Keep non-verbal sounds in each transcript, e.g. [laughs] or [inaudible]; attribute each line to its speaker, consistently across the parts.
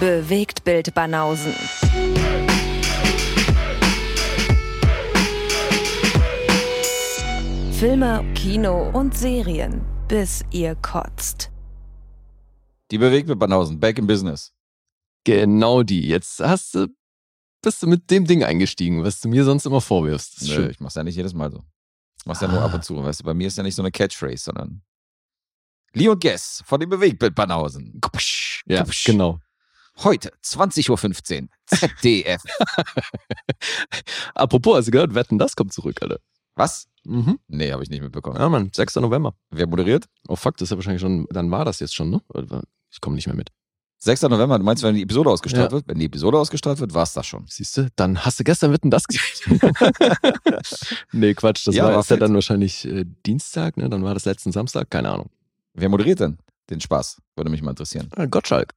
Speaker 1: Bewegtbild Banausen. Filme, Kino und Serien, bis ihr kotzt.
Speaker 2: Die Bewegtbild Banausen, back in business.
Speaker 3: Genau die. Jetzt hast du, bist du mit dem Ding eingestiegen, was du mir sonst immer vorwirfst. Das ist
Speaker 2: Nö,
Speaker 3: schön.
Speaker 2: ich mach's ja nicht jedes Mal so. Ich mach's ja nur
Speaker 3: Ah.
Speaker 2: ab und zu. Weißt du, bei mir ist ja nicht so eine Catchphrase, sondern Lee und Guess von dem Bewegtbild Banausen. Kupsch,
Speaker 3: Ja,
Speaker 2: kupsch.
Speaker 3: genau.
Speaker 2: Heute, 20.15 Uhr,
Speaker 3: [laughs]
Speaker 2: ZDF.
Speaker 3: Apropos, hast du gehört, Wetten, das kommt zurück, Alter.
Speaker 2: Was?
Speaker 3: Mhm.
Speaker 2: Nee, habe ich nicht mitbekommen.
Speaker 3: Ja, Mann, 6. November.
Speaker 2: Wer moderiert?
Speaker 3: Oh fuck, das ist ja wahrscheinlich schon, dann war das jetzt schon, ne? Oder- Ich komme nicht mehr mit.
Speaker 2: 6. November, du meinst, wenn die Episode ausgestrahlt
Speaker 3: Ja.
Speaker 2: wird? Wenn die Episode ausgestrahlt wird, war's das schon.
Speaker 3: Siehst du, dann hast du gestern Wetten, das gesehen. [laughs] nee, Quatsch, das
Speaker 2: Ja,
Speaker 3: war,
Speaker 2: war
Speaker 3: ist ja
Speaker 2: fit.
Speaker 3: dann wahrscheinlich äh, Dienstag, ne? Dann war das letzten Samstag, keine Ahnung.
Speaker 2: Wer moderiert denn den Spaß? Würde mich mal interessieren.
Speaker 3: Ah, Gottschalk.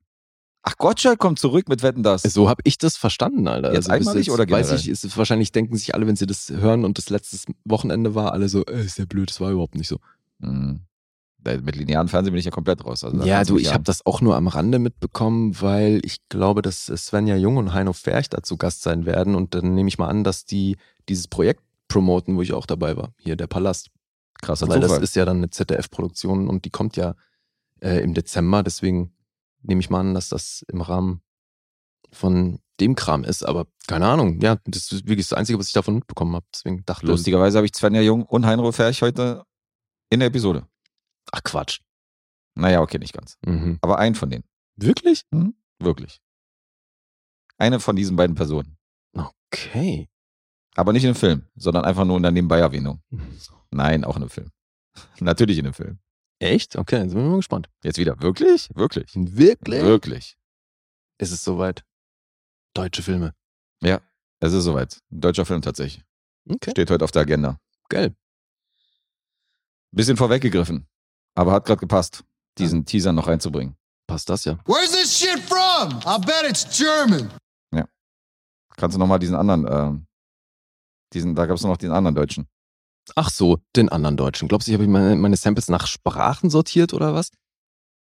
Speaker 2: Ach, Gottschalk kommt zurück mit Wetten, das.
Speaker 3: So habe ich das verstanden, Alter. Also
Speaker 2: Jetzt
Speaker 3: bis
Speaker 2: einmalig oder
Speaker 3: Weiß
Speaker 2: generell?
Speaker 3: ich, ist, wahrscheinlich denken sich alle, wenn sie das hören und das letztes Wochenende war, alle so, äh, ist ja blöd, das war überhaupt nicht so.
Speaker 2: Mhm. Da- Mit linearen Fernsehen bin ich ja komplett raus. Also da
Speaker 3: ja,
Speaker 2: kannst
Speaker 3: du,
Speaker 2: mich
Speaker 3: ich habe das auch nur am Rande mitbekommen, weil ich glaube, dass Svenja Jung und Heino Ferch dazu Gast sein werden und dann nehme ich mal an, dass die dieses Projekt promoten, wo ich auch dabei war. Hier, der Palast.
Speaker 2: Krasser
Speaker 3: weil
Speaker 2: Zufall.
Speaker 3: das ist ja dann eine ZDF-Produktion und die kommt ja äh, im Dezember, deswegen nehme ich mal an, dass das im Rahmen von dem Kram ist, aber keine Ahnung, ja, das ist wirklich das Einzige, was ich davon mitbekommen habe, deswegen dachte ich,
Speaker 2: Lustigerweise habe ich Svenja Jung und Heinrich Ferch heute in der Episode.
Speaker 3: ach Quatsch.
Speaker 2: Naja, okay, nicht ganz.
Speaker 3: Mhm.
Speaker 2: Aber einen von denen.
Speaker 3: Wirklich?
Speaker 2: Wirklich. Eine von diesen beiden Personen.
Speaker 3: Okay.
Speaker 2: Aber nicht in einem Film, sondern einfach nur in der Nebenbei-Erwähnung. Nein, auch in einem Film. [laughs] Natürlich in einem Film.
Speaker 3: Echt? Okay, dann sind wir mal gespannt.
Speaker 2: Jetzt wieder. Wirklich? Wirklich.
Speaker 3: Wirklich?
Speaker 2: Wirklich.
Speaker 3: Ist es soweit? Deutsche Filme.
Speaker 2: Es ist soweit. Ein deutscher Film tatsächlich.
Speaker 3: Okay.
Speaker 2: Steht heute auf der Agenda.
Speaker 3: Geil.
Speaker 2: Bisschen vorweggegriffen. Aber hat gerade gepasst, diesen Teaser noch reinzubringen.
Speaker 3: Passt das ja.
Speaker 4: Where's this shit from? I bet it's German.
Speaker 2: Kannst du nochmal diesen anderen, ähm, diesen, da gab es noch den anderen Deutschen.
Speaker 3: Ach so, den anderen Deutschen. Glaubst du, ich habe meine, meine Samples nach Sprachen sortiert oder was?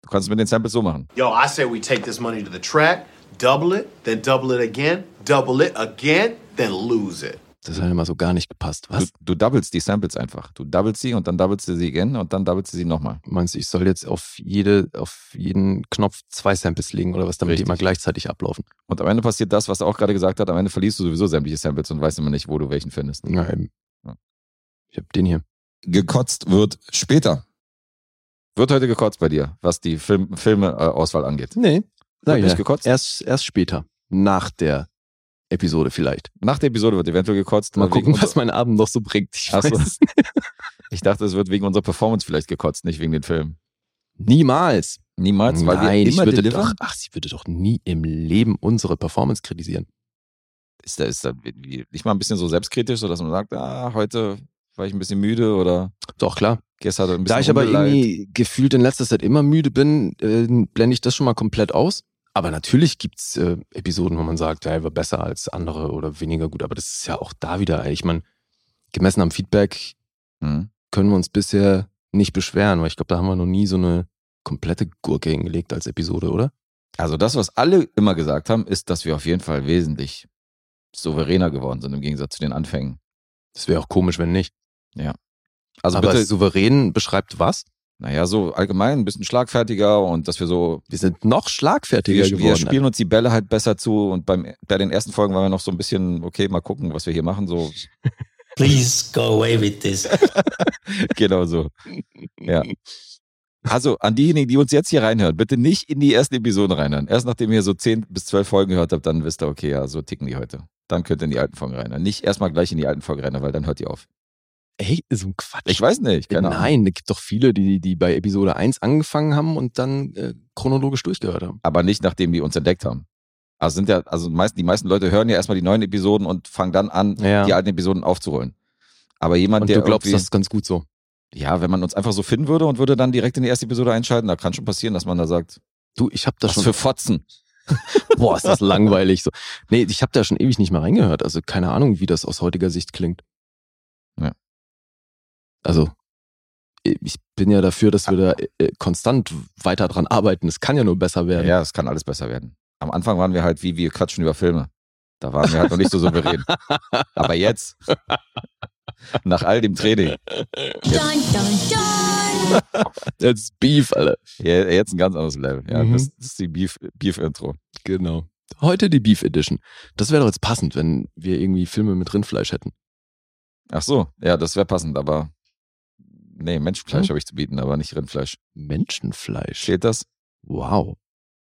Speaker 2: Du kannst es mit den Samples so machen.
Speaker 5: Yo, I say we take this money to the track, double it, then double it again, double it again, then lose it.
Speaker 3: Das hat ja mal so gar nicht gepasst.
Speaker 2: Du,
Speaker 3: Was?
Speaker 2: du doublest die Samples einfach. Du doublest sie und dann doublest du sie again und dann doublest du sie nochmal.
Speaker 3: Meinst du, ich soll jetzt auf, jede, auf jeden Knopf zwei Samples legen oder was, damit
Speaker 2: Richtig.
Speaker 3: die immer gleichzeitig ablaufen?
Speaker 2: Und am Ende passiert das, was er auch gerade gesagt hat. Am Ende verlierst du sowieso sämtliche Samples und weißt immer nicht, wo du welchen findest.
Speaker 3: Ja, eben.
Speaker 2: Ja.
Speaker 3: Ich habe den hier.
Speaker 2: Gekotzt wird später. Wird heute gekotzt bei dir, was die Film, Filme-Auswahl angeht.
Speaker 3: Nee,
Speaker 2: Wird
Speaker 3: sag ich
Speaker 2: nicht
Speaker 3: ja.
Speaker 2: gekotzt?
Speaker 3: Erst, erst später. Nach der Episode vielleicht.
Speaker 2: Nach der Episode wird eventuell gekotzt.
Speaker 3: Mal gucken,
Speaker 2: Wegen
Speaker 3: was
Speaker 2: unser-
Speaker 3: mein Abend noch so bringt. Ich
Speaker 2: Ach so.
Speaker 3: weiß.
Speaker 2: Ich dachte, es wird wegen unserer Performance vielleicht gekotzt, nicht wegen den Filmen.
Speaker 3: Niemals.
Speaker 2: Niemals, weil
Speaker 3: Nein,
Speaker 2: wir
Speaker 3: ich
Speaker 2: immer
Speaker 3: würde
Speaker 2: delivern.
Speaker 3: doch, ach, sie würde doch nie im Leben unsere Performance kritisieren.
Speaker 2: ist da, ist da wie- nicht mal ein bisschen so selbstkritisch, so dass man sagt, ah, heute war ich ein bisschen müde oder
Speaker 3: Doch, klar.
Speaker 2: gestern hat ein bisschen
Speaker 3: Da ich aber
Speaker 2: rumgeleiert.
Speaker 3: irgendwie gefühlt in letzter Zeit immer müde bin, äh, blende ich das schon mal komplett aus. Aber natürlich gibt's äh, Episoden, wo man sagt, ja, er war besser als andere oder weniger gut. Aber das ist ja auch da wieder, ey. ich meine, gemessen am Feedback
Speaker 2: Hm.
Speaker 3: können wir uns bisher nicht beschweren, weil ich glaube, da haben wir noch nie so eine komplette Gurke hingelegt als Episode, oder?
Speaker 2: Also das, was alle immer gesagt haben, ist, dass wir auf jeden Fall wesentlich souveräner geworden sind im Gegensatz zu den Anfängen.
Speaker 3: Das wäre auch komisch, wenn nicht.
Speaker 2: Also
Speaker 3: aber
Speaker 2: bitte,
Speaker 3: souverän beschreibt was?
Speaker 2: naja, so allgemein ein bisschen schlagfertiger und dass wir so,
Speaker 3: Wir sind noch
Speaker 2: wir,
Speaker 3: schlagfertiger
Speaker 2: wir
Speaker 3: geworden.
Speaker 2: spielen uns die Bälle halt besser zu und beim, bei den ersten Folgen waren wir noch so ein bisschen, okay, mal gucken, was wir hier machen,
Speaker 3: [laughs]
Speaker 2: so,
Speaker 6: Please go away with this.
Speaker 2: genau so. Ja. Also an diejenigen, die uns jetzt hier reinhören, bitte nicht in die ersten Episoden reinhören. Erst nachdem ihr so 10 bis 12 Folgen gehört habt, dann wisst ihr, okay, ja, so ticken die heute. Dann könnt ihr in die alten Folgen reinhören. Nicht erstmal gleich in die alten Folgen reinhören, weil dann hört ihr auf.
Speaker 3: Ey, so ein Quatsch.
Speaker 2: Ich weiß nicht, keine Ahnung.
Speaker 3: Nein, es gibt doch viele, die, die bei Episode 1 angefangen haben und dann äh, chronologisch durchgehört haben.
Speaker 2: Aber nicht nachdem die uns entdeckt haben. Also sind ja, also meist, die meisten Leute hören ja erstmal die neuen Episoden und fangen dann an,
Speaker 3: Ja.
Speaker 2: die alten Episoden aufzuholen. Aber jemand,
Speaker 3: Und
Speaker 2: der
Speaker 3: du glaubst, das
Speaker 2: irgendwie,
Speaker 3: ist ganz gut so.
Speaker 2: ja, wenn man uns einfach so finden würde und würde dann direkt in die erste Episode einschalten, da kann schon passieren, dass man da sagt,
Speaker 3: Du, ich habe da
Speaker 2: das
Speaker 3: schon.
Speaker 2: für Fotzen.
Speaker 3: [laughs] boah, ist das langweilig so. Nee, ich habe da schon ewig nicht mehr reingehört. Also keine Ahnung, wie das aus heutiger Sicht klingt.
Speaker 2: Ja.
Speaker 3: Also ich bin äh, ja dafür, dass wir da äh, konstant weiter dran arbeiten. Es kann ja nur besser werden.
Speaker 2: Ja, es kann alles besser werden. Am Anfang waren wir halt wie wir quatschen über Filme. Da waren wir halt noch nicht so
Speaker 3: [laughs]
Speaker 2: souverän. Aber jetzt, nach all dem Training,
Speaker 7: Dun, dun, dun.
Speaker 3: Das ist Beef, Alter.
Speaker 2: je- jetzt ein ganz anderes Level. Ja,
Speaker 3: Mhm.
Speaker 2: das, das ist die Beef- Beef-Intro.
Speaker 3: Genau. Heute die Beef Edition. Das wäre doch jetzt passend, wenn wir irgendwie Filme mit Rindfleisch hätten.
Speaker 2: Ach so, ja, das wäre passend, aber nee, Menschenfleisch
Speaker 3: Hm?
Speaker 2: habe ich zu bieten, aber nicht Rindfleisch.
Speaker 3: Menschenfleisch.
Speaker 2: Steht das?
Speaker 3: Wow.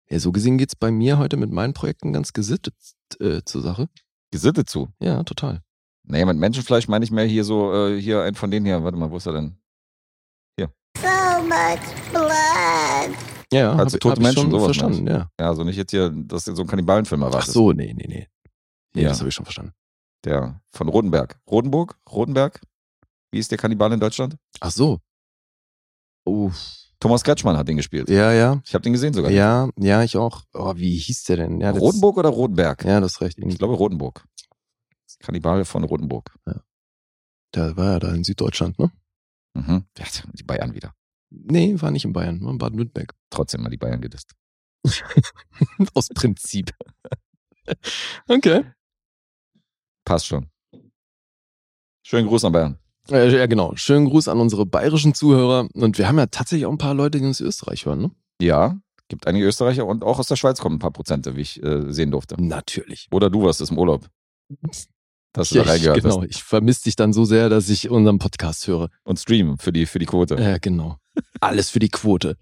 Speaker 3: Ja, so gesehen geht's bei mir heute mit meinen Projekten ganz gesittet äh, zur Sache.
Speaker 2: Gesitte zu.
Speaker 3: Ja, total.
Speaker 2: Nee, mit Menschenfleisch meine ich mehr hier so, äh, hier einen von denen hier. Warte mal, wo ist er denn?
Speaker 7: So much blood.
Speaker 3: Ja,
Speaker 2: Also tote Menschen,
Speaker 3: schon
Speaker 2: sowas
Speaker 3: verstanden, ja.
Speaker 2: Ja, also nicht jetzt hier, dass so ein Kannibalenfilm
Speaker 3: Ach
Speaker 2: erwartet.
Speaker 3: so, nee, nee, nee. Nee,
Speaker 2: Ja.
Speaker 3: das habe ich schon verstanden.
Speaker 2: Der von Rodenberg. Rodenburg? Rodenberg? Wie ist der Kannibal in Deutschland?
Speaker 3: Ach so. Uff.
Speaker 2: Thomas Kretschmann hat den gespielt.
Speaker 3: Ja, ja.
Speaker 2: Ich habe den gesehen sogar.
Speaker 3: Ja, ja, ich auch. Oh, wie hieß der denn? Ja, das-
Speaker 2: Rodenburg oder Rodenberg?
Speaker 3: Ja, das ist recht.
Speaker 2: Ich
Speaker 3: Irgendwie-
Speaker 2: glaube Rodenburg. Kannibale von Rodenburg.
Speaker 3: Der war ja da in Süddeutschland, ne?
Speaker 2: Mhm. Ja, die Bayern wieder.
Speaker 3: Nee, war nicht in Bayern, war in Baden-Württemberg.
Speaker 2: [laughs] Trotzdem mal die Bayern gedisst.
Speaker 3: Aus Prinzip. [laughs] okay.
Speaker 2: Passt schon. Schönen Gruß an Bayern.
Speaker 3: Äh, ja, genau. Schönen Gruß an unsere bayerischen Zuhörer. Und wir haben ja tatsächlich auch ein paar Leute, die uns in Österreich hören, ne?
Speaker 2: Ja, gibt einige Österreicher und auch aus der Schweiz kommen ein paar Prozente, wie ich äh, sehen durfte.
Speaker 3: Natürlich.
Speaker 2: Oder du warst es im Urlaub. Dass du
Speaker 3: Ja,
Speaker 2: da
Speaker 3: ich,
Speaker 2: reingehört
Speaker 3: genau.
Speaker 2: hast.
Speaker 3: Ich vermisse dich dann so sehr, dass ich unseren Podcast höre.
Speaker 2: Und streamen für die, für die Quote.
Speaker 3: Ja, genau. Alles für die Quote.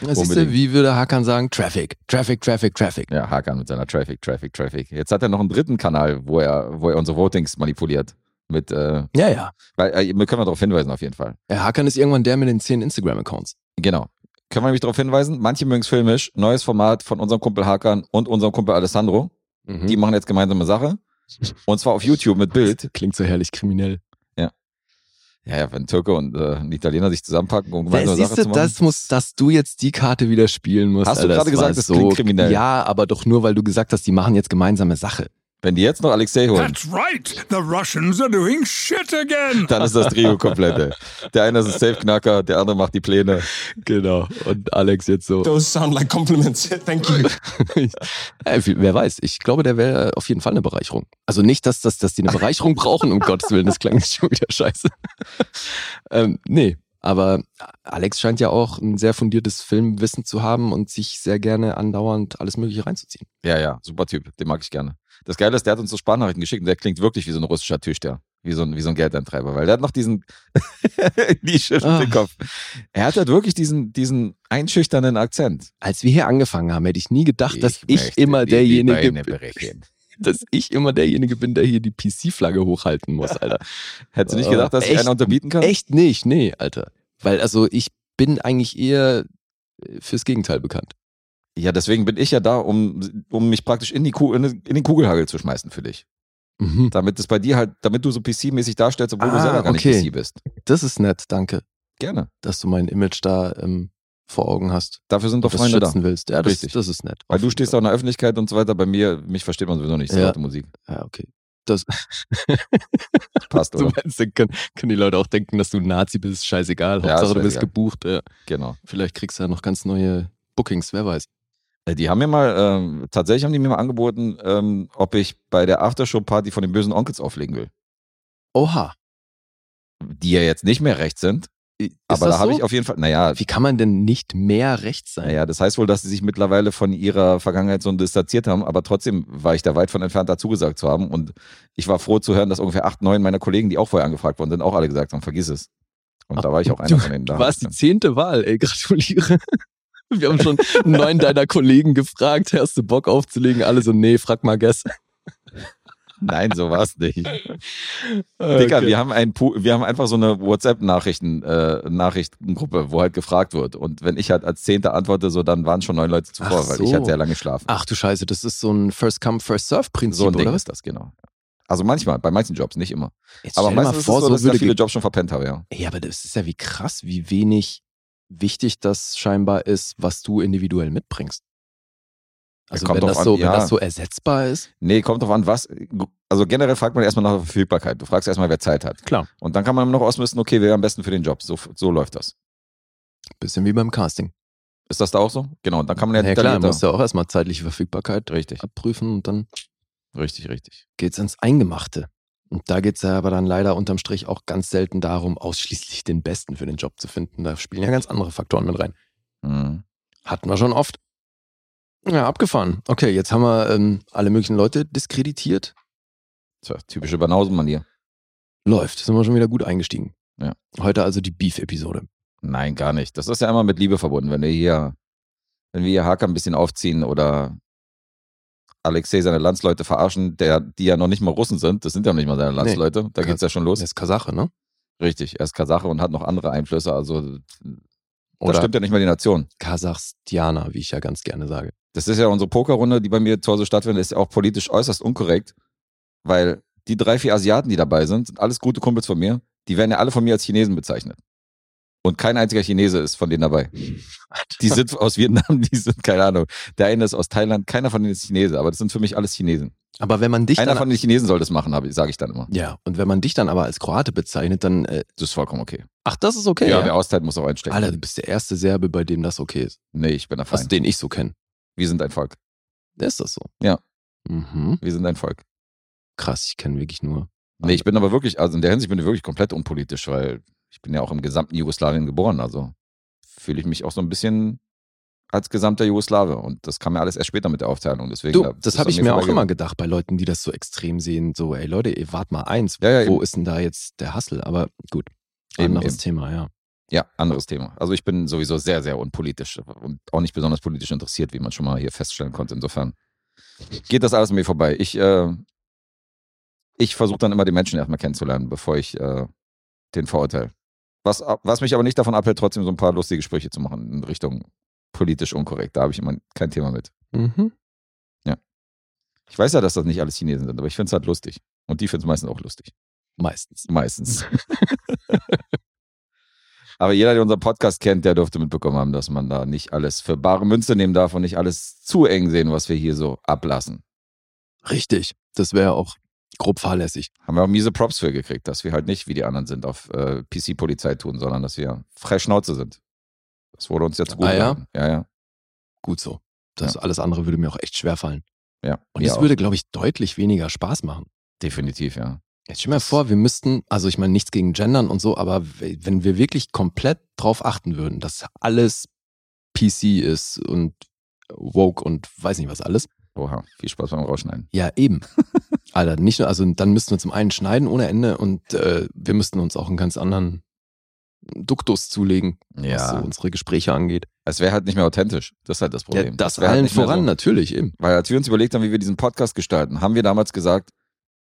Speaker 3: Das ist
Speaker 2: Unbedingt.
Speaker 3: wie würde Hakan sagen, Traffic, Traffic, Traffic, Traffic.
Speaker 2: Ja, Hakan mit seiner Traffic, Traffic, Traffic. Jetzt hat er noch einen dritten Kanal, wo er, wo er unsere Votings manipuliert. Mit, äh,
Speaker 3: Ja, ja.
Speaker 2: weil, äh, wir können darauf hinweisen, auf jeden Fall.
Speaker 3: ja Hakan ist irgendwann der mit den zehn Instagram-Accounts.
Speaker 2: Genau. Können wir nämlich darauf hinweisen, manche mögen es filmisch, neues Format von unserem Kumpel Hakan und unserem Kumpel Alessandro. Die
Speaker 3: Die
Speaker 2: machen jetzt gemeinsame Sache. Und zwar auf YouTube mit Mhm. Bild.
Speaker 3: klingt so herrlich kriminell.
Speaker 2: Ja, ja, wenn Türke und äh, ein Italiener sich zusammenpacken, um gemeinsame
Speaker 3: Wer,
Speaker 2: Sache
Speaker 3: Äh, siehst
Speaker 2: zu
Speaker 3: du,
Speaker 2: machen.
Speaker 3: das muss, dass du jetzt die Karte wieder spielen musst.
Speaker 2: Hast du
Speaker 3: Alter,
Speaker 2: gerade gesagt,
Speaker 3: war
Speaker 2: das klingt kriminell?
Speaker 3: Ja, aber doch nur, weil du gesagt hast, die machen jetzt gemeinsame Sache.
Speaker 2: Wenn die jetzt noch Alexei
Speaker 3: [laughs]
Speaker 2: holen,
Speaker 8: That's right. The Russians are doing shit again.
Speaker 2: dann ist das Trio komplett. Ey. Der eine ist ein Safe-Knacker, der andere macht die Pläne.
Speaker 3: Genau. Und Alex jetzt so.
Speaker 9: Those sound like compliments. [laughs] Thank you.
Speaker 3: Ey, äh, wer weiß, ich glaube, der wäre auf jeden Fall eine Bereicherung. Also nicht, dass, dass, dass die
Speaker 2: [laughs]
Speaker 3: eine Bereicherung brauchen, um Gottes Willen, das klang jetzt schon wieder scheiße. ähm, nee, aber Alex scheint ja auch ein sehr fundiertes Filmwissen zu haben und sich sehr gerne andauernd alles Mögliche reinzuziehen.
Speaker 2: Ja, ja, super Typ, den mag ich gerne. Das Geile ist, der hat uns so Sparnachrichten geschickt und der klingt wirklich wie so ein russischer Türsteher. Wie so ein, wie so ein Geldeintreiber, weil der hat noch diesen [laughs] Nische
Speaker 3: Ah.
Speaker 2: im Kopf. Er hat halt wirklich diesen, diesen einschüchternden Akzent.
Speaker 3: Als wir hier angefangen haben, hätte ich nie gedacht, dass ich,
Speaker 2: möchte
Speaker 3: immer
Speaker 2: dir die
Speaker 3: derjenige
Speaker 2: Beine
Speaker 3: bin,
Speaker 2: brechen.
Speaker 3: [laughs] dass ich immer derjenige bin, der hier die PC-Flagge hochhalten muss, Alter.
Speaker 2: Hättest du nicht gedacht, dass ich
Speaker 3: Echt?
Speaker 2: einer unterbieten kann?
Speaker 3: Echt nicht, nee, Alter. Weil also ich bin eigentlich eher äh, fürs Gegenteil bekannt.
Speaker 2: Ja, deswegen bin ich ja da, um, um mich praktisch in, die Ku in, in den Kugelhagel zu schmeißen für dich.
Speaker 3: Mhm.
Speaker 2: Damit es bei dir halt, damit du so PC-mäßig darstellst, obwohl du
Speaker 3: Ah,
Speaker 2: selber gar
Speaker 3: okay.
Speaker 2: nicht PC bist.
Speaker 3: Das ist nett, danke,
Speaker 2: Gerne.
Speaker 3: dass du mein Image da ähm, vor Augen hast
Speaker 2: Dafür sind
Speaker 3: und
Speaker 2: doch
Speaker 3: das
Speaker 2: Freunde da.
Speaker 3: schützen willst. Ja, das,
Speaker 2: Richtig.
Speaker 3: das ist nett.
Speaker 2: Weil du stehst auch in der Öffentlichkeit und so weiter. Bei mir, mich versteht man sowieso nicht. So
Speaker 3: Ja.
Speaker 2: laute Musik.
Speaker 3: Ja, okay. Das,
Speaker 2: Passt,
Speaker 3: [laughs] du
Speaker 2: oder?
Speaker 3: meinst, dann können, können die Leute auch denken, dass du ein Nazi bist, scheißegal.
Speaker 2: Ja,
Speaker 3: Hauptsache,
Speaker 2: ist
Speaker 3: du bist
Speaker 2: scheißegal.
Speaker 3: gebucht. Ja.
Speaker 2: Genau.
Speaker 3: Vielleicht kriegst du ja noch ganz neue Bookings, wer weiß.
Speaker 2: Äh, Die haben mir mal, ähm, tatsächlich haben die mir mal angeboten, ähm, ob ich bei der Aftershow-Party von den bösen Onkels auflegen will.
Speaker 3: Oha.
Speaker 2: Die ja jetzt nicht mehr rechts sind.
Speaker 3: i- Ist
Speaker 2: Aber
Speaker 3: das
Speaker 2: da habe
Speaker 3: so?
Speaker 2: ich auf jeden Fall, naja,
Speaker 3: Wie kann man denn nicht mehr rechts sein?
Speaker 2: Naja, das heißt wohl, dass sie sich mittlerweile von ihrer Vergangenheit so distanziert haben, aber trotzdem war ich da weit von entfernt, dazu gesagt zu haben. Und ich war froh zu hören, dass ungefähr acht, neun meiner Kollegen, die auch vorher angefragt worden sind, auch alle gesagt haben, vergiss es. Und da war ich auch einer
Speaker 3: du,
Speaker 2: von denen
Speaker 3: Du
Speaker 2: da.
Speaker 3: [laughs] warst die zehnte Wahl, ey, [laughs] gratuliere. Wir haben schon neun deiner Kollegen gefragt, hast du Bock aufzulegen? Alle so, nee, frag mal Guess.
Speaker 2: [laughs] Nein, so war es
Speaker 3: [laughs]
Speaker 2: nicht. Dicker, wir haben, ein, Pu- wir haben einfach so eine WhatsApp-Nachrichten-Nachrichtengruppe, wo halt gefragt wird. Und wenn ich halt als Zehnter antworte, so dann waren schon neun Leute zuvor,
Speaker 3: Ach
Speaker 2: weil
Speaker 3: so.
Speaker 2: ich halt sehr lange schlafen.
Speaker 3: Ach du Scheiße, das ist so ein First-Come-First-Serve-Prinzip,
Speaker 2: so ein Ding
Speaker 3: oder was?
Speaker 2: ist das, genau. Also manchmal, bei manchen Jobs, nicht immer.
Speaker 3: Jetzt
Speaker 2: Aber
Speaker 3: stell dir
Speaker 2: meistens
Speaker 3: mal vor,
Speaker 2: ist es so,
Speaker 3: so,
Speaker 2: dass ich da
Speaker 3: würde
Speaker 2: viele
Speaker 3: ge-
Speaker 2: Jobs schon verpennt habe, ja.
Speaker 3: Ja, aber das ist ja wie krass, wie wenig wichtig das scheinbar ist, was du individuell mitbringst. Also
Speaker 2: kommt
Speaker 3: wenn
Speaker 2: drauf
Speaker 3: das,
Speaker 2: an,
Speaker 3: so, wenn
Speaker 2: ja.
Speaker 3: das so ersetzbar ist.
Speaker 2: Nee, kommt drauf an, was. Also generell fragt man erstmal nach der Verfügbarkeit. Du fragst erstmal, wer Zeit hat.
Speaker 3: Klar.
Speaker 2: Und dann kann man noch ausmisten, okay, wer am besten für den Job. So, so läuft das.
Speaker 3: Bisschen wie beim Casting.
Speaker 2: Ist das da auch so? Genau, dann kann man ja,
Speaker 3: Ja, klar,
Speaker 2: detaillierter-
Speaker 3: du musst ja auch erstmal zeitliche Verfügbarkeit
Speaker 2: Richtig,
Speaker 3: abprüfen und dann
Speaker 2: richtig, richtig.
Speaker 3: geht's ins Eingemachte. Und da geht's ja aber dann leider unterm Strich auch ganz selten darum, ausschließlich den Besten für den Job zu finden. Da spielen ja ganz andere Faktoren mit rein.
Speaker 2: Mhm.
Speaker 3: Hatten wir schon oft. Ja, abgefahren. Okay, jetzt haben wir ähm, alle möglichen Leute diskreditiert.
Speaker 2: Tja, typische Banausen-Manier.
Speaker 3: Läuft, sind wir schon wieder gut eingestiegen.
Speaker 2: Ja.
Speaker 3: Heute also die Beef-Episode.
Speaker 2: Nein, gar nicht. Das ist ja immer mit Liebe verbunden. Wenn wir hier, wenn wir hier Hakan ein bisschen aufziehen oder Alexei seine Landsleute verarschen, der, die ja noch nicht mal Russen sind, das sind ja noch nicht mal seine Landsleute, da
Speaker 3: Ka-
Speaker 2: geht's ja schon los.
Speaker 3: Das ist Kasache, ne?
Speaker 2: Richtig, er ist Kasache und hat noch andere Einflüsse, also da
Speaker 3: Oder
Speaker 2: stimmt ja nicht mal die Nation.
Speaker 3: Kasachstianer, wie ich ja ganz gerne sage.
Speaker 2: Das ist ja unsere Pokerrunde, die bei mir zu Hause stattfindet, ist ja auch politisch äußerst unkorrekt, weil die drei, vier Asiaten, die dabei sind, sind alles gute Kumpels von mir, die werden ja alle von mir als Chinesen bezeichnet. Und kein einziger Chinese ist von denen dabei. Die sind aus Vietnam, die sind, keine Ahnung. Der eine ist aus Thailand, keiner von denen ist Chinese, aber das sind für mich alles Chinesen.
Speaker 3: Aber wenn man dich
Speaker 2: Einer
Speaker 3: dann,
Speaker 2: von den Chinesen soll das machen, habe ich- sage ich dann immer.
Speaker 3: ja, und wenn man dich dann aber als Kroate bezeichnet, dann äh,
Speaker 2: Das ist vollkommen okay.
Speaker 3: ach, das ist okay.
Speaker 2: ja,
Speaker 3: ja.
Speaker 2: wer austeilt, muss auch einstecken.
Speaker 3: Alter, du bist der erste Serbe, bei dem das okay ist.
Speaker 2: Nee, ich bin da fein.
Speaker 3: Also den ich so kenne.
Speaker 2: Wir sind ein Volk.
Speaker 3: Der ist das so.
Speaker 2: Ja.
Speaker 3: Mhm.
Speaker 2: Wir sind ein Volk.
Speaker 3: Krass, ich kenne wirklich nur.
Speaker 2: Nee, ich bin aber wirklich, also in der Hinsicht bin ich wirklich komplett unpolitisch, weil ich bin ja auch im gesamten Jugoslawien geboren, also fühle ich mich auch so ein bisschen als gesamter Jugoslawe und das kam mir alles erst später mit der Aufteilung, deswegen.
Speaker 3: Du,
Speaker 2: da-
Speaker 3: das
Speaker 2: ist
Speaker 3: habe
Speaker 2: an
Speaker 3: ich mir auch
Speaker 2: vorbeigegangen.
Speaker 3: immer gedacht bei Leuten, die das so extrem sehen. So, ey Leute, ihr wart mal eins.
Speaker 2: Ja, ja,
Speaker 3: Wo
Speaker 2: eben.
Speaker 3: ist denn da jetzt der Hassel? Aber gut,
Speaker 2: Eben,
Speaker 3: anderes
Speaker 2: eben.
Speaker 3: Thema, ja.
Speaker 2: Ja, anderes Thema. Also ich bin sowieso sehr, sehr unpolitisch und auch nicht besonders politisch interessiert, wie man schon mal hier feststellen konnte. Insofern geht das alles an mir vorbei. Ich, äh, ich versuche dann immer die Menschen erstmal kennenzulernen, bevor ich äh, den verurteile. Was, was mich aber nicht davon abhält, trotzdem so ein paar lustige Sprüche zu machen in Richtung politisch unkorrekt. Da habe ich immer kein Thema mit.
Speaker 3: Mhm.
Speaker 2: Ich weiß ja, dass das nicht alles Chinesen sind, aber ich finde es halt lustig. Und die finden es meistens auch lustig.
Speaker 3: Meistens.
Speaker 2: Meistens. [laughs] Aber jeder, der unseren Podcast kennt, der dürfte mitbekommen haben, dass man da nicht alles für bare Münze nehmen darf und nicht alles zu eng sehen, was wir hier so ablassen.
Speaker 3: Richtig. Das wäre auch grob fahrlässig.
Speaker 2: Haben wir auch miese Props für gekriegt, dass wir halt nicht wie die anderen sind auf äh, PC-Polizei tun, sondern dass wir frei Schnauze sind. Das wurde uns ja zugute.
Speaker 3: Ah, ja?
Speaker 2: gehalten. ja, ja.
Speaker 3: Gut so. Das alles andere würde mir auch echt schwerfallen.
Speaker 2: ja.
Speaker 3: Und
Speaker 2: Mir
Speaker 3: das
Speaker 2: auch.
Speaker 3: würde, glaube ich, deutlich weniger Spaß machen.
Speaker 2: definitiv, ja.
Speaker 3: Jetzt stell mir vor, wir müssten, also ich meine nichts gegen Gendern und so, aber w- wenn wir wirklich komplett drauf achten würden, dass alles PC ist und woke und weiß nicht was alles.
Speaker 2: Oha, viel Spaß beim Rausschneiden.
Speaker 3: Ja,
Speaker 2: [laughs]
Speaker 3: eben. Alter, nicht nur, also dann müssten wir zum einen schneiden ohne Ende und äh, wir müssten uns auch einen ganz anderen Duktus zulegen, was so unsere Gespräche angeht.
Speaker 2: Es wäre halt nicht mehr authentisch. Das ist halt das
Speaker 3: Ja,
Speaker 2: Problem.
Speaker 3: das
Speaker 2: wär halt
Speaker 3: allen
Speaker 2: nicht mehr
Speaker 3: voran,
Speaker 2: so-
Speaker 3: natürlich, eben.
Speaker 2: Weil als wir uns überlegt haben, wie wir diesen Podcast gestalten, haben wir damals gesagt,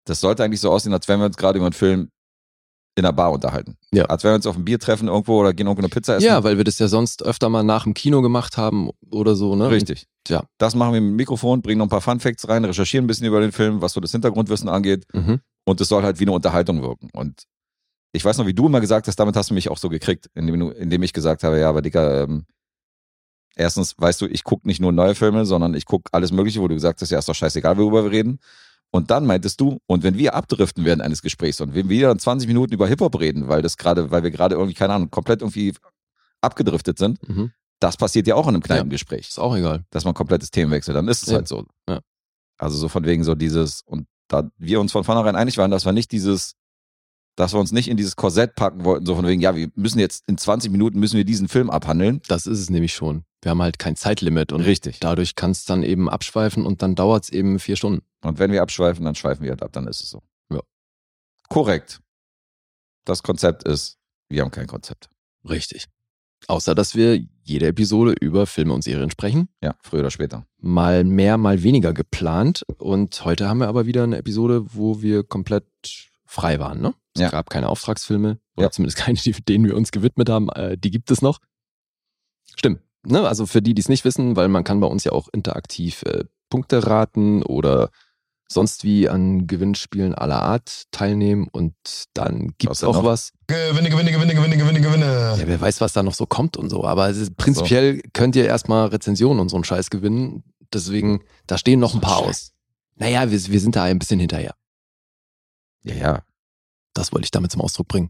Speaker 2: das sollte eigentlich so aussehen, als wären wir uns gerade über einen Film in einer Bar unterhalten.
Speaker 3: Ja.
Speaker 2: Als wären wir uns auf ein Bier treffen irgendwo oder gehen irgendwo eine Pizza essen.
Speaker 3: Ja, weil wir das ja sonst öfter mal nach dem Kino gemacht haben oder so, ne?
Speaker 2: richtig.
Speaker 3: Tja.
Speaker 2: Das machen wir mit dem Mikrofon, bringen noch ein paar Fun Facts rein, recherchieren ein bisschen über den Film, was so das Hintergrundwissen angeht.
Speaker 3: Mhm.
Speaker 2: Und es soll halt wie eine Unterhaltung wirken. Und ich weiß noch, wie du immer gesagt hast, damit hast du mich auch so gekriegt, indem, du, indem ich gesagt habe, ja, aber Dicker, ähm, erstens, weißt du, ich gucke nicht nur neue Filme, sondern ich gucke alles Mögliche, wo du gesagt hast, ja, ist doch scheißegal, worüber wir reden. Und dann meintest du, und wenn wir abdriften während eines Gesprächs und wenn wir dann 20 Minuten über Hip-Hop reden, weil das gerade, weil wir gerade irgendwie, keine Ahnung, komplett irgendwie abgedriftet sind,
Speaker 3: Mhm.
Speaker 2: das passiert ja auch in einem Kneipengespräch
Speaker 3: Ist auch egal.
Speaker 2: dass man komplettes Themenwechsel, dann ist es
Speaker 3: Ja.
Speaker 2: halt so.
Speaker 3: Ja.
Speaker 2: Also so von wegen so dieses, und da wir uns von vornherein einig waren, dass wir nicht dieses, dass wir uns nicht in dieses Korsett packen wollten, so von wegen, ja, wir müssen jetzt in 20 Minuten müssen wir diesen Film abhandeln.
Speaker 3: Das ist es nämlich schon. Wir haben halt kein Zeitlimit und
Speaker 2: Richtig.
Speaker 3: dadurch kann es dann eben abschweifen und dann dauert es eben vier Stunden.
Speaker 2: Und wenn wir abschweifen, dann schweifen wir halt ab, dann ist es so.
Speaker 3: Ja.
Speaker 2: Korrekt. Das Konzept ist, wir haben kein Konzept.
Speaker 3: Richtig. Außer, dass wir jede Episode über Filme und Serien sprechen.
Speaker 2: Ja, früher oder später.
Speaker 3: Mal mehr, mal weniger geplant. Und heute haben wir aber wieder eine Episode, wo wir komplett frei waren. Ne? Es
Speaker 2: Ja.
Speaker 3: gab keine Auftragsfilme oder
Speaker 2: Ja.
Speaker 3: zumindest keine, die- denen wir uns gewidmet haben. Äh, die gibt es noch. Stimmt. Ne? Also für die, die es nicht wissen, weil man kann bei uns ja auch interaktiv äh, Punkte raten oder sonst wie an Gewinnspielen aller Art teilnehmen und dann gibt
Speaker 2: Was
Speaker 3: es
Speaker 2: denn
Speaker 3: auch
Speaker 2: noch?
Speaker 3: was.
Speaker 4: Gewinne, gewinne, gewinne, gewinne, gewinne, gewinne.
Speaker 3: Ja, wer weiß, was da noch so kommt und so. Aber es ist, prinzipiell könnt ihr erstmal Rezensionen und so einen Scheiß gewinnen. Deswegen, da stehen noch ein paar aus. Naja, wir, wir sind da ein bisschen hinterher.
Speaker 2: Ja, ja.
Speaker 3: Das wollte ich damit zum Ausdruck bringen.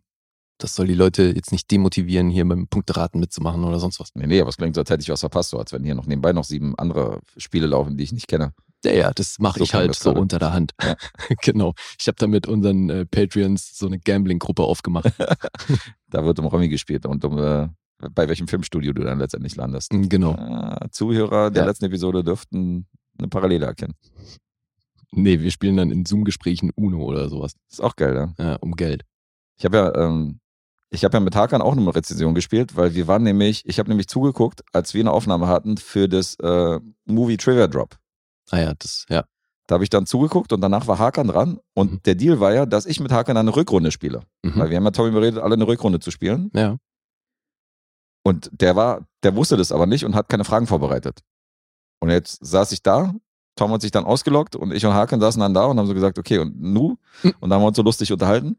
Speaker 3: Das soll die Leute jetzt nicht demotivieren, hier beim Punkteraten mitzumachen oder sonst was.
Speaker 2: Nee, nee, aber es klingt so, als hätte ich was verpasst, so als wenn hier noch nebenbei noch sieben andere Spiele laufen, die ich nicht kenne.
Speaker 3: Ja, ja, das mache
Speaker 2: So
Speaker 3: ich
Speaker 2: kam
Speaker 3: halt
Speaker 2: das
Speaker 3: so
Speaker 2: gerade.
Speaker 3: unter der Hand. [laughs] genau. Ich habe da mit unseren äh, Patreons so eine Gambling-Gruppe
Speaker 2: [laughs]
Speaker 3: aufgemacht.
Speaker 2: Da wird um Romy gespielt und um äh, bei welchem Filmstudio du dann letztendlich landest.
Speaker 3: genau.
Speaker 2: Äh, Zuhörer der
Speaker 3: Ja.
Speaker 2: letzten Episode dürften eine Parallele erkennen.
Speaker 3: Nee, wir spielen dann in Zoom-Gesprächen Uno oder sowas.
Speaker 2: Ist auch geil, ne?
Speaker 3: Ja, um Geld.
Speaker 2: Ich habe ja, ähm, ich habe ja mit Hakan auch eine Rezension gespielt, weil wir waren nämlich, ich habe nämlich zugeguckt, als wir eine Aufnahme hatten für das äh, Movie Trivia Drop.
Speaker 3: Ah ja, das, ja.
Speaker 2: Da habe ich dann zugeguckt und danach war Hakan dran. Und
Speaker 3: Mhm.
Speaker 2: der Deal war ja, dass ich mit Hakan eine Rückrunde spiele. Weil
Speaker 3: Mhm.
Speaker 2: wir haben ja Tommy überredet, alle eine Rückrunde zu spielen.
Speaker 3: Ja.
Speaker 2: Und der war, der wusste das aber nicht und hat keine Fragen vorbereitet. Und jetzt saß ich da, Tom hat sich dann ausgelockt und ich und Hakan saßen dann da und haben so gesagt, okay, und nu?
Speaker 3: Mhm.
Speaker 2: Und da haben wir uns so lustig unterhalten. Und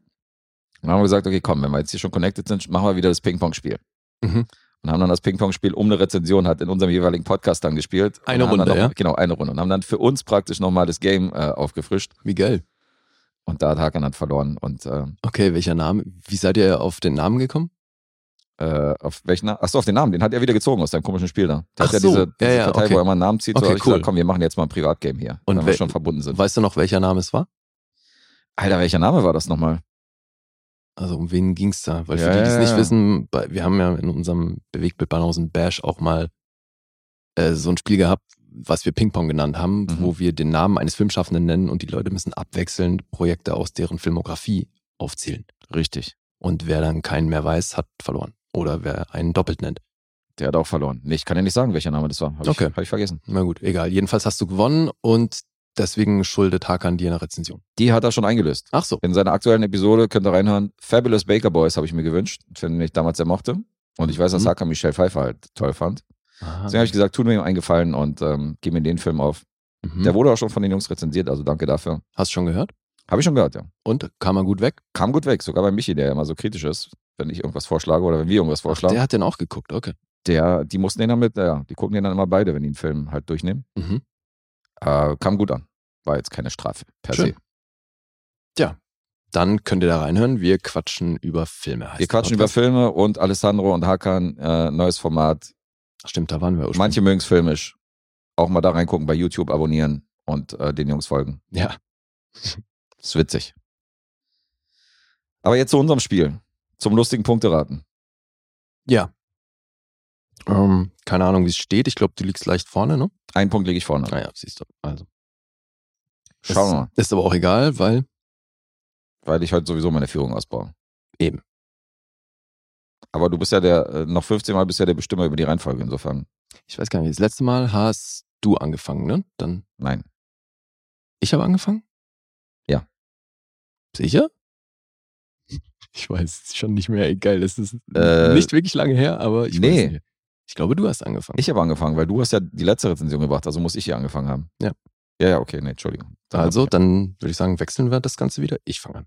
Speaker 2: dann haben wir gesagt, okay, komm, wenn wir jetzt hier schon connected sind, machen wir wieder das Ping-Pong-Spiel.
Speaker 3: Mhm.
Speaker 2: Und haben dann das Ping-Pong-Spiel um eine Rezension hat in unserem jeweiligen Podcast dann gespielt. Und
Speaker 3: Eine
Speaker 2: haben
Speaker 3: Runde,
Speaker 2: dann noch,
Speaker 3: ja?
Speaker 2: Genau, eine Runde. Und haben dann für uns praktisch nochmal das Game äh, aufgefrischt.
Speaker 3: Wie geil.
Speaker 2: Und da hat Hakan dann verloren. Und äh,
Speaker 3: Okay, welcher Name? Wie seid ihr auf den Namen gekommen?
Speaker 2: Äh, auf welchen Namen? Achso, auf den Namen. Den hat er wieder gezogen aus seinem komischen Spiel da. Der
Speaker 3: Ach
Speaker 2: hat ja
Speaker 3: so.
Speaker 2: diese,
Speaker 3: Ja,
Speaker 2: diese
Speaker 3: ja,
Speaker 2: Datei,
Speaker 3: okay.
Speaker 2: wo er immer einen Namen zieht. so
Speaker 3: Okay,
Speaker 2: hab ich
Speaker 3: cool.
Speaker 2: gesagt, komm, wir machen jetzt mal ein Privatgame hier.
Speaker 3: Und
Speaker 2: wenn wir
Speaker 3: wel-
Speaker 2: schon verbunden sind.
Speaker 3: Weißt du noch, welcher Name es war?
Speaker 2: Alter, welcher Name war das nochmal?
Speaker 3: Also um wen ging's da? Weil
Speaker 2: Ja,
Speaker 3: für die, die es
Speaker 2: ja, ja.
Speaker 3: nicht wissen, bei- wir haben ja in unserem Bewegtbild Banausen Bash auch mal äh, so ein Spiel gehabt, was wir Ping-Pong genannt haben,
Speaker 2: Mhm.
Speaker 3: wo wir den Namen eines Filmschaffenden nennen und die Leute müssen abwechselnd Projekte aus deren Filmografie aufzählen.
Speaker 2: Richtig.
Speaker 3: Und wer dann keinen mehr weiß, hat verloren. Oder wer einen doppelt nennt.
Speaker 2: Der hat auch verloren. Nee, ich kann ja nicht sagen, welcher Name das war. Hab
Speaker 3: Okay.
Speaker 2: Ich, hab ich vergessen.
Speaker 3: Na gut, egal. Jedenfalls hast du gewonnen und deswegen schuldet Hakan dir eine Rezension.
Speaker 2: Die hat er schon eingelöst.
Speaker 3: Ach so.
Speaker 2: In seiner aktuellen Episode könnt ihr reinhören. Fabulous Baker Boys habe ich mir gewünscht, den ich damals sehr mochte. Und ich weiß, dass
Speaker 3: Mhm. Ah.
Speaker 2: Hakan Michelle Pfeiffer halt toll fand.
Speaker 3: Aha.
Speaker 2: Deswegen habe ich gesagt, tun mir ihm einen Gefallen und ähm, gib mir den Film auf.
Speaker 3: Mhm.
Speaker 2: Der wurde auch schon von den Jungs rezensiert, also danke dafür.
Speaker 3: Hast du schon gehört?
Speaker 2: Habe ich schon gehört, ja.
Speaker 3: Und kam er gut weg?
Speaker 2: kam gut weg, sogar bei Michi, der ja immer so kritisch ist, wenn ich irgendwas vorschlage oder wenn wir irgendwas vorschlagen.
Speaker 3: Der hat den auch geguckt, okay.
Speaker 2: der, die mussten den dann mit, ja, die gucken den dann immer beide, wenn die einen Film halt durchnehmen.
Speaker 3: Mhm.
Speaker 2: Äh, kam gut an. War jetzt keine Strafe per
Speaker 3: Schön.
Speaker 2: se.
Speaker 3: Dann könnt ihr da reinhören. Wir quatschen über Filme. heißt
Speaker 2: Wir quatschen
Speaker 3: der
Speaker 2: über
Speaker 3: Podcast.
Speaker 2: Filme und Alessandro und Hakan, äh, neues Format.
Speaker 3: Stimmt, da waren wir ursprünglich.
Speaker 2: Manche mögen es filmisch. Auch mal da reingucken, bei YouTube abonnieren und äh, den Jungs folgen.
Speaker 3: Ja.
Speaker 2: Ist witzig. Aber jetzt zu unserem Spiel. Zum lustigen Punkteraten.
Speaker 3: Ja. Ähm, keine Ahnung, wie es steht. Ich glaube, du liegst leicht vorne, ne?
Speaker 2: Einen Punkt lege ich vorne.
Speaker 3: Naja, siehst du. Also.
Speaker 2: Schauen wir mal.
Speaker 3: Ist, ist aber auch egal, weil
Speaker 2: weil ich heute sowieso meine Führung ausbaue.
Speaker 3: Eben.
Speaker 2: Aber du bist ja der, äh, noch 15 Mal bist ja der Bestimmer über die Reihenfolge insofern.
Speaker 3: ich weiß gar nicht, das letzte Mal hast du angefangen, ne? Dann
Speaker 2: Nein.
Speaker 3: ich habe angefangen?
Speaker 2: Ja.
Speaker 3: Sicher? [laughs] Ich weiß es schon nicht mehr. Egal, es ist
Speaker 2: Äh,
Speaker 3: nicht wirklich lange her, aber ich
Speaker 2: nee.
Speaker 3: weiß nicht. Ich glaube, du hast angefangen.
Speaker 2: Ich habe angefangen, weil du hast ja die letzte Rezension gebracht, also muss ich hier angefangen haben.
Speaker 3: Ja.
Speaker 2: Ja, ja, okay, nee, Entschuldigung. Dann-
Speaker 3: also, dann würde ich sagen, wechseln wir das Ganze wieder. Ich fange an.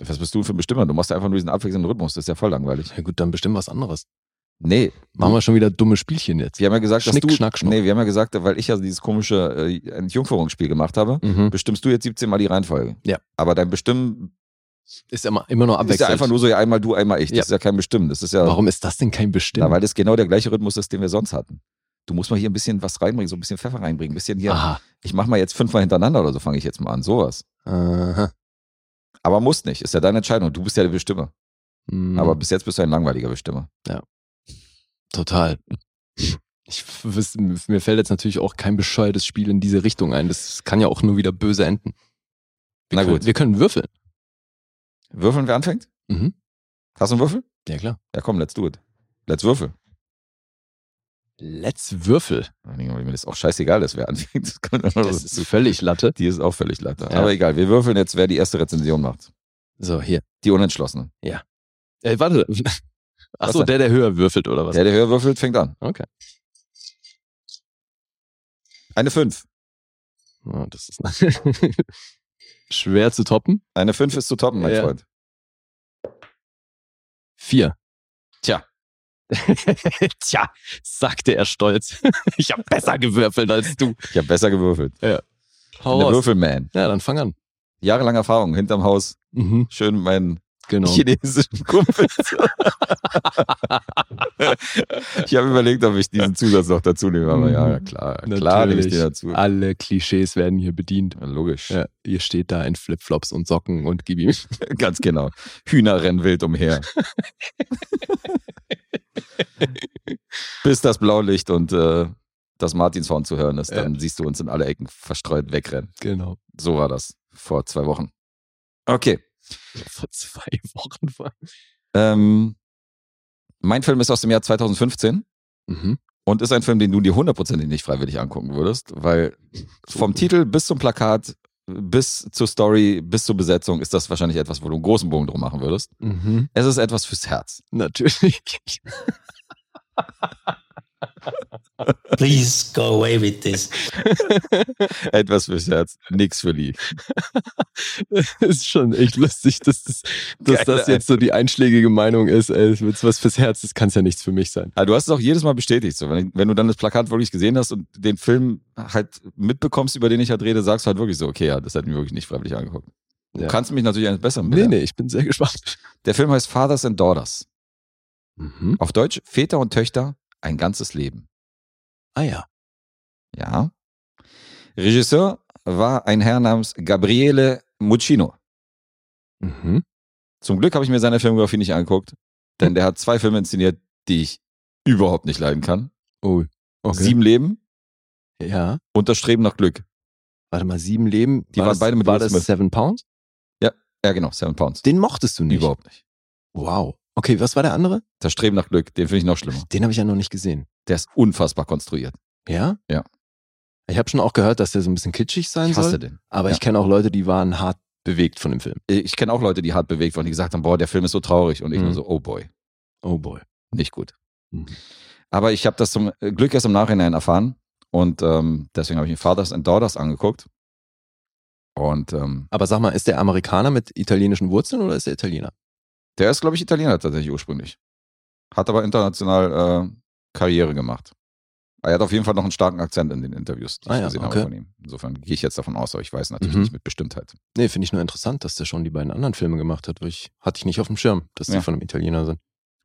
Speaker 2: Was bist du für ein Bestimmer? Du machst ja einfach nur diesen abwechselnden Rhythmus, das ist ja voll langweilig.
Speaker 3: Ja gut, dann bestimmt was anderes.
Speaker 2: Nee,
Speaker 3: Machen wir schon wieder dumme Spielchen jetzt.
Speaker 2: wir haben ja gesagt, dass
Speaker 3: Schnick,
Speaker 2: du.
Speaker 3: Schnack, Schnuck.
Speaker 2: nee, wir haben ja gesagt, weil ich ja dieses komische äh, Entjungferungsspiel gemacht habe,
Speaker 3: Mhm.
Speaker 2: bestimmst du jetzt 17 Mal die Reihenfolge.
Speaker 3: Ja.
Speaker 2: Aber dein Bestimmen
Speaker 3: Ist immer, immer nur
Speaker 2: ist
Speaker 3: abwechselnd.
Speaker 2: ja einfach nur so, ja, einmal du, einmal ich. Das
Speaker 3: Ja.
Speaker 2: ist ja kein Bestimmen. Das ist ja.
Speaker 3: Warum ist das denn kein Bestimmen?
Speaker 2: Na, weil das genau der gleiche Rhythmus ist, den wir sonst hatten. Du musst mal hier ein bisschen was reinbringen, so ein bisschen Pfeffer reinbringen, ein bisschen hier.
Speaker 3: Aha.
Speaker 2: Ich mache mal jetzt fünfmal hintereinander oder so fange ich jetzt mal an, sowas.
Speaker 3: Aha.
Speaker 2: Aber muss nicht, ist ja deine Entscheidung. Du bist ja der Bestimmer.
Speaker 3: Hm,
Speaker 2: Aber bis jetzt bist du ein langweiliger Bestimmer.
Speaker 3: total. Ich wüsste, mir fällt jetzt natürlich auch kein bescheuertes Spiel in diese Richtung ein. Das kann ja auch nur wieder böse enden. Wir
Speaker 2: Na
Speaker 3: können,
Speaker 2: gut.
Speaker 3: Wir können würfeln.
Speaker 2: Würfeln, wer anfängt?
Speaker 3: Mhm.
Speaker 2: Hast du einen Würfel?
Speaker 3: Ja, klar.
Speaker 2: Ja, komm, let's do it. Let's würfel.
Speaker 3: Let's würfel.
Speaker 2: Vor allen Dingen, Weil mir das auch scheißegal ist, wer anfängt. Das kann man auch
Speaker 3: Das
Speaker 2: so
Speaker 3: ist
Speaker 2: zu-
Speaker 3: völlig Latte.
Speaker 2: Die ist auch völlig leid.
Speaker 3: Ja.
Speaker 2: Aber egal, wir würfeln jetzt, wer die erste Rezension macht.
Speaker 3: So, hier.
Speaker 2: Die Unentschlossene.
Speaker 3: Äh, warte. Ach so,
Speaker 2: Was
Speaker 3: der, der höher würfelt, oder was?
Speaker 2: Der, der höher würfelt, fängt an.
Speaker 3: Okay.
Speaker 2: Eine 5.
Speaker 3: Ja, das ist [laughs] schwer zu toppen.
Speaker 2: Eine 5 ist zu toppen, mein
Speaker 3: Ja.
Speaker 2: Freund.
Speaker 3: Vier.
Speaker 2: Tja.
Speaker 3: [laughs] Tja, sagte er stolz. [laughs] ich habe besser gewürfelt als du.
Speaker 2: Ich habe besser gewürfelt.
Speaker 3: Hau
Speaker 2: Der
Speaker 3: raus.
Speaker 2: Würfelman.
Speaker 3: Ja, dann fang an.
Speaker 2: Jahrelange Erfahrung hinterm Haus.
Speaker 3: Mhm.
Speaker 2: Schön meinen
Speaker 3: Genau.
Speaker 2: chinesischen Kumpels.
Speaker 3: [laughs]
Speaker 2: ich habe überlegt, ob ich diesen Zusatz noch dazu nehme, aber ja, klar, klar nehme ich
Speaker 3: Mhm. Natürlich.
Speaker 2: den dazu.
Speaker 3: Alle Klischees werden hier bedient.
Speaker 2: Logisch,
Speaker 3: Ja, ihr steht da in Flipflops und Socken und gib ihm.
Speaker 2: [laughs]
Speaker 3: [laughs]
Speaker 2: ganz genau. Hühner rennen wild umher. Bis das Blaulicht und äh, das Martinshorn zu hören ist, dann siehst du uns in alle Ecken verstreut wegrennen.
Speaker 3: Genau.
Speaker 2: So war das vor zwei Wochen. Okay.
Speaker 3: Vor zwei Wochen war.
Speaker 2: Ähm, mein Film ist aus dem Jahr 2015
Speaker 3: Mhm.
Speaker 2: und ist ein Film, den du dir hundertprozentig nicht freiwillig angucken würdest, weil vom Titel bis zum Plakat, bis zur Story, bis zur Besetzung ist das wahrscheinlich etwas, wo du einen großen Bogen drum machen würdest.
Speaker 3: Mhm.
Speaker 2: Es ist etwas fürs Herz.
Speaker 3: Natürlich. [laughs]
Speaker 6: Please go away with this.
Speaker 2: Etwas fürs Herz, nix für die.
Speaker 3: ist schon echt lustig, dass das, dass
Speaker 2: Geile
Speaker 3: das jetzt so die einschlägige Meinung ist. Ey, es wird was fürs Herz, das kann ja nichts für mich sein.
Speaker 2: Aber Also du hast es auch jedes Mal bestätigt. So. Wenn, wenn du dann das Plakat wirklich gesehen hast und den Film halt mitbekommst, über den ich halt rede, sagst du halt wirklich so, okay, ja, das hat mir wirklich nicht freiwillig angeguckt. Du
Speaker 3: Ja.
Speaker 2: kannst mich natürlich eines Besseren
Speaker 3: Nee,
Speaker 2: belehren.
Speaker 3: nee, ich bin sehr gespannt.
Speaker 2: Der Film heißt Fathers and Daughters.
Speaker 3: Mhm.
Speaker 2: Auf Deutsch Väter und Töchter, ein ganzes Leben.
Speaker 3: Ah ja.
Speaker 2: Ja. Regisseur war ein Herr namens Gabriele Muccino.
Speaker 3: Mhm.
Speaker 2: Zum Glück habe ich mir seine Filmografie nicht angeguckt, denn der hat zwei Filme inszeniert, die ich überhaupt nicht leiden kann.
Speaker 3: Oh. Okay.
Speaker 2: Sieben Leben
Speaker 3: Ja.
Speaker 2: und das Streben nach Glück.
Speaker 3: Warte mal, sieben Leben.
Speaker 2: Die
Speaker 3: war
Speaker 2: waren
Speaker 3: das,
Speaker 2: beide mit
Speaker 3: War
Speaker 2: Will
Speaker 3: das
Speaker 2: Smith.
Speaker 3: Seven Pounds?
Speaker 2: Ja, genau, Seven Pounds.
Speaker 3: Den mochtest du nicht.
Speaker 2: Überhaupt nicht.
Speaker 3: Wow. Okay, was war der andere?
Speaker 2: Das Streben nach Glück, den finde ich noch schlimmer.
Speaker 3: Den habe ich ja noch nicht gesehen.
Speaker 2: Der ist unfassbar konstruiert.
Speaker 3: Ja?
Speaker 2: Ja.
Speaker 3: Ich habe schon auch gehört, dass der so ein bisschen kitschig sein
Speaker 2: Ich hasse
Speaker 3: soll.
Speaker 2: den.
Speaker 3: Aber
Speaker 2: Ja.
Speaker 3: ich kenne auch Leute, die waren hart bewegt von dem Film.
Speaker 2: Ich kenne auch Leute, die hart bewegt waren, die gesagt haben, boah, der Film ist so traurig. Und ich nur
Speaker 3: Mhm.
Speaker 2: so, oh boy,
Speaker 3: Oh boy.
Speaker 2: nicht gut.
Speaker 3: Mhm.
Speaker 2: Aber ich habe das zum äh, Glück erst im Nachhinein erfahren. Und ähm, deswegen habe ich mir Fathers and Daughters angeguckt. Und ähm,
Speaker 3: Aber sag mal, ist der Amerikaner mit italienischen Wurzeln oder ist der Italiener?
Speaker 2: der ist, glaube ich, Italiener tatsächlich ursprünglich. Hat aber international äh, Karriere gemacht. Er hat auf jeden Fall noch einen starken Akzent in den Interviews, die
Speaker 3: Ah
Speaker 2: ich
Speaker 3: ja,
Speaker 2: gesehen habe
Speaker 3: okay.
Speaker 2: von ihm. Insofern gehe ich jetzt davon aus, aber ich weiß natürlich
Speaker 3: Mhm.
Speaker 2: nicht mit Bestimmtheit.
Speaker 3: Nee, finde ich nur interessant, dass der schon die beiden anderen Filme gemacht hat, weil ich hatte ich nicht auf dem Schirm, dass die
Speaker 2: Ja.
Speaker 3: von einem Italiener sind.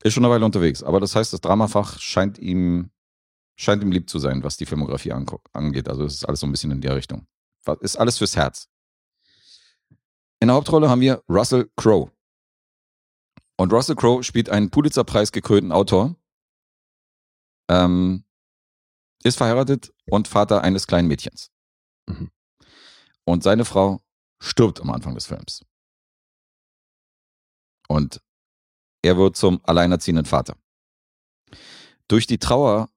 Speaker 2: Ist schon eine Weile unterwegs, aber das heißt, das Dramafach scheint ihm, scheint ihm lieb zu sein, was die Filmografie angu- angeht. Also es ist alles so ein bisschen in der Richtung. Was- Ist alles fürs Herz. In der Hauptrolle haben wir Russell Crowe. Und Russell Crowe spielt einen Pulitzer-Preis gekrönten Autor, ähm, ist verheiratet und Vater eines kleinen Mädchens.
Speaker 3: Mhm.
Speaker 2: Und seine Frau stirbt am Anfang des Films. Und er wird zum alleinerziehenden Vater. Durch die Trauer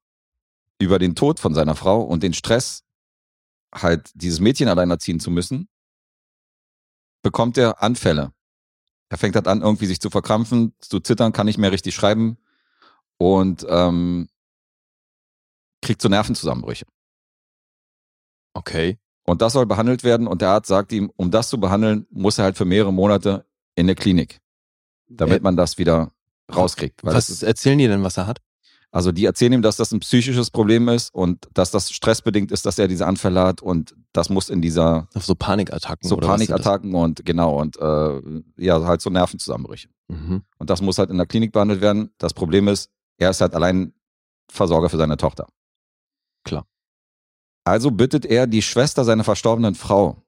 Speaker 2: über den Tod von seiner Frau und den Stress, halt dieses Mädchen alleinerziehen zu müssen, bekommt er Anfälle. Er fängt halt an, irgendwie sich zu verkrampfen, zu zittern, kann nicht mehr richtig schreiben und ähm, kriegt so Nervenzusammenbrüche.
Speaker 3: Okay.
Speaker 2: Und das soll behandelt werden und der Arzt sagt ihm, um das zu behandeln, muss er halt für mehrere Monate in der Klinik, damit
Speaker 3: Äh,
Speaker 2: man das wieder rauskriegt. weil das
Speaker 3: was
Speaker 2: ist-
Speaker 3: erzählen die denn, was er hat?
Speaker 2: Also die erzählen ihm, dass das ein psychisches Problem ist und dass das stressbedingt ist, dass er diese Anfälle hat und das muss in dieser
Speaker 3: Auf so Panikattacken
Speaker 2: so
Speaker 3: oder was sind das?
Speaker 2: Panikattacken und genau und äh, ja halt so Nervenzusammenbrüche.
Speaker 3: Mhm.
Speaker 2: Und das muss halt in der Klinik behandelt werden. Das Problem ist, er ist halt allein Versorger für seine Tochter.
Speaker 3: Klar.
Speaker 2: Also bittet er die Schwester seiner verstorbenen Frau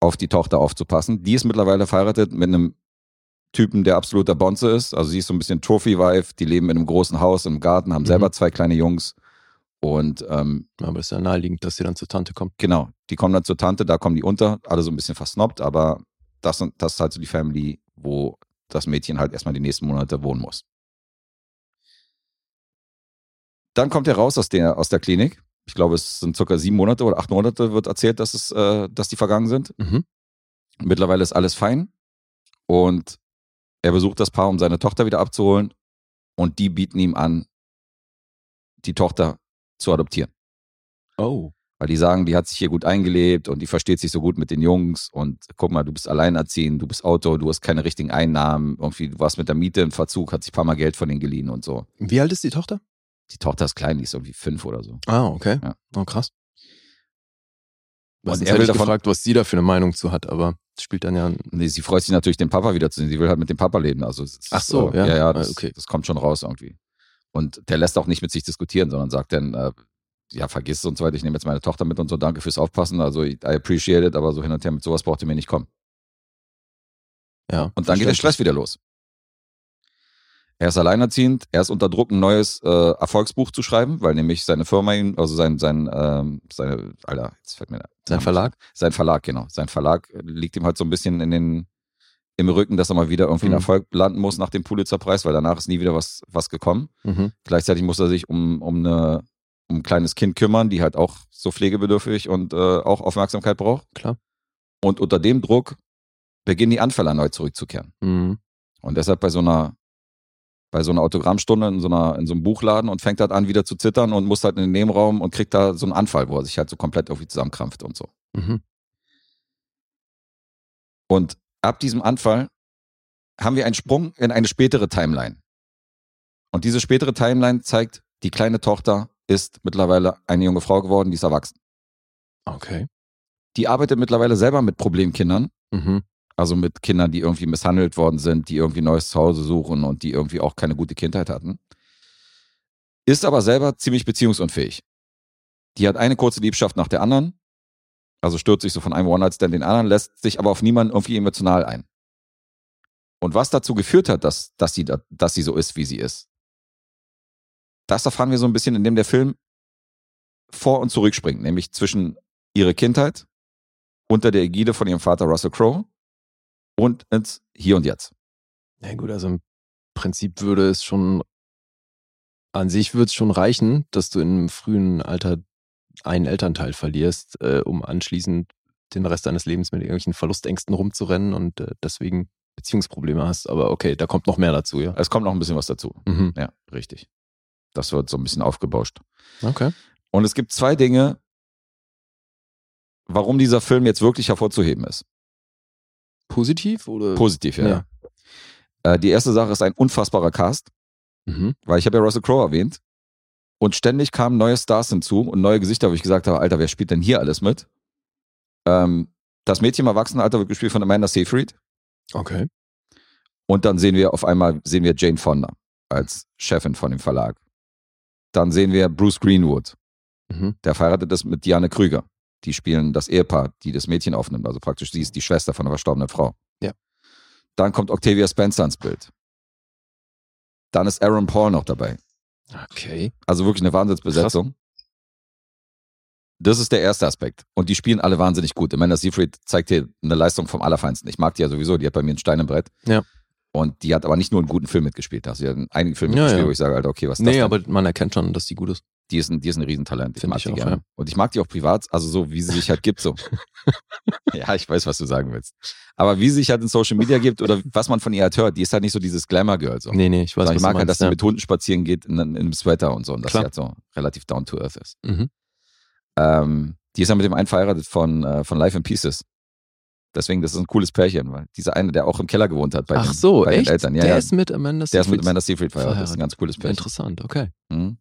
Speaker 2: auf die Tochter aufzupassen. Die ist mittlerweile verheiratet mit einem Typen, der absoluter Bonze ist. Also sie ist so ein bisschen Trophy-Wife. Die leben in einem großen Haus im Garten, haben
Speaker 3: Mhm.
Speaker 2: selber zwei kleine Jungs. Und ähm,
Speaker 3: Aber ist ja naheliegend, dass sie dann zur Tante kommt.
Speaker 2: Genau, die kommen dann zur Tante, da kommen die unter, alle so ein bisschen versnobbt, aber das, sind- das ist halt so die Family, wo das Mädchen halt erstmal die nächsten Monate wohnen muss. Dann kommt er raus aus der, aus der Klinik. Ich glaube, es sind circa sieben Monate oder acht Monate, wird erzählt, dass, es, äh, dass die vergangen sind.
Speaker 3: Mhm.
Speaker 2: Mittlerweile ist alles fein und er besucht das Paar, um seine Tochter wieder abzuholen und die bieten ihm an, die Tochter zu adoptieren
Speaker 3: Oh.
Speaker 2: weil die sagen, die hat sich hier gut eingelebt und die versteht sich so gut mit den Jungs und guck mal, du bist alleinerziehend, du bist Auto, du hast keine richtigen Einnahmen, irgendwie du warst mit der Miete im Verzug, hat sich ein paar Mal Geld von denen geliehen und so.
Speaker 3: Wie alt ist die Tochter?
Speaker 2: Die Tochter ist klein, die ist irgendwie fünf oder so.
Speaker 3: Ah, okay.
Speaker 2: Ja.
Speaker 3: Oh, krass. Was
Speaker 2: Und
Speaker 3: und
Speaker 2: er
Speaker 3: er
Speaker 2: will
Speaker 3: ich
Speaker 2: davon-
Speaker 3: gefragt, was sie da für eine Meinung zu hat, aber Das spielt dann ja.
Speaker 2: Nee, sie freut sich natürlich, den Papa wiederzusehen. Sie will halt mit dem Papa leben. Also, es ist,
Speaker 3: Ach so,
Speaker 2: äh,
Speaker 3: ja.
Speaker 2: Ja,
Speaker 3: Ah,
Speaker 2: das,
Speaker 3: okay.
Speaker 2: das kommt schon raus irgendwie. Und der lässt auch nicht mit sich diskutieren, sondern sagt dann, äh, ja, vergiss es und so weiter. Ich nehme jetzt meine Tochter mit und so. Danke fürs Aufpassen. Also, I appreciate it, aber so hin und her mit sowas braucht ihr mir nicht kommen.
Speaker 3: ja
Speaker 2: Und dann geht der Stress wieder los. Er ist alleinerziehend, er ist unter Druck, ein neues äh, Erfolgsbuch zu schreiben, weil nämlich seine Firma ihn, also sein, sein, ähm, seine, Alter, jetzt fällt mir der
Speaker 3: Sein Verlag?
Speaker 2: Sein Verlag, genau. Sein Verlag äh, liegt ihm halt so ein bisschen in den, im Rücken, dass er mal wieder irgendwie einen
Speaker 3: Mhm.
Speaker 2: Erfolg landen muss nach dem Pulitzer-Preis, weil danach ist nie wieder was, was gekommen.
Speaker 3: Mhm.
Speaker 2: Gleichzeitig muss er sich um, um, eine, um ein kleines Kind kümmern, die halt auch so pflegebedürftig und äh, auch Aufmerksamkeit braucht.
Speaker 3: Klar.
Speaker 2: Und unter dem Druck beginnen die Anfälle erneut zurückzukehren.
Speaker 3: Mhm.
Speaker 2: Und deshalb bei so einer, bei so einer Autogrammstunde in so, einer, in so einem Buchladen und fängt halt an, wieder zu zittern und muss halt in den Nebenraum und kriegt da so einen Anfall, wo er sich halt so komplett irgendwie zusammenkrampft und so.
Speaker 3: Mhm.
Speaker 2: Und ab diesem Anfall haben wir einen Sprung in eine spätere Timeline. Und diese spätere Timeline zeigt, die kleine Tochter ist mittlerweile eine junge Frau geworden, die ist erwachsen.
Speaker 3: Okay.
Speaker 2: Die arbeitet mittlerweile selber mit Problemkindern
Speaker 3: Mhm.
Speaker 2: Also mit Kindern, die irgendwie misshandelt worden sind, die irgendwie neues Zuhause suchen und die irgendwie auch keine gute Kindheit hatten. Ist aber selber ziemlich beziehungsunfähig. Die hat eine kurze Liebschaft nach der anderen. Also stürzt sich so von einem One-Night-Stand in den anderen, lässt sich aber auf niemanden irgendwie emotional ein. Und was dazu geführt hat, dass, dass, sie, da- dass sie so ist, wie sie ist, das erfahren wir so ein bisschen, indem der Film vor und zurückspringt, nämlich zwischen ihre Kindheit unter der Ägide von ihrem Vater Russell Crowe und ins Hier und Jetzt.
Speaker 3: Ja, gut, also im Prinzip würde es schon, an sich würde es schon reichen, dass du in einem frühen Alter einen Elternteil verlierst, äh, um anschließend den Rest deines Lebens mit irgendwelchen Verlustängsten rumzurennen und äh, deswegen Beziehungsprobleme hast. Aber okay, da kommt noch mehr dazu, ja.
Speaker 2: Es kommt noch ein bisschen was dazu.
Speaker 3: Mhm.
Speaker 2: Ja, richtig. Das wird so ein bisschen aufgebauscht.
Speaker 3: Okay.
Speaker 2: Und es gibt zwei Dinge, warum dieser Film jetzt wirklich hervorzuheben ist.
Speaker 3: Positiv oder?
Speaker 2: Positiv, ja.
Speaker 3: Ja.
Speaker 2: Äh, die erste Sache ist ein unfassbarer Cast,
Speaker 3: mhm.
Speaker 2: weil ich habe ja Russell Crowe erwähnt. Und ständig kamen neue Stars hinzu und neue Gesichter, wo ich gesagt habe, Alter, wer spielt denn hier alles mit? Ähm, das Mädchen im Erwachsenenalter wird gespielt von Amanda Seyfried.
Speaker 3: Okay.
Speaker 2: Und dann sehen wir auf einmal sehen wir Jane Fonda als Chefin von dem Verlag. Dann sehen wir Bruce Greenwood,
Speaker 3: Mhm.
Speaker 2: der verheiratet ist mit Diane Krüger. Die spielen das Ehepaar, die das Mädchen aufnimmt. Also praktisch sie ist die Schwester von einer verstorbenen Frau.
Speaker 3: Ja.
Speaker 2: Dann kommt Octavia Spencer ins Bild. Dann ist Aaron Paul noch dabei.
Speaker 3: Okay.
Speaker 2: Also wirklich eine Wahnsinnsbesetzung. Das ist der erste Aspekt. Und die spielen alle wahnsinnig gut. Amanda Seyfried zeigt hier eine Leistung vom Allerfeinsten. Ich mag die ja sowieso. Die hat bei mir einen Stein im Brett.
Speaker 3: Ja.
Speaker 2: Und die hat aber nicht nur einen guten Film mitgespielt. Also die hat in einigen Filmen
Speaker 3: Ja,
Speaker 2: mitgespielt,
Speaker 3: ja.
Speaker 2: wo ich sage, Alter, okay, was ist das
Speaker 3: Nee,
Speaker 2: denn?
Speaker 3: aber man erkennt schon, dass die gut ist.
Speaker 2: die ist ein, die ist ein Riesentalent. Ich
Speaker 3: Find
Speaker 2: mag
Speaker 3: ich
Speaker 2: die
Speaker 3: auch,
Speaker 2: gerne.
Speaker 3: ja.
Speaker 2: Und ich mag die auch privat, also so, wie sie sich halt gibt, so.
Speaker 3: [laughs]
Speaker 2: ja, ich weiß, was du sagen willst. Aber wie sie sich halt in Social Media gibt oder was man von ihr halt hört, die ist halt nicht so dieses Glamour-Girl, so.
Speaker 3: Nee, nee, ich
Speaker 2: Sondern
Speaker 3: weiß, was
Speaker 2: ich
Speaker 3: du
Speaker 2: mag halt, dass
Speaker 3: meinst,
Speaker 2: sie
Speaker 3: ja.
Speaker 2: mit Hunden spazieren geht in, in einem Sweater und so und dass
Speaker 3: Klar.
Speaker 2: sie halt so relativ down to earth ist.
Speaker 3: Mhm.
Speaker 2: Ähm, die ist ja mit dem einen verheiratet von, äh, von Life in Pieces. Deswegen, das ist ein cooles Pärchen, weil dieser eine, der auch im Keller gewohnt hat bei,
Speaker 3: Ach
Speaker 2: den,
Speaker 3: so,
Speaker 2: bei
Speaker 3: echt?
Speaker 2: den Eltern. Ja,
Speaker 3: der
Speaker 2: ja,
Speaker 3: ist mit Amanda
Speaker 2: der ist mit
Speaker 3: Seyfried.
Speaker 2: Amanda Seyfried verheiratet. Das ist ein ganz cooles Pärchen.
Speaker 3: Interessant, okay.
Speaker 2: Mhm.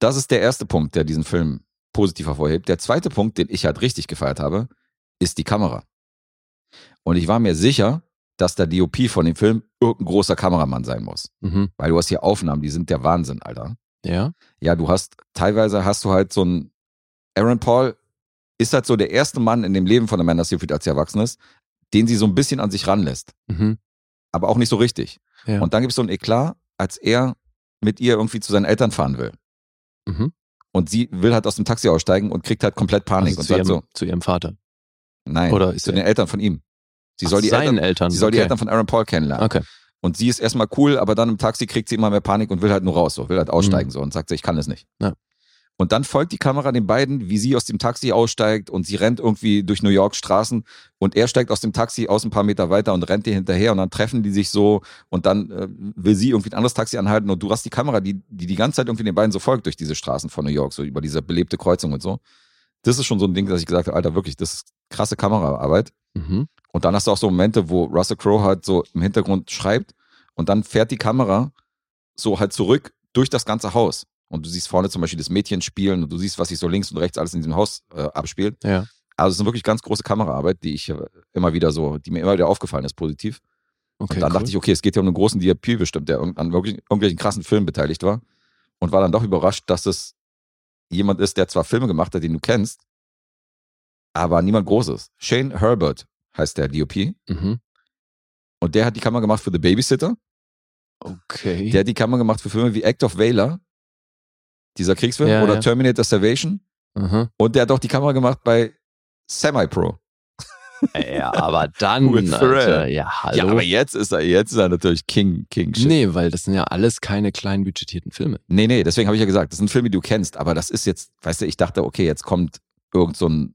Speaker 2: Das ist der erste Punkt, der diesen Film positiv hervorhebt. Der zweite Punkt, den ich halt richtig gefeiert habe, ist die Kamera. Und ich war mir sicher, dass der DOP von dem Film irgendein großer Kameramann sein muss.
Speaker 3: Mhm.
Speaker 2: Weil du hast hier Aufnahmen, die sind der Wahnsinn, Alter.
Speaker 3: Ja.
Speaker 2: Ja, du hast, teilweise hast du halt so ein, Aaron Paul ist halt so der erste Mann in dem Leben von Amanda Seyfried, als sie erwachsen ist, den sie so ein bisschen an sich ranlässt
Speaker 3: Mhm.
Speaker 2: aber auch nicht so richtig.
Speaker 3: Ja.
Speaker 2: Und dann gibt es so ein Eklat, als er mit ihr irgendwie zu seinen Eltern fahren will.
Speaker 3: Mhm.
Speaker 2: Und sie will halt aus dem Taxi aussteigen und kriegt halt komplett Panik
Speaker 3: Also
Speaker 2: und
Speaker 3: zu, ihrem,
Speaker 2: sagt so,
Speaker 3: zu ihrem Vater.
Speaker 2: nein,
Speaker 3: Oder ist
Speaker 2: zu
Speaker 3: er-
Speaker 2: den Eltern von ihm. Sie
Speaker 3: Ach,
Speaker 2: soll, die Eltern,
Speaker 3: seinen Eltern.
Speaker 2: sie soll
Speaker 3: okay.
Speaker 2: die Eltern von Aaron Paul kennenlernen.
Speaker 3: Okay.
Speaker 2: Und sie ist erstmal cool, aber dann im Taxi kriegt sie immer mehr Panik und will halt nur raus, so, will halt aussteigen
Speaker 3: Mhm.
Speaker 2: so und sagt so, ich kann das nicht.
Speaker 3: Ja.
Speaker 2: Und dann folgt die Kamera den beiden, wie sie aus dem Taxi aussteigt und sie rennt irgendwie durch New York Straßen und er steigt aus dem Taxi aus ein paar Meter weiter und rennt ihr hinterher und dann treffen die sich so und dann äh, will sie irgendwie ein anderes Taxi anhalten und du hast die Kamera, die, die die ganze Zeit irgendwie den beiden so folgt durch diese Straßen von New York, so über diese belebte Kreuzung und so. Das ist schon so ein Ding, dass ich gesagt habe, Alter, wirklich, das ist krasse Kameraarbeit.
Speaker 3: Mhm.
Speaker 2: Und dann hast du auch so Momente, wo Russell Crowe halt so im Hintergrund schreibt und dann fährt die Kamera so halt zurück durch das ganze Haus. Und du siehst vorne zum Beispiel das Mädchen spielen und du siehst, was sich so links und rechts alles in diesem Haus äh, abspielt.
Speaker 3: Ja.
Speaker 2: Also es ist eine wirklich ganz große Kameraarbeit, die ich äh, immer wieder so, die mir immer wieder aufgefallen ist, positiv.
Speaker 3: Okay,
Speaker 2: Und dann dachte ich, okay, es geht hier um einen großen DRP bestimmt, der irgend- an wirklich, irgendwelchen krassen Filmen beteiligt war. Und war dann doch überrascht, dass es jemand ist, der zwar Filme gemacht hat, den du kennst, aber niemand Großes. Shane Herbert heißt der DOP.
Speaker 3: ich. Mhm.
Speaker 2: Und der hat die Kamera gemacht für The Babysitter.
Speaker 3: Okay.
Speaker 2: Der hat die Kamera gemacht für Filme wie Act of Valor, dieser Kriegsfilm,
Speaker 3: Ja,
Speaker 2: oder
Speaker 3: ja.
Speaker 2: Terminator Salvation.
Speaker 3: Aha.
Speaker 2: Und der hat auch die Kamera gemacht bei Semi-Pro.
Speaker 3: Äh, ja,
Speaker 2: [laughs]
Speaker 3: aber dann.
Speaker 2: With
Speaker 3: Alter,
Speaker 2: Pharrell.
Speaker 3: ja,
Speaker 2: Ja,
Speaker 3: hallo.
Speaker 2: aber jetzt ist er, jetzt ist er natürlich King, King Shit. Nee.
Speaker 3: nee, weil das sind ja alles keine kleinen budgetierten Filme.
Speaker 2: nee, deswegen habe ich ja gesagt, das sind Filme, die du kennst, aber das ist jetzt, weißt du, ich dachte, okay, jetzt kommt irgend so ein,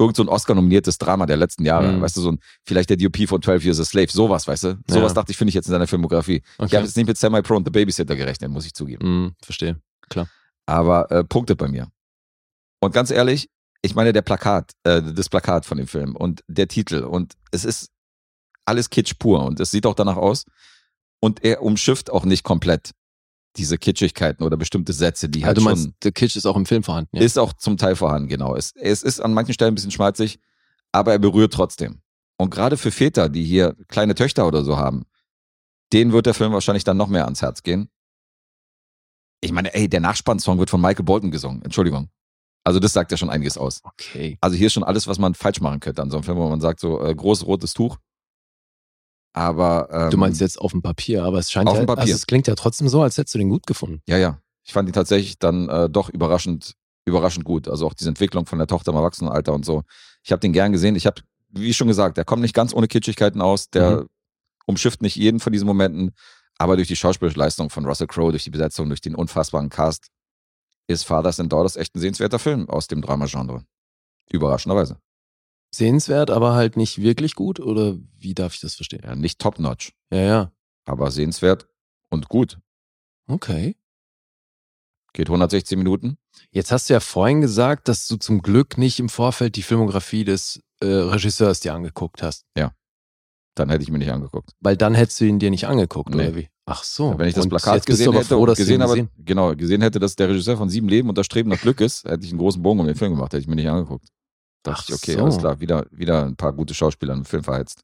Speaker 2: irgend so ein Oscar-nominiertes Drama der letzten Jahre.
Speaker 3: Mhm.
Speaker 2: Weißt du, so ein, vielleicht der DOP von 12 Years a Slave, sowas, weißt du? Sowas
Speaker 3: Ja.
Speaker 2: dachte ich, finde ich jetzt in seiner Filmografie. Ich habe
Speaker 3: Okay.
Speaker 2: jetzt nicht mit Semi-Pro und The Babysitter gerechnet, muss ich zugeben.
Speaker 3: Mhm, verstehe.
Speaker 2: aber äh, punktet bei mir. Und ganz ehrlich, ich meine der Plakat, äh, das Plakat von dem Film und der Titel und es ist alles Kitsch pur und es sieht auch danach aus und er umschifft auch nicht komplett diese Kitschigkeiten oder bestimmte Sätze, die halt
Speaker 3: Also du meinst,
Speaker 2: schon
Speaker 3: der Kitsch ist auch im Film vorhanden. Ja.
Speaker 2: ist auch zum Teil vorhanden, genau. Es, es ist an manchen Stellen ein bisschen schmalzig, aber er berührt trotzdem. Und gerade für Väter, die hier kleine Töchter oder so haben, denen wird der Film wahrscheinlich dann noch mehr ans Herz gehen. Ich meine, ey, der Nachspannsong wird von Michael Bolton gesungen. Entschuldigung. Also das sagt ja schon einiges aus.
Speaker 3: okay.
Speaker 2: Also hier ist schon alles, was man falsch machen könnte an so einem Film, wo man sagt, so äh, groß rotes Tuch. Aber ähm,
Speaker 3: Du meinst jetzt auf dem Papier, aber es scheint
Speaker 2: Auf
Speaker 3: ja,
Speaker 2: dem Papier.
Speaker 3: Also es klingt ja trotzdem so, als hättest du den gut gefunden.
Speaker 2: Ja, ja. Ich fand ihn tatsächlich dann äh, doch überraschend, überraschend gut. Also auch diese Entwicklung von der Tochter im Erwachsenenalter und so. Ich habe den gern gesehen. Ich habe, wie schon gesagt, der kommt nicht ganz ohne Kitschigkeiten aus. Der umschifft nicht jeden von diesen Momenten. Aber durch die schauspielerische Leistung von Russell Crowe, durch die Besetzung, durch den unfassbaren Cast, ist Fathers and Daughters echt ein sehenswerter Film aus dem Dramagenre. Überraschenderweise.
Speaker 3: Sehenswert, aber halt nicht wirklich gut oder wie darf ich das verstehen?
Speaker 2: Ja, nicht top-notch,
Speaker 3: Ja, ja.
Speaker 2: aber sehenswert und gut.
Speaker 3: Okay.
Speaker 2: Geht 116 Minuten.
Speaker 3: Jetzt hast du ja vorhin gesagt, dass du zum Glück nicht im Vorfeld die Filmografie des äh, Regisseurs dir angeguckt hast,
Speaker 2: Dann hätte ich mir nicht angeguckt.
Speaker 3: weil dann hättest du ihn dir nicht angeguckt oder
Speaker 2: Nee.
Speaker 3: wie? Ach so.
Speaker 2: Wenn ich das
Speaker 3: Und
Speaker 2: Plakat
Speaker 3: jetzt bist du
Speaker 2: gesehen
Speaker 3: aber
Speaker 2: hätte
Speaker 3: froh,
Speaker 2: und
Speaker 3: dass du
Speaker 2: gesehen,
Speaker 3: ihn
Speaker 2: aber,
Speaker 3: gesehen-
Speaker 2: genau, gesehen hätte, dass der Regisseur von Sieben Leben und das Streben nach Glück ist, hätte ich einen großen Bogen um den Film gemacht, hätte ich mir nicht angeguckt. Dachte
Speaker 3: Ach
Speaker 2: ich, okay,
Speaker 3: so.
Speaker 2: alles klar, wieder, wieder ein paar gute Schauspieler im Film verheizt.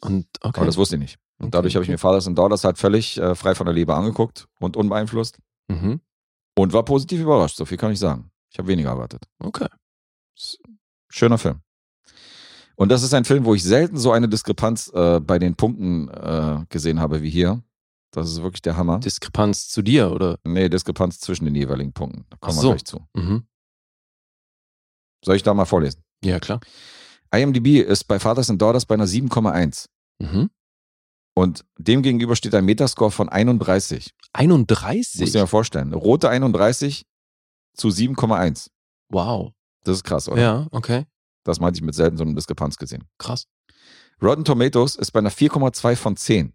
Speaker 3: Und okay.
Speaker 2: Aber das wusste ich nicht. Und
Speaker 3: Okay,
Speaker 2: dadurch habe ich
Speaker 3: okay.
Speaker 2: mir Fathers and Daughters halt völlig äh, frei von der Leber angeguckt und unbeeinflusst
Speaker 3: Mhm.
Speaker 2: und war positiv überrascht, so viel kann ich sagen. Ich habe weniger erwartet.
Speaker 3: Okay.
Speaker 2: Schöner Film. Und das ist ein Film, wo ich selten so eine Diskrepanz äh, bei den Punkten äh, gesehen habe wie hier. Das ist wirklich der Hammer.
Speaker 3: Diskrepanz zu dir oder?
Speaker 2: nee, Diskrepanz zwischen den jeweiligen Punkten. Da kommen
Speaker 3: Ach so.
Speaker 2: wir gleich zu.
Speaker 3: Mhm.
Speaker 2: Soll ich da mal vorlesen?
Speaker 3: Ja, klar.
Speaker 2: IMDb ist bei Fathers and Daughters bei einer 7,1.
Speaker 3: Mhm.
Speaker 2: Und dem gegenüber steht ein Metascore von 31.
Speaker 3: 31?
Speaker 2: Muss ich mir vorstellen. Rote 31 zu 7,1.
Speaker 3: Wow.
Speaker 2: Das ist krass, oder?
Speaker 3: Ja, okay.
Speaker 2: Das meinte ich mit selten so einer Diskrepanz gesehen.
Speaker 3: Krass.
Speaker 2: Rotten Tomatoes ist bei einer 4,2 von 10.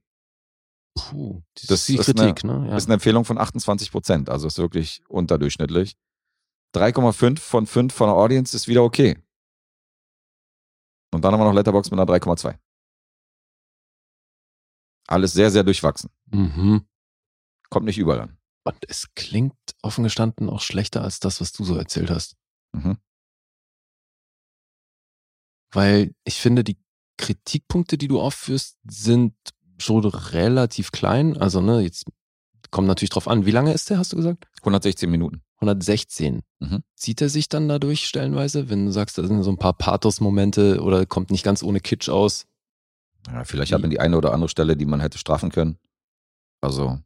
Speaker 3: Puh, das,
Speaker 2: Das
Speaker 3: ist die
Speaker 2: ist
Speaker 3: Kritik, ne? Ja.
Speaker 2: Ist eine Empfehlung von 28 Prozent. Also ist wirklich unterdurchschnittlich. 3,5 von 5 von der Audience ist wieder okay. Und dann haben wir noch Letterbox mit einer 3,2. Alles sehr, sehr durchwachsen.
Speaker 3: mhm.
Speaker 2: Kommt nicht überall an.
Speaker 3: Und es klingt offen gestanden auch schlechter als das, was du so erzählt hast.
Speaker 2: Mhm.
Speaker 3: Weil ich finde, die Kritikpunkte, die du aufführst, sind schon relativ klein. Also, ne, jetzt kommt natürlich drauf an. Wie lange ist der, hast du gesagt?
Speaker 2: 116 Minuten.
Speaker 3: 116.
Speaker 2: Mhm.
Speaker 3: Zieht er sich dann dadurch stellenweise, wenn du sagst, da sind so ein paar Pathos-Momente oder kommt nicht ganz ohne Kitsch aus?
Speaker 2: Ja, vielleicht hat man die eine oder andere Stelle, die man hätte straffen können. Also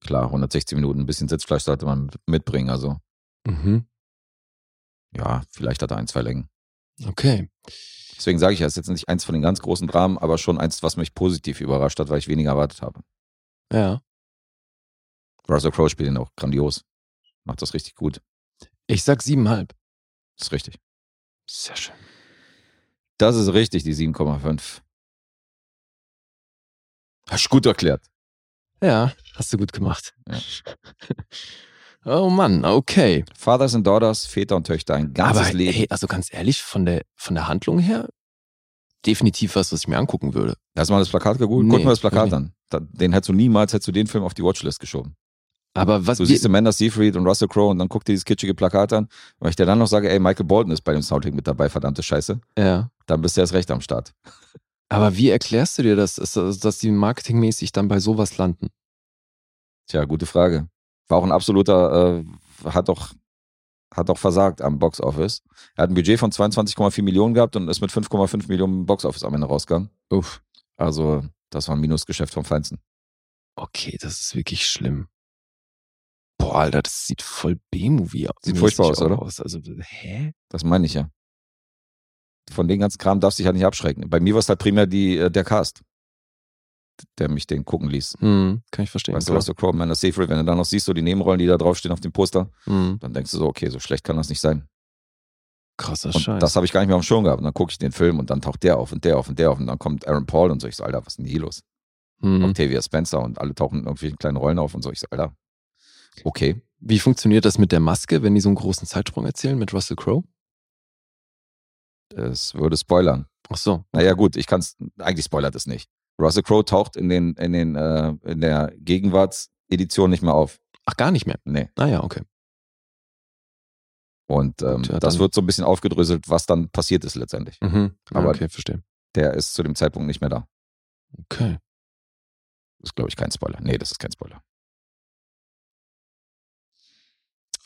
Speaker 2: klar, 160 Minuten, ein bisschen Sitzfleisch sollte man mitbringen. Also
Speaker 3: Mhm.
Speaker 2: ja, vielleicht hat er ein, zwei Längen.
Speaker 3: Okay.
Speaker 2: Deswegen sage ich ja, es ist jetzt nicht eins von den ganz großen Dramen, aber schon eins, was mich positiv überrascht hat, weil ich weniger erwartet habe.
Speaker 3: Ja.
Speaker 2: Russell Crowe spielt ihn auch grandios. Macht das richtig gut.
Speaker 3: Ich sag siebeneinhalb.
Speaker 2: Das ist richtig.
Speaker 3: Sehr schön.
Speaker 2: Das ist richtig, die 7,5. Hast du gut erklärt.
Speaker 3: Ja, hast du gut gemacht.
Speaker 2: Ja.
Speaker 3: oh Mann, okay.
Speaker 2: Fathers and Daughters, Väter und Töchter, ein ganzes
Speaker 3: Aber
Speaker 2: Leben.
Speaker 3: hey, also ganz ehrlich, von der, von der Handlung her, definitiv was, was ich mir angucken würde.
Speaker 2: Hast du mal das Plakat geguckt?
Speaker 3: Nee.
Speaker 2: Guck mal das Plakat
Speaker 3: Okay.
Speaker 2: an. Da- Den hättest du niemals, hättest du den Film auf die Watchlist geschoben.
Speaker 3: Aber was
Speaker 2: Du siehst Amanda Seyfried und Russell Crowe und dann guck dir dieses kitschige Plakat an. Und wenn ich dir dann noch sage, ey, Michael Bolton ist bei dem Soundtrack mit dabei, verdammte Scheiße,
Speaker 3: ja.
Speaker 2: dann bist du erst recht am Start.
Speaker 3: Aber wie erklärst du dir das, dass, dass die marketingmäßig dann bei sowas landen?
Speaker 2: Tja, gute Frage. War auch ein absoluter, äh, hat doch hat auch versagt am Box Office. Er hat ein Budget von 22,4 Millionen gehabt und ist mit 5,5 Millionen im Box Office am Ende rausgegangen.
Speaker 3: Uff.
Speaker 2: Also, das war ein Minusgeschäft vom Feinsten.
Speaker 3: Okay, das ist wirklich schlimm. Boah, Alter, das sieht voll B-Movie aus.
Speaker 2: Sieht furchtbar aus,
Speaker 3: auch
Speaker 2: oder?
Speaker 3: Aus. Also, hä?
Speaker 2: Das meine ich ja. Von dem ganzen Kram darfst du dich halt nicht abschrecken. Bei mir war es halt primär die, äh, der Cast, der mich den gucken ließ.
Speaker 3: Hm, kann ich verstehen.
Speaker 2: Weißt du,
Speaker 3: klar.
Speaker 2: Russell Crowe, Amanda Seyfried, wenn du dann noch siehst, so die Nebenrollen, die da draufstehen auf dem Poster,
Speaker 3: Hm,
Speaker 2: dann denkst du so, okay, so schlecht kann das nicht sein.
Speaker 3: krasser
Speaker 2: Und
Speaker 3: Scheiß.
Speaker 2: das habe ich gar nicht mehr auf dem Schirm gehabt. Und dann gucke ich den Film und dann taucht der auf und der auf und der auf und dann kommt Aaron Paul und so. Ich so, Alter, was ist denn hier los?
Speaker 3: hm.
Speaker 2: Octavia Spencer und alle tauchen in irgendwelchen kleinen Rollen auf und so. Ich so, Alter, okay.
Speaker 3: Wie funktioniert das mit der Maske, wenn die so einen großen Zeitsprung erzählen mit Russell Crowe?
Speaker 2: Das würde spoilern.
Speaker 3: Ach so.
Speaker 2: Naja, gut, ich kann es, eigentlich spoilert es nicht. Russell Crowe taucht in, den, in, den, äh, in der Gegenwartsedition nicht mehr auf.
Speaker 3: Ach, gar nicht mehr.
Speaker 2: Nee.
Speaker 3: Ah ja, okay.
Speaker 2: Und ähm,
Speaker 3: Gut, ja,
Speaker 2: das
Speaker 3: dann-
Speaker 2: wird so ein bisschen aufgedröselt, was dann passiert ist letztendlich.
Speaker 3: Mhm. Ja,
Speaker 2: Aber-
Speaker 3: okay, verstehe.
Speaker 2: Der ist zu dem Zeitpunkt nicht mehr da.
Speaker 3: Okay.
Speaker 2: Das ist, glaube ich, kein Spoiler. Nee, das ist kein Spoiler.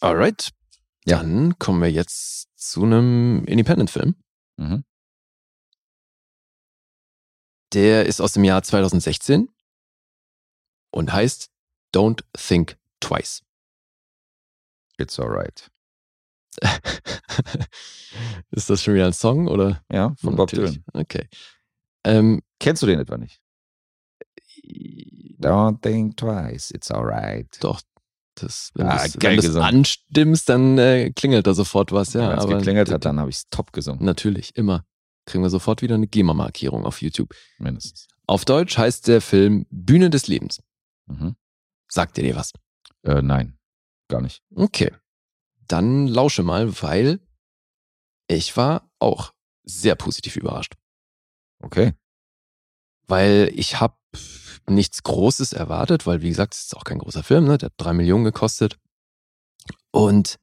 Speaker 3: Alright.
Speaker 2: Ja.
Speaker 3: Dann kommen wir jetzt zu einem Independent-Film.
Speaker 2: Mhm.
Speaker 3: Der ist aus dem Jahr 2016 und heißt Don't Think Twice. [laughs]
Speaker 2: It's alright.
Speaker 3: ist das schon wieder ein Song oder?
Speaker 2: Ja, von Bob
Speaker 3: Natürlich.
Speaker 2: Dylan.
Speaker 3: Okay. Ähm,
Speaker 2: Kennst du den etwa nicht? Don't think twice, it's alright.
Speaker 3: doch. Das, wenn
Speaker 2: Ah,
Speaker 3: du es-
Speaker 2: geil
Speaker 3: wenn du es
Speaker 2: gesungen.
Speaker 3: anstimmst, dann äh, klingelt da sofort was, ja.
Speaker 2: Wenn es
Speaker 3: aber-
Speaker 2: geklingelt hat, dann habe ich es top gesungen.
Speaker 3: Natürlich, immer. Kriegen wir sofort wieder eine GEMA-Markierung auf YouTube.
Speaker 2: Mindestens.
Speaker 3: Auf Deutsch heißt der Film Bühne des Lebens.
Speaker 2: Mhm.
Speaker 3: Sagt ihr dir was?
Speaker 2: Äh, nein, gar nicht.
Speaker 3: Okay. Dann lausche mal, weil ich war auch sehr positiv überrascht.
Speaker 2: Okay.
Speaker 3: Weil ich habe nichts Großes erwartet, weil wie gesagt, es ist auch kein großer Film, ne? Der hat drei Millionen gekostet. Und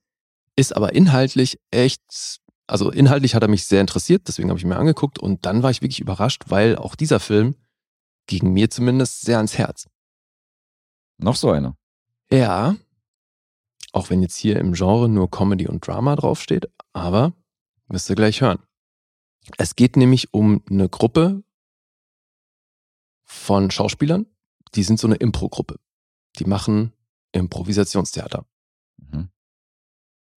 Speaker 3: ist aber inhaltlich echt, also inhaltlich hat er mich sehr interessiert, deswegen habe ich ihn mir angeguckt und dann war ich wirklich überrascht, weil auch dieser Film gegen mir zumindest sehr ans Herz.
Speaker 2: Noch so einer.
Speaker 3: Ja, auch wenn jetzt hier im Genre nur Comedy und Drama draufsteht, aber müsst ihr gleich hören. Es geht nämlich um eine Gruppe von Schauspielern, die sind so eine Impro-Gruppe. Die machen Improvisationstheater
Speaker 2: Mhm.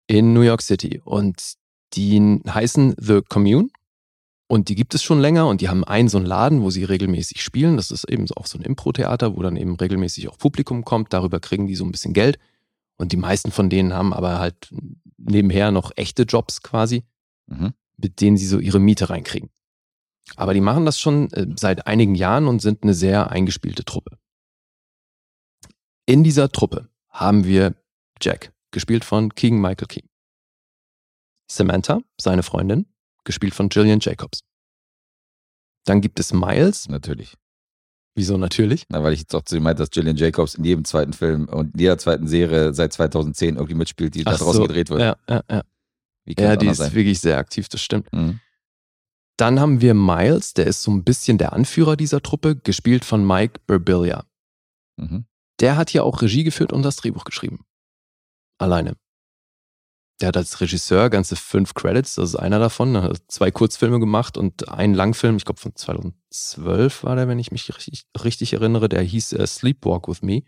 Speaker 3: in New York City und die heißen The Commune und die gibt es schon länger und die haben einen so einen Laden, wo sie regelmäßig spielen. Das ist eben so auch so ein Impro-Theater, wo dann eben regelmäßig auch Publikum kommt. Darüber kriegen die so ein bisschen Geld und die meisten von denen haben aber halt nebenher noch echte Jobs quasi,
Speaker 2: Mhm.
Speaker 3: mit denen sie so ihre Miete reinkriegen. Aber die machen das schon äh, seit einigen Jahren und sind eine sehr eingespielte Truppe. In dieser Truppe haben wir Jack, gespielt von King Michael King. Samantha, seine Freundin, gespielt von Gillian Jacobs. Dann gibt es Miles,
Speaker 2: Natürlich.
Speaker 3: wieso natürlich?
Speaker 2: Na, weil ich jetzt auch zu dem meinte, dass Gillian Jacobs in jedem zweiten Film und in jeder zweiten Serie seit 2010 irgendwie mitspielt, die da
Speaker 3: Ach
Speaker 2: draußen
Speaker 3: so,
Speaker 2: gedreht wird.
Speaker 3: Ja, ja, ja.
Speaker 2: Wie kann
Speaker 3: ja
Speaker 2: das
Speaker 3: die
Speaker 2: anders
Speaker 3: ist
Speaker 2: sein?
Speaker 3: wirklich sehr aktiv, das stimmt.
Speaker 2: Mhm.
Speaker 3: Dann haben wir Miles, der ist so ein bisschen der Anführer dieser Truppe, gespielt von Mike Birbilia.
Speaker 2: Mhm.
Speaker 3: Der hat hier auch Regie geführt und das Drehbuch geschrieben. Alleine. Der hat als Regisseur ganze fünf Credits, das ist einer davon. Er hat zwei Kurzfilme gemacht und einen Langfilm, ich glaube von 2012 war der, wenn ich mich richtig, richtig erinnere. Der hieß äh, Sleepwalk with Me.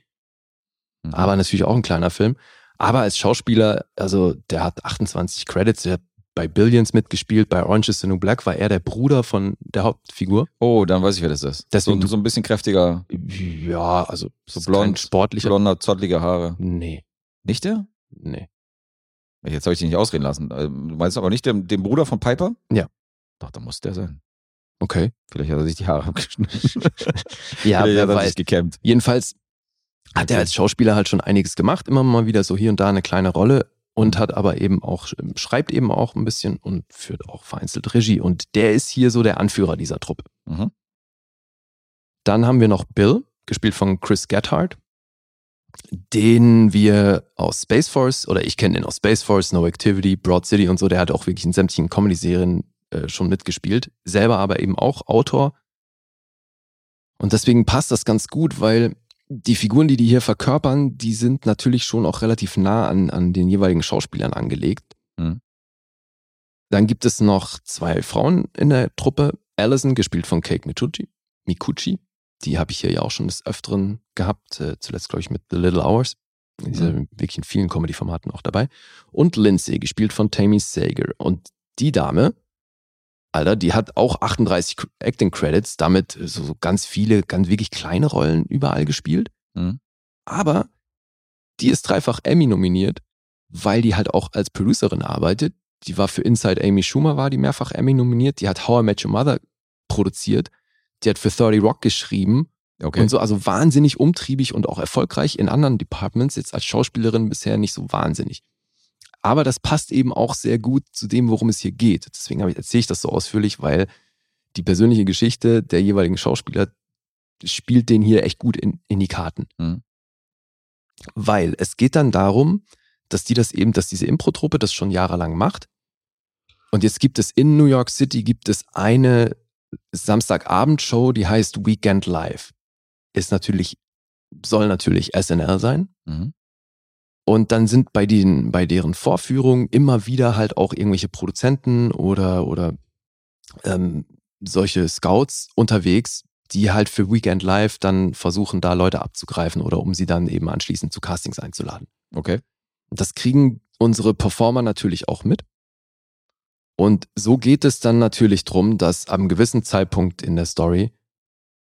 Speaker 2: Mhm.
Speaker 3: Aber natürlich auch ein kleiner Film. Aber als Schauspieler, also der hat 28 Credits, der hat bei Billions mitgespielt, bei Orange is the New Black war er der Bruder von der Hauptfigur.
Speaker 2: Oh, dann weiß ich, wer das ist.
Speaker 3: Deswegen
Speaker 2: so,
Speaker 3: du-
Speaker 2: so ein bisschen kräftiger,
Speaker 3: Ja, also
Speaker 2: So
Speaker 3: ist
Speaker 2: blond,
Speaker 3: kein sportlicher.
Speaker 2: blonder, zottliger Haare.
Speaker 3: Nee,
Speaker 2: Nicht der?
Speaker 3: nee.
Speaker 2: Jetzt habe ich dich nicht ausreden lassen. Ähm, Du meinst aber nicht den, den Bruder von Piper?
Speaker 3: Ja.
Speaker 2: Doch, da muss der sein.
Speaker 3: Okay.
Speaker 2: Vielleicht hat er sich die Haare abgeschnitten.
Speaker 3: [laughs] Ja,
Speaker 2: Vielleicht
Speaker 3: wer
Speaker 2: hat er
Speaker 3: weiß.
Speaker 2: sich gekämmt.
Speaker 3: Jedenfalls hat
Speaker 2: Okay.
Speaker 3: er als Schauspieler halt schon einiges gemacht, immer mal wieder so hier und da eine kleine Rolle und
Speaker 2: Mhm.
Speaker 3: hat aber eben auch, schreibt eben auch ein bisschen und führt auch vereinzelt Regie. Und der ist hier so der Anführer dieser Truppe.
Speaker 2: Mhm.
Speaker 3: Dann haben wir noch Bill, gespielt von Chris Gethard. den wir aus Space Force, oder ich kenne den aus Space Force, No Activity, Broad City und so, der hat auch wirklich in sämtlichen Comedy-Serien äh, schon mitgespielt, selber aber eben auch Autor. Und deswegen passt das ganz gut, weil die Figuren, die die hier verkörpern, die sind natürlich schon auch relativ nah an, an den jeweiligen Schauspielern angelegt.
Speaker 2: Mhm.
Speaker 3: Dann gibt es noch zwei Frauen in der Truppe. Allison, gespielt von Kate Mikuchi. Mikuchi. Die habe ich hier ja auch schon des Öfteren gehabt. Äh, zuletzt, glaube ich, mit The Little Hours. In dieser wirklich in vielen Comedy-Formaten auch dabei. Und Lindsay, gespielt von Tammy Sager. Und die Dame, Alter, die hat auch 38 Acting Credits, damit äh, so, so ganz viele, ganz wirklich kleine Rollen überall gespielt.
Speaker 2: Mhm.
Speaker 3: Aber die ist dreifach Emmy nominiert, weil die halt auch als Producerin arbeitet. Die war für Inside Amy Schumer, war die mehrfach Emmy nominiert. Die hat How I Met Your Mother produziert. Die hat für 30 Rock geschrieben
Speaker 2: Okay.
Speaker 3: und so, also wahnsinnig umtriebig und auch erfolgreich in anderen Departments. Jetzt als Schauspielerin bisher nicht so wahnsinnig. Aber das passt eben auch sehr gut zu dem, worum es hier geht. Deswegen habe ich, erzähle ich das so ausführlich, weil die persönliche Geschichte der jeweiligen Schauspieler spielt den hier echt gut in, in die Karten.
Speaker 2: Mhm.
Speaker 3: Weil es geht dann darum, dass die das eben, dass diese Impro-Truppe das schon jahrelang macht. Und jetzt gibt es in New York City gibt es eine Samstagabendshow, die heißt Weekend Live. Ist natürlich, soll natürlich SNL sein.
Speaker 2: Mhm.
Speaker 3: Und dann sind bei den, bei deren Vorführungen immer wieder halt auch irgendwelche Produzenten oder, oder ähm, solche Scouts unterwegs, die halt für Weekend Live dann versuchen, da Leute abzugreifen oder um sie dann eben anschließend zu Castings einzuladen.
Speaker 2: Okay.
Speaker 3: Das kriegen unsere Performer natürlich auch mit. Und so geht es dann natürlich drum, dass am gewissen Zeitpunkt in der Story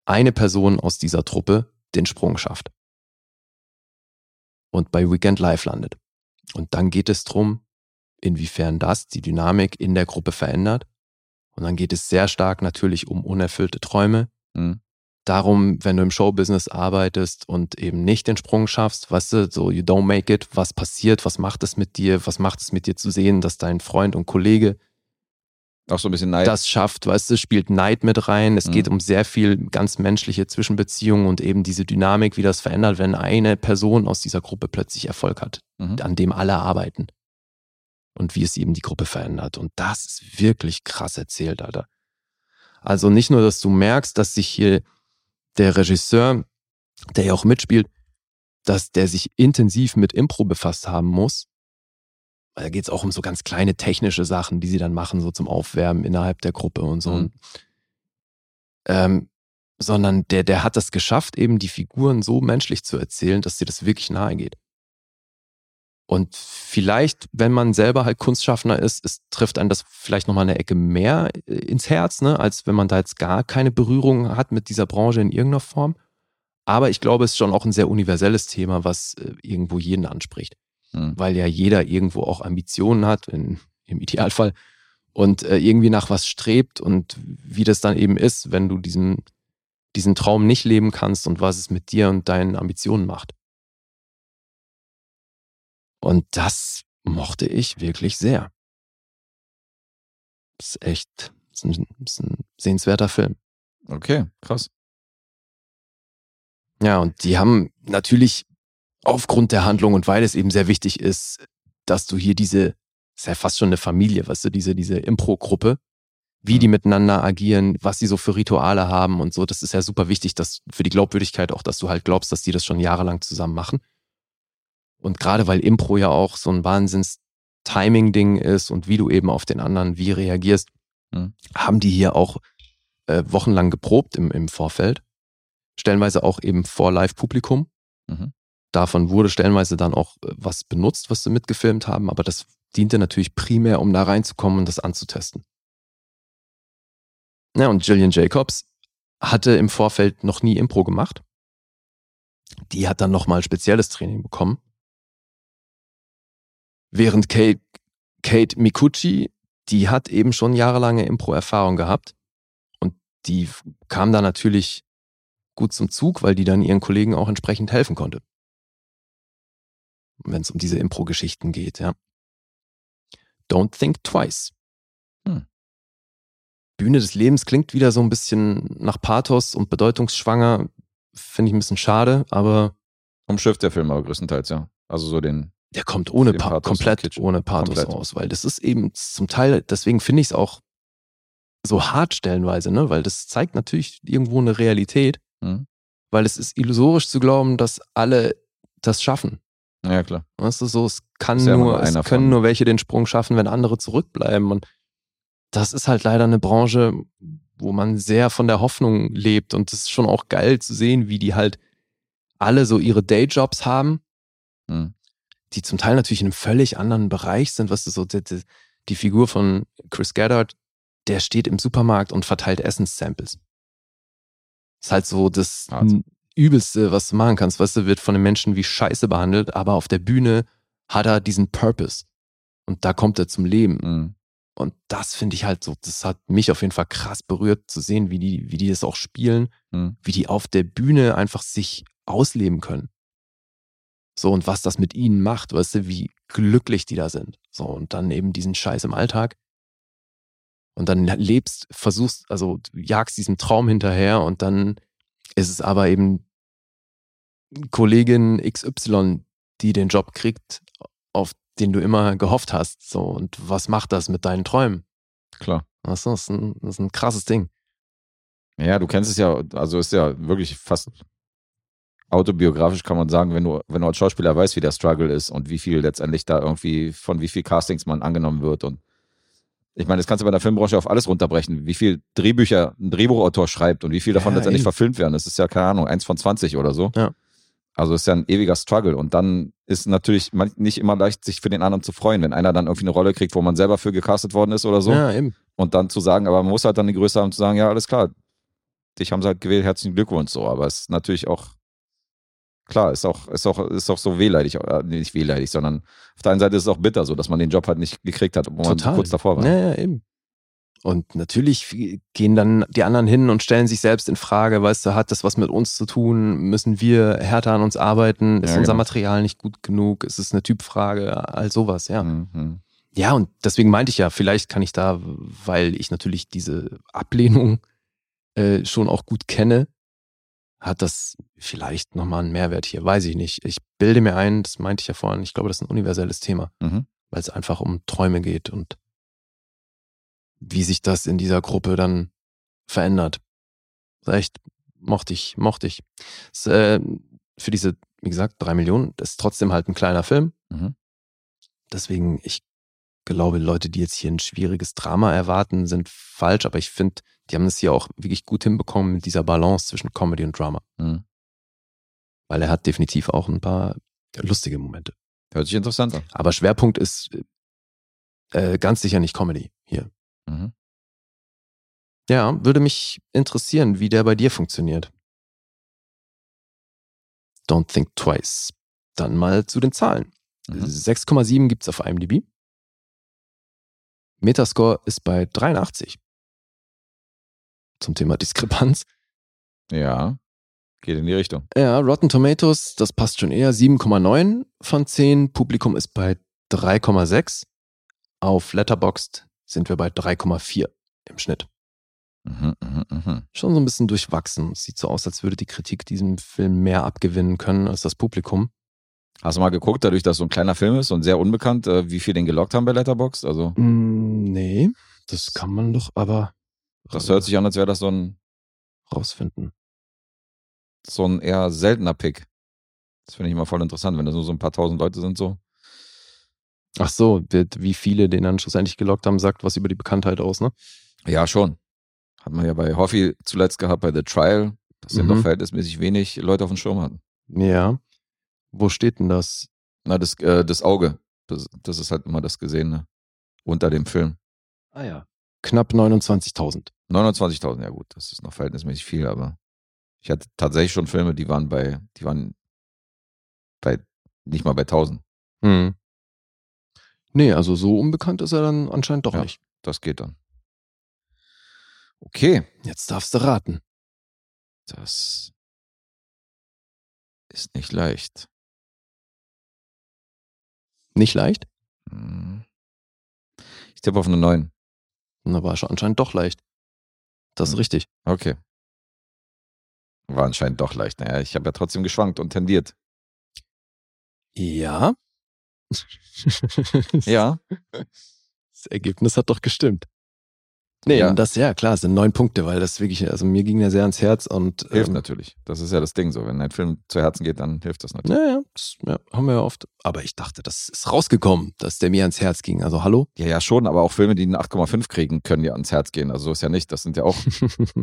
Speaker 3: eine Person aus dieser Truppe den Sprung schafft und bei Weekend Live landet. Und dann geht es drum, inwiefern das die Dynamik in der Gruppe verändert. Und dann geht es sehr stark natürlich um unerfüllte Träume,
Speaker 2: Mhm.
Speaker 3: darum, wenn du im Showbusiness arbeitest und eben nicht den Sprung schaffst, weißt du, so you don't make it, was passiert, was macht es mit dir, was macht es mit dir zu sehen, dass dein Freund und Kollege
Speaker 2: Auch so ein bisschen Neid.
Speaker 3: das schafft, weißt du, spielt Neid mit rein. Es
Speaker 2: Mhm.
Speaker 3: geht um sehr viel ganz menschliche Zwischenbeziehungen und eben diese Dynamik, wie das verändert, wenn eine Person aus dieser Gruppe plötzlich Erfolg hat,
Speaker 2: Mhm.
Speaker 3: an dem alle arbeiten. Und wie es eben die Gruppe verändert. Und das ist wirklich krass erzählt, Alter. Also nicht nur, dass du merkst, dass sich hier der Regisseur, der ja auch mitspielt, dass der sich intensiv mit Impro befasst haben muss. Weil Da geht's auch um so ganz kleine technische Sachen, die sie dann machen, so zum Aufwärmen innerhalb der Gruppe und so.
Speaker 2: Mhm.
Speaker 3: Ähm, sondern der, der hat das geschafft, eben die Figuren so menschlich zu erzählen, dass dir das wirklich nahe geht. Und vielleicht, wenn man selber halt Kunstschaffender ist, es trifft einen das vielleicht nochmal eine Ecke mehr äh, ins Herz, ne, als wenn man da jetzt gar keine Berührung hat mit dieser Branche in irgendeiner Form. Aber ich glaube, es ist schon auch ein sehr universelles Thema, was äh, irgendwo jeden anspricht,
Speaker 2: Mhm.
Speaker 3: weil ja jeder irgendwo auch Ambitionen hat, in, im Idealfall, und äh, irgendwie nach was strebt und wie das dann eben ist, wenn du diesen, diesen Traum nicht leben kannst und was es mit dir und deinen Ambitionen macht. Und das mochte ich wirklich sehr. Das ist echt das ist ein, das ist ein sehenswerter Film.
Speaker 2: Okay, krass.
Speaker 3: Ja, und die haben natürlich aufgrund der Handlung und weil es eben sehr wichtig ist, dass du hier diese, ist ja fast schon eine Familie, weißt du, diese, diese Impro-Gruppe, wie die miteinander agieren, was sie so für Rituale haben und so, das ist ja super wichtig, dass für die Glaubwürdigkeit auch, dass du halt glaubst, dass die das schon jahrelang zusammen machen. Und gerade weil Impro ja auch so ein Wahnsinns-Timing-Ding ist und wie du eben auf den anderen wie reagierst,
Speaker 2: Mhm.
Speaker 3: haben die hier auch äh, wochenlang geprobt im, im Vorfeld stellenweise auch eben vor Live-Publikum.
Speaker 2: Mhm.
Speaker 3: Davon wurde stellenweise dann auch äh, was benutzt, was sie mitgefilmt haben, aber das diente natürlich primär, um da reinzukommen und das anzutesten. Ja, und Gillian Jacobs hatte im Vorfeld noch nie Impro gemacht. Die hat dann nochmal spezielles Training bekommen. Während Kate, Kate Mikuchi, die hat eben schon jahrelange Impro-Erfahrung gehabt. Und die f- kam da natürlich gut zum Zug, weil die dann ihren Kollegen auch entsprechend helfen konnte. Wenn es um diese Impro-Geschichten geht, ja. Don't think twice.
Speaker 2: Hm.
Speaker 3: Bühne des Lebens klingt wieder so ein bisschen nach Pathos und bedeutungsschwanger. Finde ich ein bisschen schade, aber
Speaker 2: Umschifft der Film aber größtenteils, ja. Also so den.
Speaker 3: Der kommt ohne
Speaker 2: Den
Speaker 3: pa
Speaker 2: Pathos
Speaker 3: komplett
Speaker 2: kitschig.
Speaker 3: ohne Pathos
Speaker 2: Komplett.
Speaker 3: aus, weil das ist eben zum Teil, deswegen finde ich es auch so hart stellenweise, ne? Weil das zeigt natürlich irgendwo eine Realität,
Speaker 2: Mhm.
Speaker 3: weil es ist illusorisch zu glauben, dass alle das schaffen.
Speaker 2: Ja, klar.
Speaker 3: Weißt du, so, es kann
Speaker 2: Ist ja immer
Speaker 3: nur,
Speaker 2: nur
Speaker 3: es
Speaker 2: einer
Speaker 3: können
Speaker 2: von.
Speaker 3: nur welche den Sprung schaffen, wenn andere zurückbleiben. Und das ist halt leider eine Branche, wo man sehr von der Hoffnung lebt. Und es ist schon auch geil zu sehen, wie die halt alle so ihre Dayjobs haben,
Speaker 2: Mhm.
Speaker 3: die zum Teil natürlich in einem völlig anderen Bereich sind. Weißt du, so die, die, die Figur von Chris Gaddard, der steht im Supermarkt und verteilt Essenssamples. Ist halt so das
Speaker 2: Hart.
Speaker 3: Übelste, was du machen kannst. Weißt du, wird von den Menschen wie Scheiße behandelt, aber auf der Bühne hat er diesen Purpose. Und da kommt er zum Leben.
Speaker 2: Mhm.
Speaker 3: Und das finde ich halt so, das hat mich auf jeden Fall krass berührt zu sehen, wie die, wie die das auch spielen,
Speaker 2: Mhm.
Speaker 3: wie die auf der Bühne einfach sich ausleben können. So, und was das mit ihnen macht, weißt du, wie glücklich die da sind. So, und dann eben diesen Scheiß im Alltag. Und dann lebst, versuchst, also du jagst diesem Traum hinterher und dann ist es aber eben Kollegin XY, die den Job kriegt, auf den du immer gehofft hast. So, und was macht das mit deinen Träumen?
Speaker 2: Klar.
Speaker 3: Weißt du, Das ist ein, das ist ein krasses Ding.
Speaker 2: Ja, du kennst es ja, also ist ja wirklich fast autobiografisch, kann man sagen, wenn du, wenn du als Schauspieler weißt, wie der Struggle ist und wie viel letztendlich da irgendwie, von wie viel Castings man angenommen wird. Und ich meine, das kannst du bei der Filmbranche auf alles runterbrechen, wie viel Drehbücher ein Drehbuchautor schreibt und wie viel davon
Speaker 3: Ja,
Speaker 2: letztendlich
Speaker 3: eben.
Speaker 2: verfilmt werden. Das ist ja, keine Ahnung, eins von 20 oder so.
Speaker 3: Ja.
Speaker 2: Also ist ja ein ewiger Struggle. Und dann ist natürlich man- nicht immer leicht, sich für den anderen zu freuen, wenn einer dann irgendwie eine Rolle kriegt, wo man selber für gecastet worden ist oder so.
Speaker 3: Ja, eben.
Speaker 2: Und dann zu sagen, aber man muss halt dann die Größe haben zu sagen, ja, alles klar, dich haben sie halt gewählt, herzlichen Glückwunsch so. Aber es ist natürlich auch, klar, ist auch, ist auch, ist auch so wehleidig, äh, nee, nicht wehleidig, sondern auf der einen Seite ist es auch bitter so, dass man den Job halt nicht gekriegt hat, obwohl
Speaker 3: Total. Ne,
Speaker 2: man kurz davor war.
Speaker 3: Ja, ja, eben. Und natürlich gehen dann die anderen hin und stellen sich selbst in Frage, weißt du, hat das was mit uns zu tun? Müssen wir härter an uns arbeiten? Ist
Speaker 2: Ja,
Speaker 3: unser
Speaker 2: genau.
Speaker 3: Material nicht gut genug? Ist es eine Typfrage? All sowas, ja.
Speaker 2: Mhm.
Speaker 3: Ja, und deswegen meinte ich ja, vielleicht kann ich da, weil ich natürlich diese Ablehnung äh, schon auch gut kenne, hat das vielleicht nochmal einen Mehrwert hier, weiß ich nicht. Ich bilde mir ein, das meinte ich ja vorhin, ich glaube, das ist ein universelles Thema,
Speaker 2: Mhm.
Speaker 3: weil es einfach um Träume geht und wie sich das in dieser Gruppe dann verändert. Das ist echt, mochte ich, mochte ich. Es, äh, für diese, wie gesagt, drei Millionen, das ist trotzdem halt ein kleiner Film.
Speaker 2: Mhm.
Speaker 3: Deswegen, ich glaube, Leute, die jetzt hier ein schwieriges Drama erwarten, sind falsch, aber ich finde, die haben das hier auch wirklich gut hinbekommen mit dieser Balance zwischen Comedy und Drama.
Speaker 2: Mhm.
Speaker 3: Weil er hat definitiv auch ein paar lustige Momente.
Speaker 2: Hört sich interessant an.
Speaker 3: Aber Schwerpunkt ist äh, ganz sicher nicht Comedy hier.
Speaker 2: Mhm.
Speaker 3: Ja, würde mich interessieren, wie der bei dir funktioniert. Don't think twice. Dann mal zu den Zahlen.
Speaker 2: Mhm.
Speaker 3: 6,7 gibt's auf IMDb. Metascore ist bei 83. Zum Thema [laughs] Diskrepanz.
Speaker 2: Ja, geht in die Richtung.
Speaker 3: Ja, Rotten Tomatoes, das passt schon eher. 7,9 von 10. Publikum ist bei 3,6. Auf Letterboxd sind wir bei 3,4 im Schnitt.
Speaker 2: Mhm, mhm, mhm.
Speaker 3: Schon so ein bisschen durchwachsen. Sieht so aus, als würde die Kritik diesem Film mehr abgewinnen können als das Publikum.
Speaker 2: Hast du mal geguckt, dadurch, dass so ein kleiner Film ist und sehr unbekannt, äh, wie viel den gelockt haben bei Letterboxd? Also,
Speaker 3: Mm, nee, das kann man doch aber
Speaker 2: das hört sich an, als wäre das so ein,
Speaker 3: rausfinden.
Speaker 2: so ein eher seltener Pick. Das finde ich immer voll interessant, wenn das nur so ein paar tausend Leute sind, so.
Speaker 3: Ach so, wird- wie viele den dann schlussendlich gelockt haben, sagt was über die Bekanntheit aus, ne?
Speaker 2: Ja, schon. Hat man ja bei Hoffi zuletzt gehabt, bei The Trial, dass
Speaker 3: Mhm.
Speaker 2: eben doch verhältnismäßig wenig Leute auf dem Schirm hatten.
Speaker 3: Ja. Wo steht denn das?
Speaker 2: Na, das, äh, das Auge, das, das ist halt immer das Gesehene unter dem Film.
Speaker 3: Ah ja. Knapp 29.000.
Speaker 2: 29.000, ja gut, das ist noch verhältnismäßig viel, aber ich hatte tatsächlich schon Filme, die waren bei, die waren bei, nicht mal bei 1000.
Speaker 3: Hm. Nee, also so unbekannt ist er dann anscheinend doch
Speaker 2: Ja.
Speaker 3: nicht.
Speaker 2: Das geht dann. Okay,
Speaker 3: Jetzt darfst du raten.
Speaker 2: das ist nicht leicht.
Speaker 3: Nicht leicht?
Speaker 2: Hm. Ich tippe auf eine 9.
Speaker 3: Na, war schon anscheinend doch leicht. Das ist
Speaker 2: Hm.
Speaker 3: richtig.
Speaker 2: Okay. War anscheinend doch leicht. Naja, ich habe ja trotzdem geschwankt und tendiert.
Speaker 3: Ja.
Speaker 2: [laughs]
Speaker 3: [laughs]
Speaker 2: Ja,
Speaker 3: Das Ergebnis hat doch gestimmt. Nee,
Speaker 2: Ja.
Speaker 3: und das, ja, klar, es sind neun Punkte, weil das wirklich, also mir ging ja sehr ans Herz und.
Speaker 2: hilft
Speaker 3: ähm,
Speaker 2: natürlich. Das ist ja das Ding so. Wenn ein Film zu Herzen geht, dann hilft das natürlich.
Speaker 3: Naja, das ja, haben wir ja oft. Aber ich dachte, das ist rausgekommen, dass der mir ans Herz ging. Also, hallo?
Speaker 2: Ja, ja, schon, aber auch Filme, die einen 8,5 kriegen, können ja ans Herz gehen. Also so ist ja nicht. Das sind ja auch,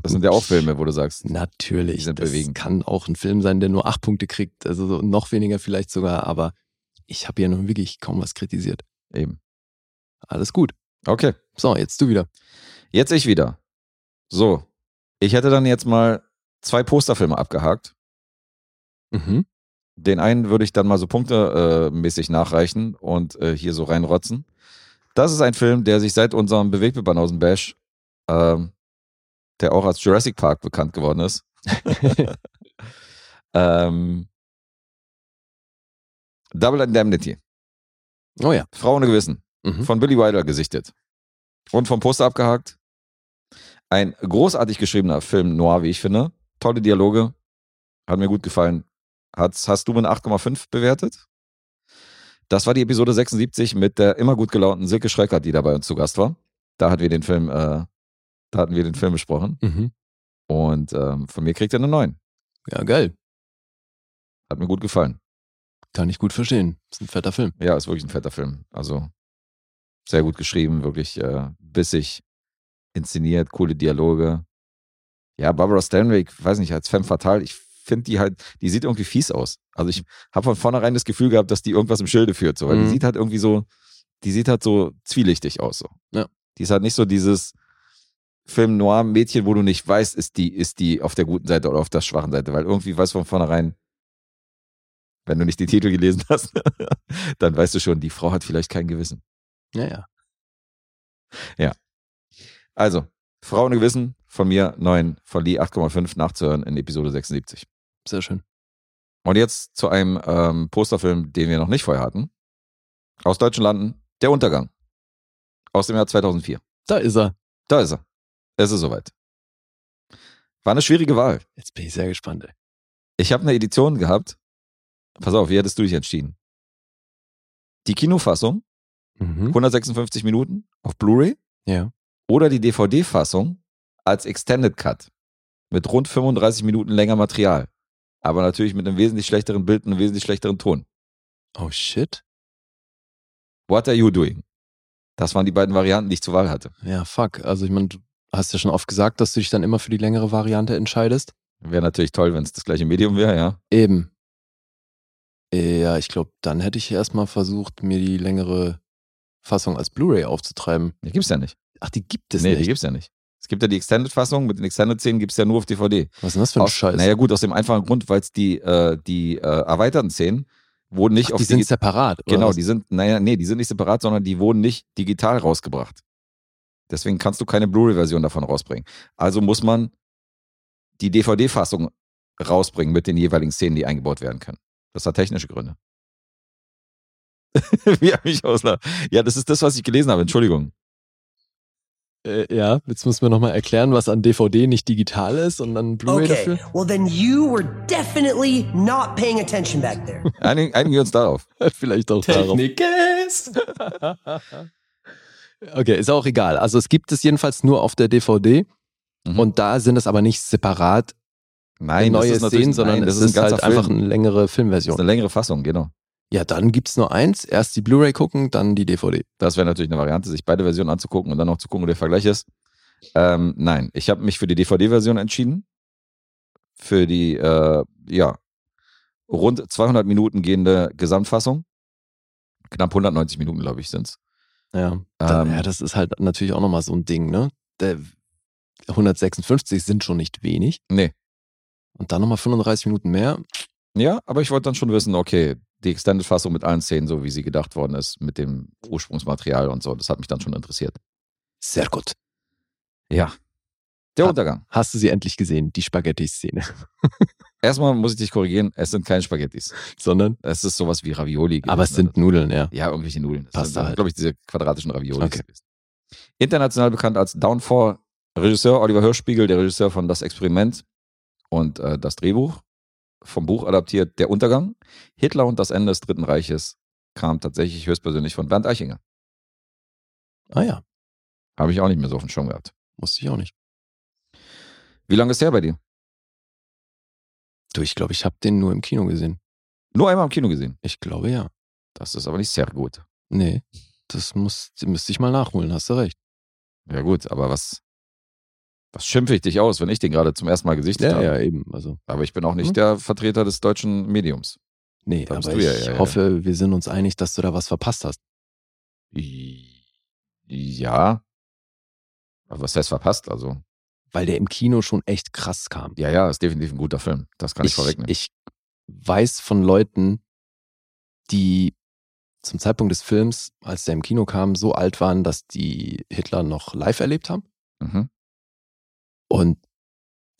Speaker 2: das sind ja
Speaker 3: [laughs]
Speaker 2: auch Filme, wo du sagst, Die
Speaker 3: Natürlich.
Speaker 2: sind
Speaker 3: Das
Speaker 2: bewegend.
Speaker 3: kann auch ein Film sein, der nur acht Punkte kriegt. Also so noch weniger vielleicht sogar, aber ich habe ja nun wirklich kaum was kritisiert.
Speaker 2: eben.
Speaker 3: Alles gut.
Speaker 2: Okay,
Speaker 3: So, jetzt du wieder.
Speaker 2: jetzt ich wieder. So, ich hätte dann jetzt mal zwei Posterfilme abgehakt.
Speaker 3: Mhm.
Speaker 2: Den einen würde ich dann mal so punktemäßig nachreichen und äh, hier so reinrotzen. Das ist ein Film, der sich seit unserem Bewegtbild-Banausen-Bash, ähm, der auch als Jurassic Park bekannt geworden ist, [laughs] ähm, Double Indemnity,
Speaker 3: oh ja.
Speaker 2: Frau ohne Gewissen,
Speaker 3: Mhm.
Speaker 2: von Billy Wilder gesichtet und vom Poster abgehakt. Ein großartig geschriebener Film Noir, wie ich finde. Tolle Dialoge, hat mir gut gefallen. Hat's, hast du mit 8,5 bewertet? Das war die Episode 76 mit der immer gut gelaunten Silke Schrecker, die dabei uns zu Gast war. Da hatten wir den Film, äh, da hatten wir den Film besprochen.
Speaker 3: Mhm.
Speaker 2: Und ähm, von mir kriegt er eine 9.
Speaker 3: Ja, geil.
Speaker 2: Hat mir gut gefallen.
Speaker 3: Kann ich gut verstehen. Ist ein fetter Film.
Speaker 2: Ja, ist wirklich ein fetter Film. Also sehr gut geschrieben, wirklich äh, bissig inszeniert, coole Dialoge. Ja, Barbara Stanwyck, weiß nicht, als Femme Fatale, ich finde die halt, die sieht irgendwie fies aus. Also ich habe von vornherein das Gefühl gehabt, dass die irgendwas im Schilde führt, so, weil die
Speaker 3: Mhm.
Speaker 2: sieht halt irgendwie so, die sieht halt so zwielichtig aus, so.
Speaker 3: Ja.
Speaker 2: Die ist halt nicht so dieses Film Noir Mädchen, wo du nicht weißt, ist die, ist die auf der guten Seite oder auf der schwachen Seite, weil irgendwie weißt du von vornherein, wenn du nicht die Titel gelesen hast, [laughs] dann weißt du schon, die Frau hat vielleicht kein Gewissen.
Speaker 3: Ja, ja.
Speaker 2: Also, Frauen Gewissen von mir 9, von Lee 8,5 nachzuhören in Episode 76.
Speaker 3: Sehr schön.
Speaker 2: Und jetzt zu einem ähm, Posterfilm, den wir noch nicht vorher hatten. Aus deutschen Landen, Der Untergang. Aus dem Jahr 2004.
Speaker 3: Da ist er.
Speaker 2: Da ist er. Es ist soweit. War eine schwierige Wahl.
Speaker 3: Jetzt bin ich sehr gespannt, ey.
Speaker 2: Ich habe eine Edition gehabt. Pass auf, wie hättest du dich entschieden? Die Kinofassung,
Speaker 3: Mhm.
Speaker 2: 156 Minuten auf Blu-ray.
Speaker 3: Ja.
Speaker 2: Oder die DVD-Fassung als Extended Cut mit rund 35 Minuten länger Material. Aber natürlich mit einem wesentlich schlechteren Bild und einem wesentlich schlechteren Ton.
Speaker 3: Oh shit.
Speaker 2: What are you doing? Das waren die beiden Varianten, die ich zur Wahl hatte.
Speaker 3: Ja, fuck. Also ich meine, du hast ja schon oft gesagt, dass du dich dann immer für die längere Variante entscheidest.
Speaker 2: Wäre natürlich toll, wenn es das gleiche Medium wäre, ja.
Speaker 3: Eben. Äh, Ja, ich glaube, dann hätte ich erstmal versucht, mir die längere Fassung als Blu-ray aufzutreiben.
Speaker 2: Die gibt's ja nicht.
Speaker 3: Ach, die gibt es
Speaker 2: nee, die
Speaker 3: nicht.
Speaker 2: gibt's ja nicht. Es gibt ja die Extended-Fassung, mit den Extended-Szenen gibt's ja nur auf DVD.
Speaker 3: Was ist denn das für ein
Speaker 2: Aus-
Speaker 3: Scheiß?
Speaker 2: Naja, gut, aus dem einfachen Grund, weil es die, äh, die äh, erweiterten Szenen wurden nicht
Speaker 3: Ach,
Speaker 2: auf
Speaker 3: die sind
Speaker 2: digi-
Speaker 3: separat. oder
Speaker 2: Genau,
Speaker 3: was?
Speaker 2: die sind, naja, nee, die sind nicht separat, sondern die wurden nicht digital rausgebracht. Deswegen kannst du keine Blu-ray-Version davon rausbringen. Also muss man die DVD-Fassung rausbringen mit den jeweiligen Szenen, die eingebaut werden können. Das hat technische Gründe. [laughs] Wie er mich auslacht. Ja, das ist das, was ich gelesen habe. Entschuldigung.
Speaker 3: äh, ja, jetzt müssen wir nochmal erklären, was an DVD nicht digital ist und an Blu-ray
Speaker 10: Okay,
Speaker 3: dafür.
Speaker 10: well, then you were definitely not paying attention back there.
Speaker 2: Einigen, einigen wir uns darauf.
Speaker 3: [laughs] Vielleicht auch darauf.
Speaker 9: Technik ist.
Speaker 3: [laughs] Okay, ist auch egal. Also es gibt es jedenfalls nur auf der DVD
Speaker 2: Mhm.
Speaker 3: und da sind es aber nicht separat
Speaker 2: Nein, das
Speaker 3: neue
Speaker 2: ist natürlich-
Speaker 3: Szenen, sondern
Speaker 2: nein,
Speaker 3: es ist,
Speaker 2: ganzer
Speaker 3: halt einfach
Speaker 2: Film.
Speaker 3: eine längere
Speaker 2: das
Speaker 3: Filmversion.
Speaker 2: ist eine längere Fassung, genau.
Speaker 3: Ja, dann gibt's nur eins. Erst die Blu-ray gucken, dann die DVD.
Speaker 2: Das wäre natürlich eine Variante, sich beide Versionen anzugucken und dann noch zu gucken, wo der Vergleich ist. Ähm, nein, ich habe mich für die DVD-Version entschieden. Für die, äh, ja, rund 200 Minuten gehende Gesamtfassung. Knapp 190 Minuten, glaube ich, sind's.
Speaker 3: Ja, da,
Speaker 2: Ähm.
Speaker 3: ja, das ist halt natürlich auch nochmal so ein Ding, ne? Der 156 sind schon nicht wenig.
Speaker 2: Nee.
Speaker 3: Und dann nochmal 35 Minuten mehr.
Speaker 2: Ja, aber ich wollte dann schon wissen, okay, die Extended-Fassung mit allen Szenen, so wie sie gedacht worden ist, mit dem Ursprungsmaterial und so, das hat mich dann schon interessiert.
Speaker 3: Sehr gut.
Speaker 2: Ja. Der
Speaker 3: Ah.
Speaker 2: Untergang.
Speaker 3: Hast du sie endlich gesehen, die Spaghetti-Szene? [laughs]
Speaker 2: Erstmal muss ich dich korrigieren, es sind keine Spaghettis.
Speaker 3: Sondern?
Speaker 2: Es ist sowas wie Ravioli. gewesen,
Speaker 3: Aber es
Speaker 2: ne?
Speaker 3: sind Nudeln, ja.
Speaker 2: Ja, irgendwelche Nudeln. Das
Speaker 3: Passt
Speaker 2: sind,
Speaker 3: halt.
Speaker 2: glaube ich, diese quadratischen Raviolis
Speaker 3: Okay.
Speaker 2: gewesen. International bekannt als Downfall. Regisseur Oliver Hirschspiegel, der Regisseur von Das Experiment und äh, das Drehbuch. vom Buch adaptiert, Der Untergang. Hitler und das Ende des Dritten Reiches kam tatsächlich höchstpersönlich von Bernd Eichinger.
Speaker 3: Ah ja,
Speaker 2: Habe ich auch nicht mehr so auf dem Schirm gehabt.
Speaker 3: wusste ich auch nicht.
Speaker 2: Wie lange ist der bei dir?
Speaker 3: Du, ich glaube, ich habe den nur im Kino gesehen.
Speaker 2: Nur einmal im Kino gesehen.
Speaker 3: Ich glaube ja.
Speaker 2: Das ist aber nicht sehr gut.
Speaker 3: Nee, das muss, müsste ich mal nachholen, hast du recht.
Speaker 2: Ja gut, aber was, was schimpfe ich dich aus, wenn ich den gerade zum ersten Mal gesichtet habe?
Speaker 3: eben. Also,
Speaker 2: Aber ich bin auch nicht
Speaker 3: Hm?
Speaker 2: der Vertreter des deutschen Mediums.
Speaker 3: nee,
Speaker 2: Da bist
Speaker 3: aber
Speaker 2: du ja,
Speaker 3: ich
Speaker 2: ja, ja.
Speaker 3: hoffe, wir sind uns einig, dass du da was verpasst hast.
Speaker 2: I- Ja. Aber was heißt verpasst? Also,
Speaker 3: Weil der im Kino schon echt krass kam.
Speaker 2: ja, ja, ist definitiv ein guter Film. Das kann ich, vorwegnehmen.
Speaker 3: Ich weiß von Leuten, die zum Zeitpunkt des Films, als der im Kino kam, so alt waren, dass die Hitler noch live erlebt haben.
Speaker 2: mhm.
Speaker 3: Und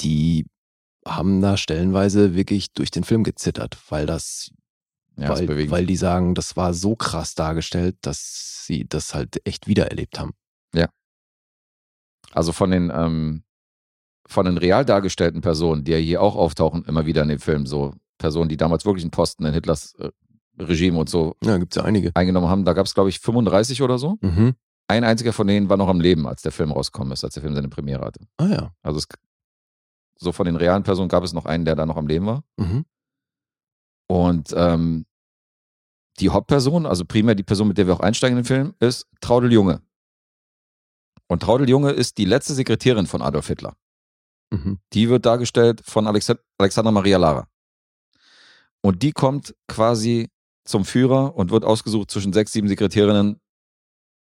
Speaker 3: die haben da stellenweise wirklich durch den Film gezittert, weil das,
Speaker 2: Ja, ist
Speaker 3: weil,
Speaker 2: bewegend.
Speaker 3: weil die sagen, das war so krass dargestellt, dass sie das halt echt wiedererlebt haben.
Speaker 2: also von den, ähm, von den real dargestellten Personen, die ja hier auch auftauchen, immer wieder in dem Film, so Personen, die damals wirklich einen Posten in Hitlers äh, Regime und so
Speaker 3: Ja, gibt's ja einige.
Speaker 2: eingenommen haben. Da gab es, glaube ich, 35 oder so.
Speaker 3: Mhm.
Speaker 2: Ein einziger von denen war noch am Leben, als der Film rausgekommen ist, als der Film seine Premiere hatte.
Speaker 3: Ah ja.
Speaker 2: Also es, so von den realen Personen gab es noch einen, der da noch am Leben war.
Speaker 3: Mhm.
Speaker 2: Und ähm, die Hauptperson, also primär die Person, mit der wir auch einsteigen in den Film, ist Traudel Junge. Und Traudel Junge ist die letzte Sekretärin von Adolf Hitler.
Speaker 3: Mhm.
Speaker 2: Die wird dargestellt von Alexa Alexander Maria Lara. Und die kommt quasi zum Führer und wird ausgesucht zwischen sechs, sieben Sekretärinnen.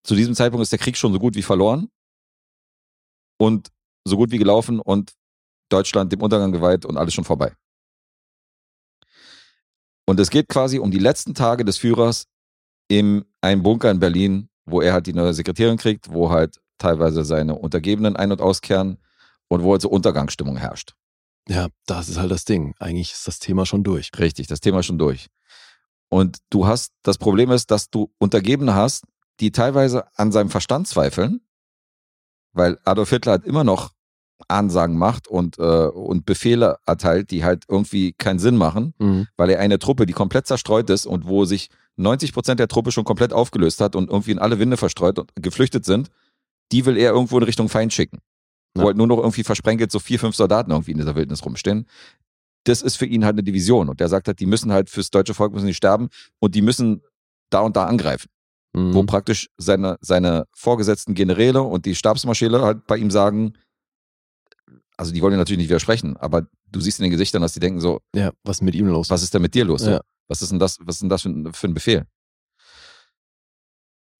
Speaker 2: Zu diesem Zeitpunkt ist der Krieg schon so gut wie verloren und so gut wie gelaufen und Deutschland dem Untergang geweiht und alles schon vorbei. Und es geht quasi um die letzten Tage des Führers in einem Bunker in Berlin, wo er halt die neue Sekretärin kriegt, wo halt teilweise seine Untergebenen ein- und auskehren und wo halt so Untergangsstimmung herrscht.
Speaker 3: Ja, das ist halt das Ding. Eigentlich ist das Thema schon durch.
Speaker 2: Richtig, das Thema ist schon durch. Und du hast, das Problem ist, dass du Untergebene hast, die teilweise an seinem Verstand zweifeln, weil Adolf Hitler halt immer noch Ansagen macht und, äh, und Befehle erteilt, die halt irgendwie keinen Sinn machen,
Speaker 3: Mhm.
Speaker 2: weil er eine Truppe, die komplett zerstreut ist und wo sich 90 Prozent der Truppe schon komplett aufgelöst hat und irgendwie in alle Winde verstreut und geflüchtet sind, die will er irgendwo in Richtung Feind schicken.
Speaker 3: Ja.
Speaker 2: Wo halt nur noch irgendwie versprenkelt so vier, fünf Soldaten irgendwie in dieser Wildnis rumstehen. Das ist für ihn halt eine Division. Und der sagt halt, die müssen halt fürs deutsche Volk müssen die sterben und die müssen da und da angreifen.
Speaker 3: Mhm.
Speaker 2: Wo praktisch seine, seine vorgesetzten Generäle und die Stabsmarschäle halt bei ihm sagen, also die wollen ihn natürlich nicht widersprechen, aber du siehst in den Gesichtern, dass die denken so,
Speaker 3: ja, was mit ihm los?
Speaker 2: was ist denn mit dir los? So,
Speaker 3: Ja.
Speaker 2: Was ist denn das, was ist denn das für, ein- für ein Befehl?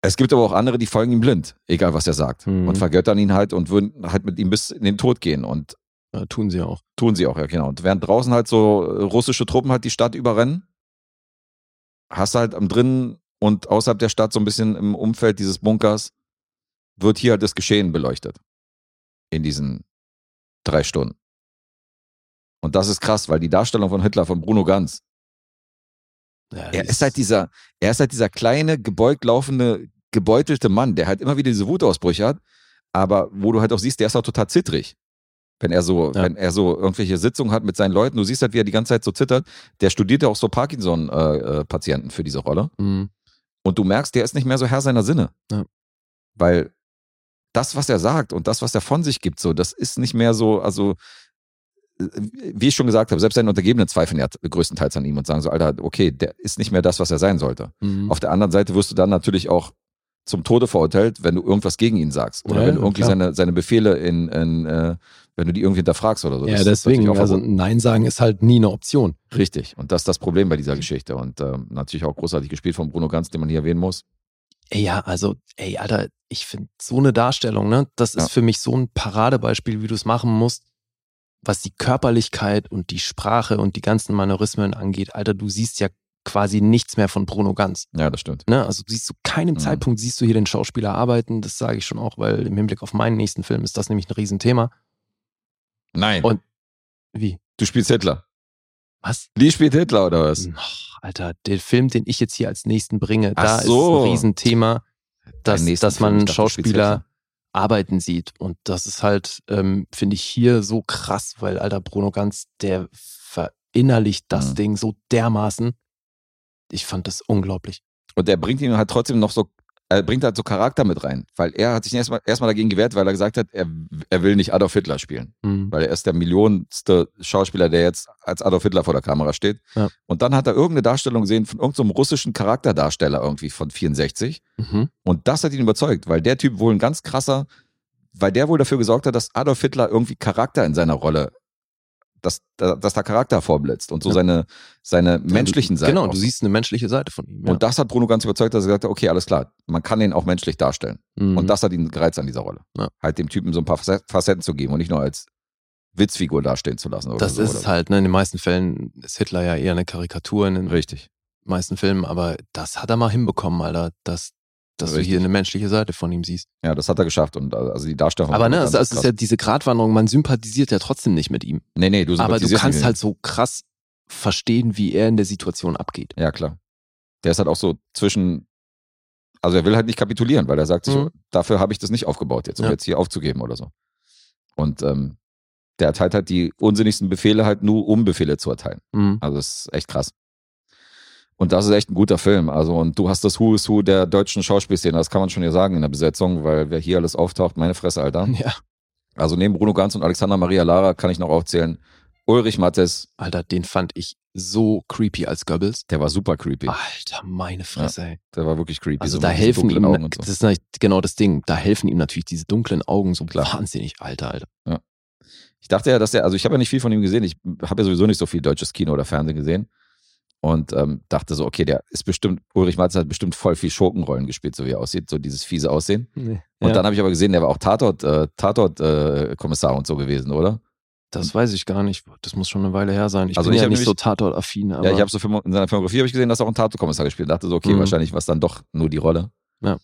Speaker 2: Es gibt aber auch andere, die folgen ihm blind, egal was er sagt.
Speaker 3: Mhm.
Speaker 2: Und vergöttern ihn halt und würden halt mit ihm bis in den Tod gehen. Und
Speaker 3: Ja, tun sie auch.
Speaker 2: tun sie auch, ja, genau. Und während draußen halt so äh, russische Truppen halt die Stadt überrennen, hast du halt am drinnen und außerhalb der Stadt so ein bisschen im Umfeld dieses Bunkers, wird hier halt das Geschehen beleuchtet. In diesen drei Stunden. Und das ist krass, weil die Darstellung von Hitler, von Bruno Ganz,
Speaker 3: Ja,
Speaker 2: er ist halt dieser, er ist halt dieser kleine, gebeugt laufende, gebeutelte Mann, der halt immer wieder diese Wutausbrüche hat, aber wo du halt auch siehst, der ist auch total zittrig. Wenn er so,
Speaker 3: Ja.
Speaker 2: wenn er so irgendwelche Sitzungen hat mit seinen Leuten, du siehst halt, wie er die ganze Zeit so zittert, der studiert ja auch so Parkinson-Patienten für diese Rolle.
Speaker 3: Mhm.
Speaker 2: Und du merkst, der ist nicht mehr so Herr seiner Sinne.
Speaker 3: Ja.
Speaker 2: Weil das, was er sagt und das, was er von sich gibt, so, das ist nicht mehr so, also, äh, wie ich schon gesagt habe, selbst seine Untergebenen zweifeln ja größtenteils an ihm und sagen so, Alter, okay, der ist nicht mehr das, was er sein sollte.
Speaker 3: Mhm.
Speaker 2: Auf der anderen Seite wirst du dann natürlich auch zum Tode verurteilt, wenn du irgendwas gegen ihn sagst oder
Speaker 3: Ja,
Speaker 2: wenn
Speaker 3: ja,
Speaker 2: du irgendwie
Speaker 3: klar.
Speaker 2: seine, seine Befehle in, in äh, wenn du die irgendwie hinterfragst oder so.
Speaker 3: ja,
Speaker 2: Das ist
Speaker 3: deswegen.
Speaker 2: natürlich auch
Speaker 3: Also
Speaker 2: verboten.
Speaker 3: Nein sagen ist halt nie eine Option.
Speaker 2: richtig. Und das ist das Problem bei dieser Geschichte und ähm, natürlich auch großartig gespielt von Bruno Ganz, den man hier erwähnen muss.
Speaker 3: Ey, ja, also, ey, Alter, ich finde so eine Darstellung, ne? Das ist
Speaker 2: Ja.
Speaker 3: für mich so ein Paradebeispiel, wie du es machen musst, was die Körperlichkeit und die Sprache und die ganzen Manorismen angeht. Alter, du siehst ja quasi nichts mehr von Bruno Ganz.
Speaker 2: Ja, das stimmt.
Speaker 3: Ne? Also siehst du keinem
Speaker 2: Mhm.
Speaker 3: Zeitpunkt siehst du hier den Schauspieler arbeiten. Das sage ich schon auch, weil im Hinblick auf meinen nächsten Film ist das nämlich ein Riesenthema.
Speaker 2: Nein.
Speaker 3: Und- Wie?
Speaker 2: Du spielst Hitler.
Speaker 3: Was?
Speaker 2: Die spielt Hitler oder was?
Speaker 3: Ach, Alter, der Film, den ich jetzt hier als nächsten bringe,
Speaker 2: Mhm. Ach
Speaker 3: da
Speaker 2: so.
Speaker 3: ist ein Riesenthema, dass,
Speaker 2: Beim nächsten
Speaker 3: dass
Speaker 2: Film, ich
Speaker 3: man
Speaker 2: dachte,
Speaker 3: Schauspieler
Speaker 2: speziell.
Speaker 3: arbeiten sieht. Und das ist halt, ähm, finde ich, hier so krass, weil, Alter, Bruno Ganz, der ver verinnerlicht das
Speaker 2: Mhm.
Speaker 3: Ding so dermaßen. Ich fand das unglaublich.
Speaker 2: Und er bringt ihn halt trotzdem noch so, er bringt halt so Charakter mit rein. Weil er hat sich erstmal erstmal dagegen gewehrt, weil er gesagt hat, er, er will nicht Adolf Hitler spielen.
Speaker 3: Mhm.
Speaker 2: weil er ist der millionste Schauspieler, der jetzt als Adolf Hitler vor der Kamera steht.
Speaker 3: Ja.
Speaker 2: Und dann hat er irgendeine Darstellung gesehen von irgendeinem russischen Charakterdarsteller irgendwie von 64.
Speaker 3: Mhm.
Speaker 2: Und das hat ihn überzeugt, weil der Typ wohl ein ganz krasser, weil der wohl dafür gesorgt hat, dass Adolf Hitler irgendwie Charakter in seiner Rolle, dass, da- dass da Charakter vorblitzt und so
Speaker 3: Ja.
Speaker 2: seine, seine menschlichen Seiten.
Speaker 3: Genau,
Speaker 2: auch-
Speaker 3: du siehst eine menschliche Seite von ihm.
Speaker 2: Und das hat Bruno ganz überzeugt, dass er gesagt hat, okay, alles klar, man kann den auch menschlich darstellen.
Speaker 3: Mhm.
Speaker 2: Und das hat ihn gereizt an dieser Rolle.
Speaker 3: Ja.
Speaker 2: Halt dem Typen so ein paar Face- Facetten zu geben und nicht nur als Witzfigur dastehen zu lassen. Oder
Speaker 3: Das
Speaker 2: so,
Speaker 3: ist
Speaker 2: oder
Speaker 3: es halt, ne? In den meisten Fällen ist Hitler ja eher eine Karikatur in den
Speaker 2: Richtig.
Speaker 3: meisten Filmen, aber das hat er mal hinbekommen, Alter, dass, dass du
Speaker 2: Richtig.
Speaker 3: hier eine menschliche Seite von ihm siehst.
Speaker 2: Ja, das hat er geschafft. Und also die Darstellung.
Speaker 3: aber ne,
Speaker 2: war
Speaker 3: es es
Speaker 2: ganz
Speaker 3: ist
Speaker 2: krass.
Speaker 3: ja diese Gratwanderung, man sympathisiert ja trotzdem nicht mit ihm.
Speaker 2: nee, nee, du
Speaker 3: Aber du
Speaker 2: sympathisierst
Speaker 3: kannst
Speaker 2: mit
Speaker 3: halt so krass verstehen, wie er in der Situation abgeht.
Speaker 2: ihm. Ja, klar. Der ist halt auch so zwischen. Also er will halt nicht kapitulieren, weil er sagt sich,
Speaker 3: Mhm.
Speaker 2: dafür habe ich das nicht aufgebaut, jetzt um
Speaker 3: Ja.
Speaker 2: jetzt hier aufzugeben oder so. Und ähm, der erteilt halt die unsinnigsten Befehle halt nur, um Befehle zu erteilen.
Speaker 3: Mhm.
Speaker 2: Also es ist echt krass. Und das ist echt ein guter Film. Also, und du hast das Who is Who der deutschen Schauspielszene, das kann man schon ja sagen in der Besetzung, weil wer hier alles auftaucht, meine Fresse, Alter.
Speaker 3: [laughs] Ja,
Speaker 2: Also neben Bruno Ganz und Alexander Maria Lara kann ich noch aufzählen. Ulrich Mattes,
Speaker 3: Alter, den fand ich so creepy als Goebbels.
Speaker 2: der war super creepy.
Speaker 3: Alter, meine Fresse, ey.
Speaker 2: Der war wirklich creepy.
Speaker 3: Ah. Also
Speaker 2: so
Speaker 3: da
Speaker 2: mit diesen
Speaker 3: helfen
Speaker 2: dunklen
Speaker 3: ihm,
Speaker 2: Augen und
Speaker 3: das
Speaker 2: so.
Speaker 3: ist nicht genau das Ding, da helfen ihm natürlich diese dunklen Augen so
Speaker 2: Klar.
Speaker 3: wahnsinnig, Alter, Alter.
Speaker 2: Ich dachte ja, dass er, also ich habe ja nicht viel von ihm gesehen. Ich habe ja sowieso nicht so viel deutsches Kino oder Fernsehen gesehen. Und ähm, dachte so, okay, der ist bestimmt, Ulrich Mattes hat bestimmt voll viel Schurkenrollen gespielt, so wie er aussieht, so dieses fiese Aussehen. Und
Speaker 3: Ja.
Speaker 2: dann habe ich aber gesehen, der war auch Tatort, äh, Tatort äh, Kommissar und so gewesen, oder?
Speaker 3: Das weiß ich gar nicht. Das muss schon eine Weile her sein. Ich
Speaker 2: Also
Speaker 3: bin
Speaker 2: ich
Speaker 3: ja
Speaker 2: hab
Speaker 3: nicht so
Speaker 2: nämlich-
Speaker 3: tatortaffin, aber
Speaker 2: ja, ich habe so Filmo- in seiner Filmografie habe ich gesehen, dass er auch ein Tatort-Kommissar gespielt hat. Dachte so, okay,
Speaker 3: Mhm.
Speaker 2: wahrscheinlich war es dann doch nur die Rolle.
Speaker 3: Ja.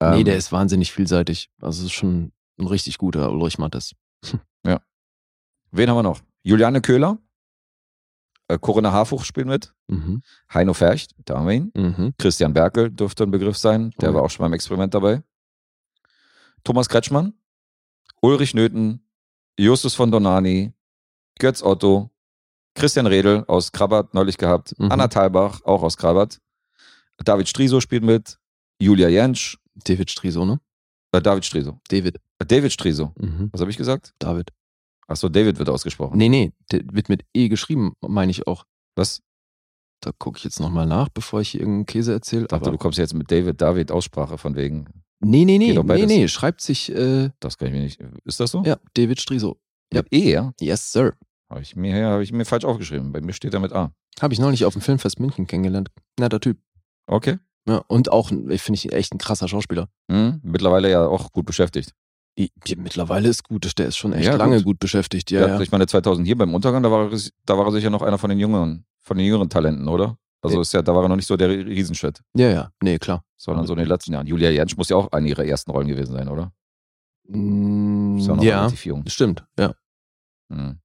Speaker 2: Ähm,
Speaker 3: nee, der ist wahnsinnig vielseitig. Also es ist schon ein richtig guter Ulrich Mattes.
Speaker 2: Wen haben wir noch? Juliane Köhler. Äh, Corinna Harfuch spielt mit.
Speaker 3: Mhm.
Speaker 2: Heino Fercht, da haben wir ihn.
Speaker 3: Mhm.
Speaker 2: Christian Berkel dürfte ein Begriff sein. Der
Speaker 3: Okay.
Speaker 2: war auch schon beim Experiment dabei. Thomas Kretschmann. Ulrich Nöthen. Justus von Donani. Götz Otto. Christian Redel aus Krabat neulich gehabt.
Speaker 3: Mhm.
Speaker 2: Anna Thalbach, auch aus Krabat. David Striso spielt mit. Julia Jentsch.
Speaker 3: David Striso, ne?
Speaker 2: Äh, David Striso.
Speaker 3: David.
Speaker 2: Äh, David Striso.
Speaker 3: Mhm.
Speaker 2: Was habe ich gesagt?
Speaker 3: David.
Speaker 2: Achso, David wird ausgesprochen.
Speaker 3: Nee, nee, der wird mit E geschrieben, meine ich auch.
Speaker 2: Was?
Speaker 3: Da gucke ich jetzt nodamal nach, bevor ich hier irgendeinen Käse erzähle.
Speaker 2: Ich dachte,
Speaker 3: aber-
Speaker 2: du kommst jetzt mit David, David Aussprache von wegen.
Speaker 3: Nee, nee, nee,
Speaker 2: Geht doch
Speaker 3: nee,
Speaker 2: beides.
Speaker 3: nee, schreibt sich, äh,
Speaker 2: Das kann ich mir nicht. Ist das so?
Speaker 3: ja, David Striso. ja.
Speaker 2: Mit E, ja?
Speaker 3: Yes, sir.
Speaker 2: Habe ich, mir- ja, hab ich mir falsch aufgeschrieben. Bei mir steht er mit A.
Speaker 3: Habe ich neulich auf dem Filmfest München kennengelernt. Netter Typ.
Speaker 2: Okay.
Speaker 3: Ja, und auch, ein- finde ich, echt ein krasser Schauspieler.
Speaker 2: Mhm. Mittlerweile ja auch gut beschäftigt.
Speaker 3: Die, die, mittlerweile ist gut, der ist schon echt
Speaker 2: Ja,
Speaker 3: lange
Speaker 2: gut.
Speaker 3: gut, beschäftigt.
Speaker 2: Ja,
Speaker 3: Ja, ja.
Speaker 2: Ich meine, 2000 hier beim Untergang, da war, er, da war er sicher noch einer von den jüngeren, von den jüngeren Talenten, oder? Also
Speaker 3: Ja.
Speaker 2: ist ja, da war er noch nicht so der Riesenschritt,
Speaker 3: ja, ja. Nee, klar.
Speaker 2: sondern so in den letzten Jahren. Julia Jentsch muss ja auch eine ihrer ersten Rollen gewesen sein, oder?
Speaker 3: Mm,
Speaker 2: Ist ja noch
Speaker 3: ja,
Speaker 2: relativ jung.
Speaker 3: stimmt. Ja.
Speaker 2: Mhm.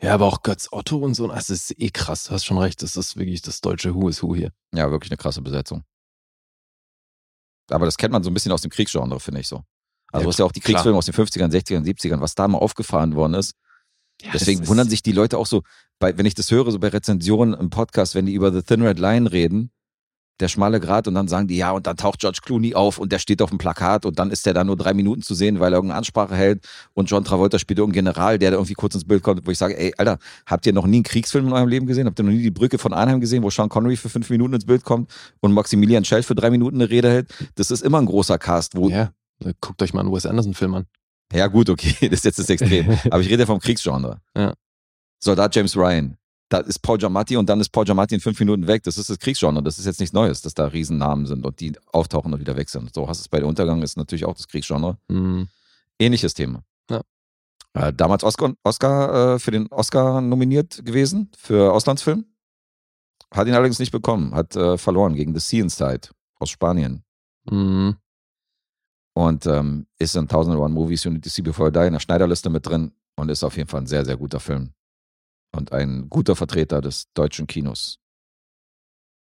Speaker 3: ja, aber auch Götz Otto und so. Das ist eh krass. Du hast schon recht. Das ist wirklich das deutsche Who is Who hier.
Speaker 2: Ja, wirklich eine krasse Besetzung. Aber das kennt man so ein bisschen aus dem Kriegsgenre, finde ich so. Also
Speaker 3: Ja,
Speaker 2: ja, ist ja auch die
Speaker 3: klar.
Speaker 2: Kriegsfilme aus den 50ern, 60ern, 70ern, was da mal aufgefahren worden ist. Deswegen wundern sich die Leute auch so, bei, wenn ich das höre, so bei Rezensionen im Podcast, wenn die über The Thin Red Line reden, der schmale Grat, und dann sagen die, ja, und dann taucht George Clooney auf und der steht auf dem Plakat und dann ist der da nur drei Minuten zu sehen, weil er irgendeine Ansprache hält und John Travolta spielt irgendeinen General, der da irgendwie kurz ins Bild kommt, wo ich sage, ey, Alter, habt ihr noch nie einen Kriegsfilm in eurem Leben gesehen? Habt ihr noch nie die Brücke von Arnheim gesehen, wo Sean Connery für fünf Minuten ins Bild kommt und Maximilian Schell für drei Minuten eine Rede hält? Das ist immer ein großer Cast, wo, ja,
Speaker 3: Ja, guckt euch mal einen Wes Anderson-Film an.
Speaker 2: gut, okay, [laughs] das ist jetzt das
Speaker 3: [laughs]
Speaker 2: Extrem. Aber ich rede ja vom Kriegsgenre.
Speaker 3: Ja.
Speaker 2: Soldat James Ryan. Da ist Paul Giamatti und dann ist Paul Giamatti in fünf Minuten weg. Das ist das Kriegsgenre. Das ist jetzt nichts Neues, dass da Riesennamen sind und die auftauchen und wieder weg sind. So hast du es bei der Untergang, ist natürlich auch das Kriegsgenre.
Speaker 3: Mm,
Speaker 2: Ähnliches Thema.
Speaker 3: Ja.
Speaker 2: Äh, damals Oscar, Oscar äh, für den Oscar nominiert gewesen für Auslandsfilm. Hat ihn allerdings nicht bekommen, hat äh, verloren gegen The Sea Inside aus Spanien.
Speaker 3: mm.
Speaker 2: Und ähm, ist in 1001 Movies You Need to See Before You Die in der Schneiderliste mit drin und ist auf jeden Fall ein sehr, sehr guter Film. Und ein guter Vertreter des deutschen Kinos.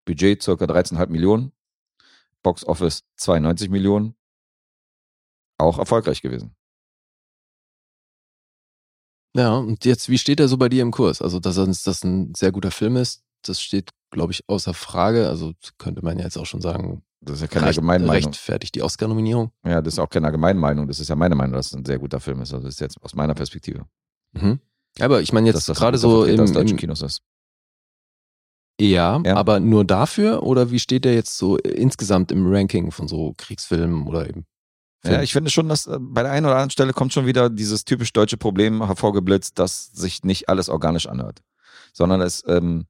Speaker 2: Budget ca. 13,5 Millionen. Box Office 92 Millionen. Auch erfolgreich gewesen.
Speaker 3: Ja, und jetzt, wie steht er so bei dir im Kurs? Also, dass uns das ein sehr guter Film ist, das steht, glaube ich, außer Frage. Also könnte man ja jetzt auch schon sagen,
Speaker 2: Das ist ja keine Allgemeinmeinung.
Speaker 3: rechtfertigt die Oscar-Nominierung.
Speaker 2: Ja, das ist auch keine Allgemeinmeinung. Das ist ja meine Meinung, dass es ein sehr guter Film ist. Also das ist jetzt aus meiner Perspektive.
Speaker 3: Mhm. Aber ich meine
Speaker 2: dass
Speaker 3: jetzt
Speaker 2: das ein
Speaker 3: gerade
Speaker 2: guter
Speaker 3: so
Speaker 2: Vertreter
Speaker 3: im,
Speaker 2: des deutschen
Speaker 3: im
Speaker 2: Kinos ist.
Speaker 3: ja,
Speaker 2: Ja.
Speaker 3: aber nur dafür oder wie steht der jetzt so insgesamt im Ranking von so Kriegsfilmen oder eben Film?
Speaker 2: Ja, ich finde schon, dass äh, bei der einen oder anderen Stelle kommt schon wieder dieses typisch deutsche Problem hervorgeblitzt, dass sich nicht alles organisch anhört. Sondern es, ähm,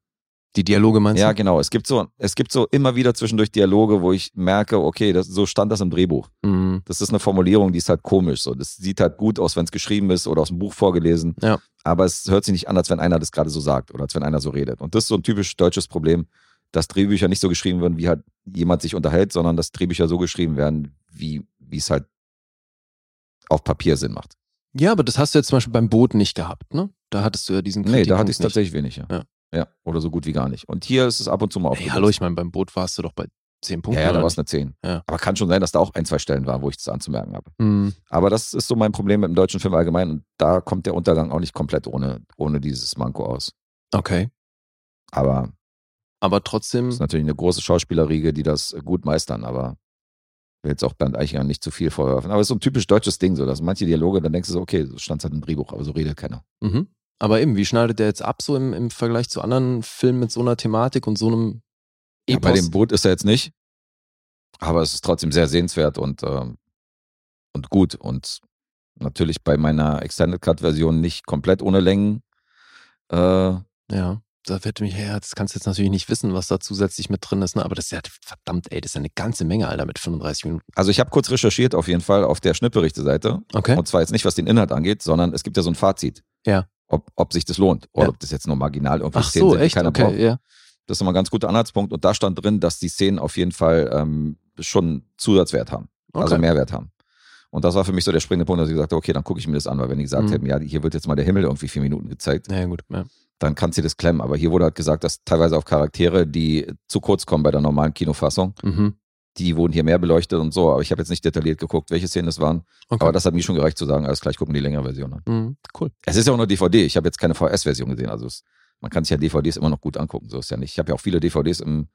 Speaker 3: die Dialoge meinst
Speaker 2: ja
Speaker 3: du?
Speaker 2: genau, es gibt so, es gibt so immer wieder zwischendurch Dialoge, wo ich merke, okay, das, so stand das im Drehbuch.
Speaker 3: Mhm.
Speaker 2: Das ist eine Formulierung, die ist halt komisch. So. Das sieht halt gut aus, wenn es geschrieben ist oder aus dem Buch vorgelesen.
Speaker 3: Ja.
Speaker 2: Aber es hört sich nicht an, als wenn einer das gerade so sagt oder als wenn einer so redet. Und das ist so ein typisch deutsches Problem, dass Drehbücher nicht so geschrieben werden, wie halt jemand sich unterhält, sondern dass Drehbücher so geschrieben werden, wie wie es halt auf Papier Sinn macht.
Speaker 3: Ja, aber das hast du jetzt zum Beispiel beim Boot nicht gehabt, ne? Da hattest du ja diesen
Speaker 2: Nee, da
Speaker 3: Kritikpunkt
Speaker 2: hatte ich es
Speaker 3: nicht.
Speaker 2: tatsächlich wenig. Ja.
Speaker 3: Ja.
Speaker 2: ja, oder so gut wie gar nicht. Und hier ist es ab und zu mal
Speaker 3: Ey,
Speaker 2: aufgeblitzt.
Speaker 3: hallo, ich meine, beim Boot warst du doch bei 10
Speaker 2: ja,
Speaker 3: Punkten.
Speaker 2: ja, da
Speaker 3: oder
Speaker 2: war es eine 10.
Speaker 3: Ja.
Speaker 2: Aber kann schon sein, dass da auch ein, zwei Stellen waren, wo ich das anzumerken habe.
Speaker 3: nicht? Mhm.
Speaker 2: Aber das ist so mein Problem mit dem deutschen Film allgemein. Und da kommt der Untergang auch nicht komplett ohne, ohne dieses Manko aus.
Speaker 3: Okay.
Speaker 2: Aber
Speaker 3: Aber
Speaker 2: es ist
Speaker 3: trotzdem,
Speaker 2: natürlich eine große Schauspielerriege, die das gut meistern. Aber ich will jetzt auch Bernd Eichinger nicht zu viel vorwerfen. Aber es ist so ein typisch deutsches Ding, so dass manche Dialoge, dann denkst du so, okay, so stand es halt im Drehbuch, aber so redet keiner.
Speaker 3: mhm. aber eben, wie schneidet der jetzt ab so im, im Vergleich zu anderen Filmen mit so einer Thematik und so einem
Speaker 2: Ja,
Speaker 3: Epos?
Speaker 2: bei dem Boot ist er jetzt nicht. Aber es ist trotzdem sehr sehenswert und, ähm, und gut. Und natürlich bei meiner Extended Cut-Version nicht komplett ohne Längen. Äh,
Speaker 3: ja, da wird mich, ja, das kannst du jetzt natürlich nicht wissen, was da zusätzlich mit drin ist, ne? aber das ist ja, verdammt, ey, das ist ja eine ganze Menge, Alter, mit 35 Minuten.
Speaker 2: also ich habe kurz recherchiert auf jeden Fall auf der Schnittberichte-Seite.
Speaker 3: Okay.
Speaker 2: Und zwar jetzt nicht, was den Inhalt angeht, sondern es gibt ja so ein Fazit.
Speaker 3: Ja.
Speaker 2: Ob, ob sich das lohnt oder
Speaker 3: Ja.
Speaker 2: ob das jetzt nur marginal irgendwie
Speaker 3: Ach so,
Speaker 2: die
Speaker 3: echt?
Speaker 2: keiner
Speaker 3: Okay,
Speaker 2: braucht.
Speaker 3: ja.
Speaker 2: Das ist immer ein ganz guter Anhaltspunkt. Und da stand drin, dass die Szenen auf jeden Fall ähm, schon Zusatzwert haben,
Speaker 3: Okay.
Speaker 2: also Mehrwert haben. Und das war für mich so der springende Punkt, dass ich gesagt habe, okay, dann gucke ich mir das an, weil wenn die gesagt
Speaker 3: Mhm.
Speaker 2: hätten, ja, hier wird jetzt mal der Himmel irgendwie vier Minuten gezeigt,
Speaker 3: ja, gut. Ja.
Speaker 2: dann kannst du dir das klemmen. Aber hier wurde halt gesagt, dass teilweise auch Charaktere, die zu kurz kommen bei der normalen Kinofassung,
Speaker 3: Mhm.
Speaker 2: die wurden hier mehr beleuchtet und so. Aber ich habe jetzt nicht detailliert geguckt, welche Szenen das waren.
Speaker 3: Okay.
Speaker 2: Aber das hat mir schon gereicht zu sagen, alles gleich gucken wir die längere Version an.
Speaker 3: mhm. Cool.
Speaker 2: Es ist ja auch nur DVD. Ich habe jetzt keine VS-Version gesehen. Also es, man kann sich ja DVDs immer noch gut angucken. So ist ja nicht. Ich habe ja auch viele DVDs im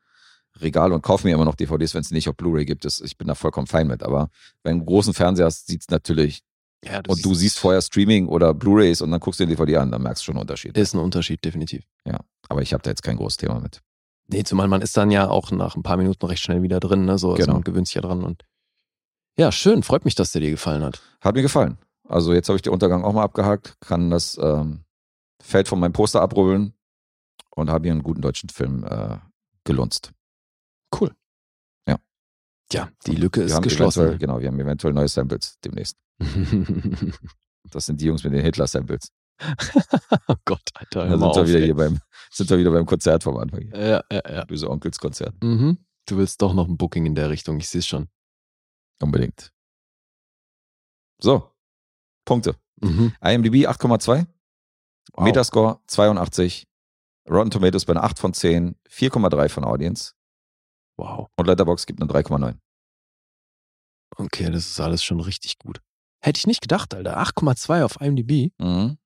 Speaker 2: Regal und kaufe mir immer noch DVDs, wenn es nicht auf Blu-ray gibt. Das, ich bin da vollkommen fein mit. Aber wenn du einen großen Fernseher hast, sieht's natürlich.
Speaker 3: Ja, das
Speaker 2: Und du siehst vorher Streaming oder Blu-rays und dann guckst du den DVD an, dann merkst du schon einen Unterschied.
Speaker 3: ist ein Unterschied, definitiv.
Speaker 2: Aber ich habe da jetzt kein großes Thema mit.
Speaker 3: Nee, zumal man ist dann ja auch nach ein paar Minuten recht schnell wieder drin, ne? So, also
Speaker 2: Genau.
Speaker 3: man gewöhnt sich ja dran und ja, schön, freut mich, dass der dir gefallen hat.
Speaker 2: Hat mir gefallen. Also jetzt habe ich den Untergang auch mal abgehakt, kann das ähm, Feld von meinem Poster abrubbeln und habe hier einen guten deutschen Film äh, gelunzt.
Speaker 3: Cool.
Speaker 2: Ja.
Speaker 3: Ja, die Lücke
Speaker 2: Wir
Speaker 3: ist
Speaker 2: haben eventuell-
Speaker 3: [laughs] geschlossen.
Speaker 2: Genau, wir haben eventuell neue Samples demnächst. Das sind die Jungs mit den Hitler-Samples.
Speaker 3: oh Gott, Alter.
Speaker 2: Da
Speaker 3: hör
Speaker 2: sind
Speaker 3: mal
Speaker 2: wir
Speaker 3: auf,
Speaker 2: wieder
Speaker 3: ey.
Speaker 2: hier beim, sind wir wieder beim Konzert vom Anfang. hier.
Speaker 3: Ja, ja, ja.
Speaker 2: Böse Onkels-Konzert.
Speaker 3: Mhm. Du willst doch noch ein Booking in der Richtung, ich sehe es schon.
Speaker 2: Unbedingt. So. Punkte.
Speaker 3: Mhm.
Speaker 2: IMDb 8,2.
Speaker 3: Wow.
Speaker 2: Metascore 82. Rotten Tomatoes bei einer 8 von 10. 4,3 von Audience.
Speaker 3: Wow.
Speaker 2: Und Letterboxd gibt eine 3,9.
Speaker 3: Okay, das ist alles schon richtig gut. Hätte ich nicht gedacht, Alter. 8,2 auf IMDb.
Speaker 2: Mhm.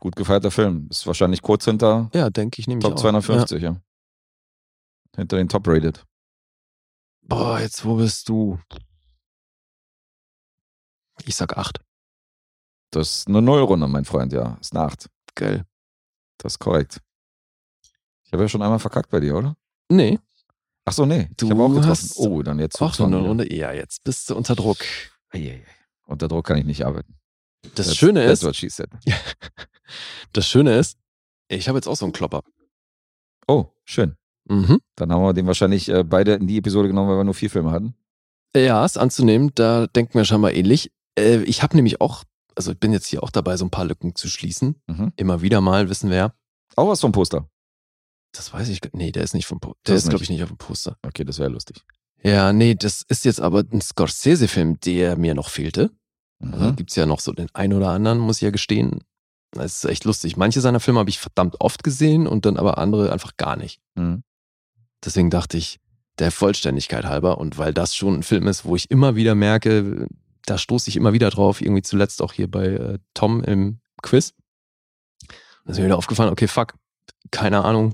Speaker 2: Gut gefeierter Film. Ist wahrscheinlich kurz hinter
Speaker 3: Ja, denke ich nämlich
Speaker 2: Top
Speaker 3: auch.
Speaker 2: 250, ja. Hinter den Top-Rated.
Speaker 3: Ja. Boah, jetzt wo bist du? Ich sag 8.
Speaker 2: Das ist eine Nullrunde, mein Freund, ja. Ist eine 8.
Speaker 3: Geil.
Speaker 2: Das ist korrekt. Ich habe ja schon einmal verkackt bei dir, oder?
Speaker 3: Nee.
Speaker 2: Ach so, nee.
Speaker 3: Du
Speaker 2: ich habe auch getroffen.
Speaker 3: hast
Speaker 2: oh, dann jetzt.
Speaker 3: Auch so eine
Speaker 2: wieder.
Speaker 3: Runde. Ja, jetzt bist du unter Druck.
Speaker 2: Eieiei. Unter Druck kann ich nicht arbeiten.
Speaker 3: Das Schöne
Speaker 2: that's
Speaker 3: ist,
Speaker 2: what she said.
Speaker 3: das Schöne ist, ich habe jetzt auch so einen Klopper.
Speaker 2: Oh, schön.
Speaker 3: Mhm.
Speaker 2: Dann haben wir den wahrscheinlich äh, beide in die Episode genommen, weil wir nur vier Filme hatten.
Speaker 3: Ja, ist anzunehmen, da denken wir scheinbar ähnlich. Äh, ich habe nämlich auch, also ich bin jetzt hier auch dabei, so ein paar Lücken zu schließen.
Speaker 2: Mhm.
Speaker 3: Immer wieder mal, wissen wir ja.
Speaker 2: Auch was vom Poster.
Speaker 3: Das weiß ich gar Nee, der ist nicht vom Poster. Der
Speaker 2: Das
Speaker 3: ist, glaube
Speaker 2: nicht.
Speaker 3: ich, nicht auf dem Poster.
Speaker 2: Okay, das wäre lustig.
Speaker 3: Ja, nee, das ist jetzt aber ein Scorsese-Film, der mir noch fehlte. Also
Speaker 2: Mhm.
Speaker 3: gibt's ja noch so den einen oder anderen, muss ich ja gestehen. Das ist echt lustig. Manche seiner Filme habe ich verdammt oft gesehen und dann aber andere einfach gar nicht.
Speaker 2: Mhm.
Speaker 3: Deswegen dachte ich, der Vollständigkeit halber und weil das schon ein Film ist, wo ich immer wieder merke, da stoße ich immer wieder drauf, irgendwie zuletzt auch hier bei äh, Tom im Quiz, Dann ist mir wieder aufgefallen, okay, fuck, keine Ahnung,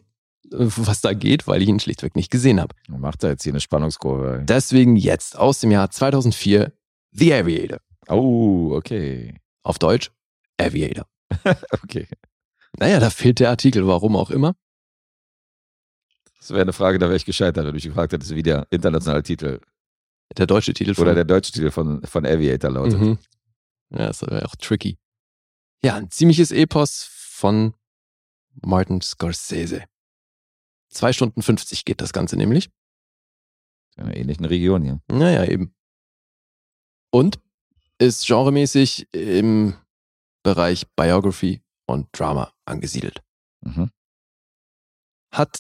Speaker 3: äh, was da geht, weil ich ihn schlichtweg nicht gesehen habe.
Speaker 2: Macht da jetzt hier eine Spannungskurve.
Speaker 3: Deswegen jetzt aus dem Jahr 2004 The Aviator.
Speaker 2: Oh, okay. [laughs]
Speaker 3: Auf Deutsch Aviator.
Speaker 2: Okay.
Speaker 3: Naja, da fehlt der Artikel, warum auch immer.
Speaker 2: Das wäre eine Frage, da wäre ich gescheitert, wenn du mich gefragt hättest, wie der internationale Titel
Speaker 3: Der deutsche Titel von
Speaker 2: oder der deutsche Titel von, von Aviator lautet.
Speaker 3: Mhm. Ja, das wäre auch tricky. Ja, ein ziemliches Epos von Martin Scorsese. Zwei Stunden 50 geht das Ganze nämlich.
Speaker 2: In einer ähnlichen Region hier.
Speaker 3: Naja, eben. Und ist genremäßig im Bereich Biography und Drama angesiedelt.
Speaker 2: Mhm.
Speaker 3: Hat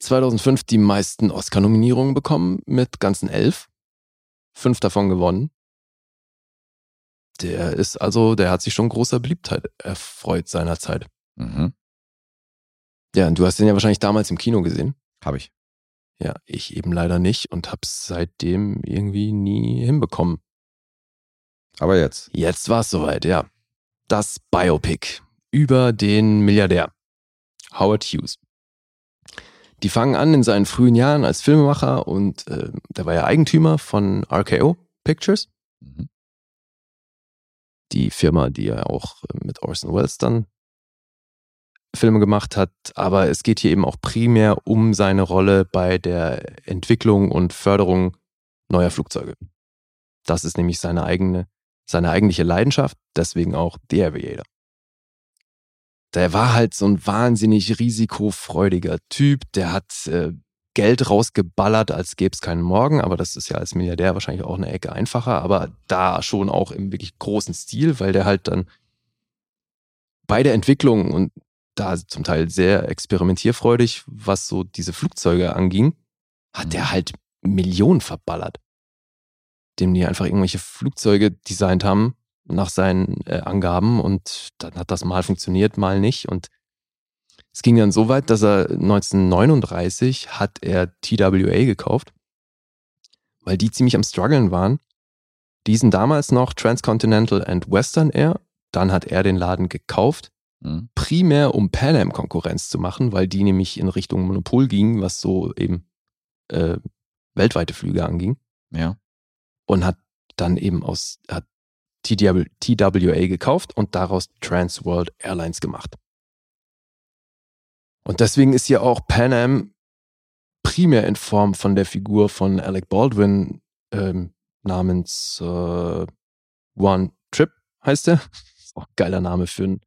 Speaker 3: 2005 die meisten Oscar-Nominierungen bekommen mit ganzen elf. Fünf davon gewonnen. Der ist also, der hat sich schon großer Beliebtheit erfreut seinerzeit.
Speaker 2: Mhm.
Speaker 3: Ja, und du hast den ja wahrscheinlich damals im Kino gesehen.
Speaker 2: Habe ich.
Speaker 3: Ja, ich eben leider nicht und hab's seitdem irgendwie nie hinbekommen.
Speaker 2: Aber jetzt.
Speaker 3: Jetzt war es soweit, ja. Das Biopic über den Milliardär Howard Hughes. Die fangen an in seinen frühen Jahren als Filmemacher und äh, der war ja Eigentümer von RKO Pictures,
Speaker 2: Mhm.
Speaker 3: die Firma, die ja auch äh, mit Orson Welles dann Filme gemacht hat. Aber es geht hier eben auch primär um seine Rolle bei der Entwicklung und Förderung neuer Flugzeuge. Das ist nämlich seine eigene, seine eigentliche Leidenschaft, deswegen auch The Aviator. Der war halt so ein wahnsinnig risikofreudiger Typ, der hat äh, Geld rausgeballert, als gäbe es keinen Morgen, aber das ist ja als Milliardär wahrscheinlich auch eine Ecke einfacher, aber da schon auch im wirklich großen Stil, weil der halt dann bei der Entwicklung und da zum Teil sehr experimentierfreudig, was so diese Flugzeuge anging, hat der halt Millionen verballert dem die einfach irgendwelche Flugzeuge designt haben nach seinen äh, Angaben und dann hat das mal funktioniert, mal nicht und es ging dann so weit, dass er 1939 hat er TWA gekauft, weil die ziemlich am struggeln waren. Die hießen damals noch Transcontinental and Western Air, dann hat er den Laden gekauft
Speaker 2: Mhm.
Speaker 3: primär um Pan Am Konkurrenz zu machen, weil die nämlich in Richtung Monopol ging, was so eben äh, weltweite Flüge anging
Speaker 2: Ja.
Speaker 3: und hat dann eben aus hat TW, TWA gekauft und daraus Trans World Airlines gemacht. Und deswegen ist ja auch Pan Am primär in Form von der Figur von Alec Baldwin ähm, namens äh, One Trip heißt er. Ist Auch ein geiler Name für einen,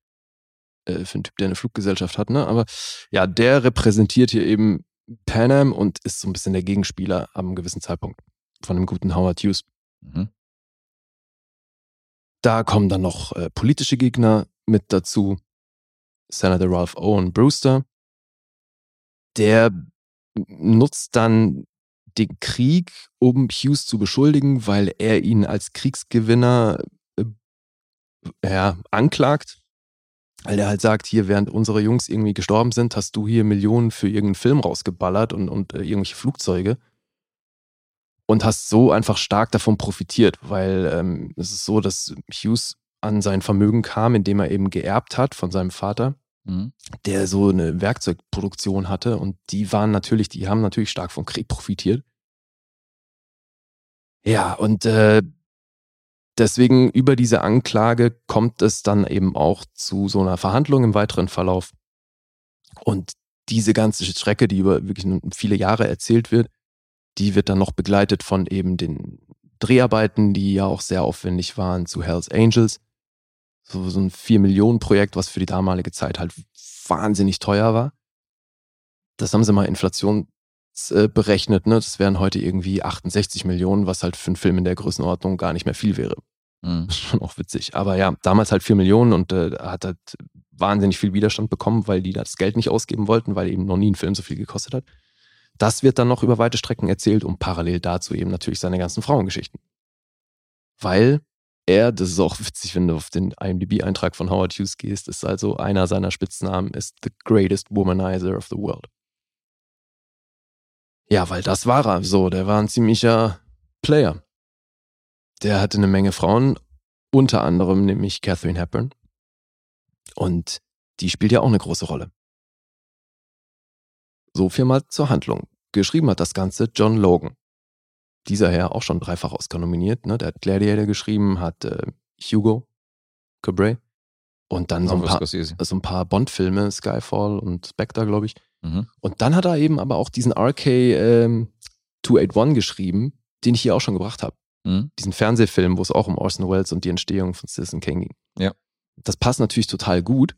Speaker 3: äh, für einen Typ, der eine Fluggesellschaft hat, ne? Aber ja, der repräsentiert hier eben Pan Am und ist so ein bisschen der Gegenspieler am gewissen Zeitpunkt von dem guten Howard Hughes.
Speaker 2: Mhm.
Speaker 3: Da kommen dann noch äh, politische Gegner mit dazu. Senator Ralph Owen Brewster. Der nutzt dann den Krieg, um Hughes zu beschuldigen, weil er ihn als Kriegsgewinner äh, ja, anklagt. Weil er halt sagt, hier, während unsere Jungs irgendwie gestorben sind, hast du hier Millionen für irgendeinen Film rausgeballert und, und äh, irgendwelche Flugzeuge und hast so einfach stark davon profitiert, weil ähm, es ist so, dass Hughes an sein Vermögen kam, indem er eben geerbt hat von seinem Vater,
Speaker 2: Mhm.
Speaker 3: der so eine Werkzeugproduktion hatte und die waren natürlich, die haben natürlich stark vom Krieg profitiert. Ja, und äh, deswegen über diese Anklage kommt es dann eben auch zu so einer Verhandlung im weiteren Verlauf. Und diese ganze Strecke, die über wirklich nun viele Jahre erzählt wird, die wird dann noch begleitet von eben den Dreharbeiten, die ja auch sehr aufwendig waren, zu Hells Angels. So, so ein 4-Millionen-Projekt, was für die damalige Zeit halt wahnsinnig teuer war. Das haben sie mal Inflation äh, berechnet, ne? Das wären heute irgendwie 68 Millionen, was halt für einen Film in der Größenordnung gar nicht mehr viel wäre.
Speaker 2: Mhm.
Speaker 3: Das ist schon auch witzig. Aber ja, damals halt 4 Millionen und äh, hat halt wahnsinnig viel Widerstand bekommen, weil die das Geld nicht ausgeben wollten, weil eben noch nie ein Film so viel gekostet hat. Das wird dann noch über weite Strecken erzählt und parallel dazu eben natürlich seine ganzen Frauengeschichten. Weil er, das ist auch [laughs] witzig, wenn du auf den IMDb-Eintrag von Howard Hughes gehst, ist also einer seiner Spitznamen ist The Greatest Womanizer of the World. Ja, weil das war er so. Der war ein ziemlicher Player. Der hatte eine Menge Frauen unter anderem nämlich Catherine Hepburn. Und die spielt ja auch eine große Rolle. So viel mal zur Handlung. Geschrieben hat das Ganze John Logan. Dieser Herr auch schon dreifach Oscar nominiert. Ne? Der hat Gladiator geschrieben, hat äh, Hugo Cabray und dann so ein, paar,
Speaker 2: Scorsese.
Speaker 3: so Also ein paar Bond-Filme, Skyfall und Spectre, glaube ich.
Speaker 2: Mhm.
Speaker 3: Und dann hat er eben aber auch diesen RK ähm, 281 geschrieben, den ich hier auch schon gebracht habe.
Speaker 2: Mhm.
Speaker 3: Diesen Fernsehfilm, wo es auch um Orson Welles und die Entstehung von Citizen Kane ging.
Speaker 2: Ja.
Speaker 3: Das passt natürlich total gut,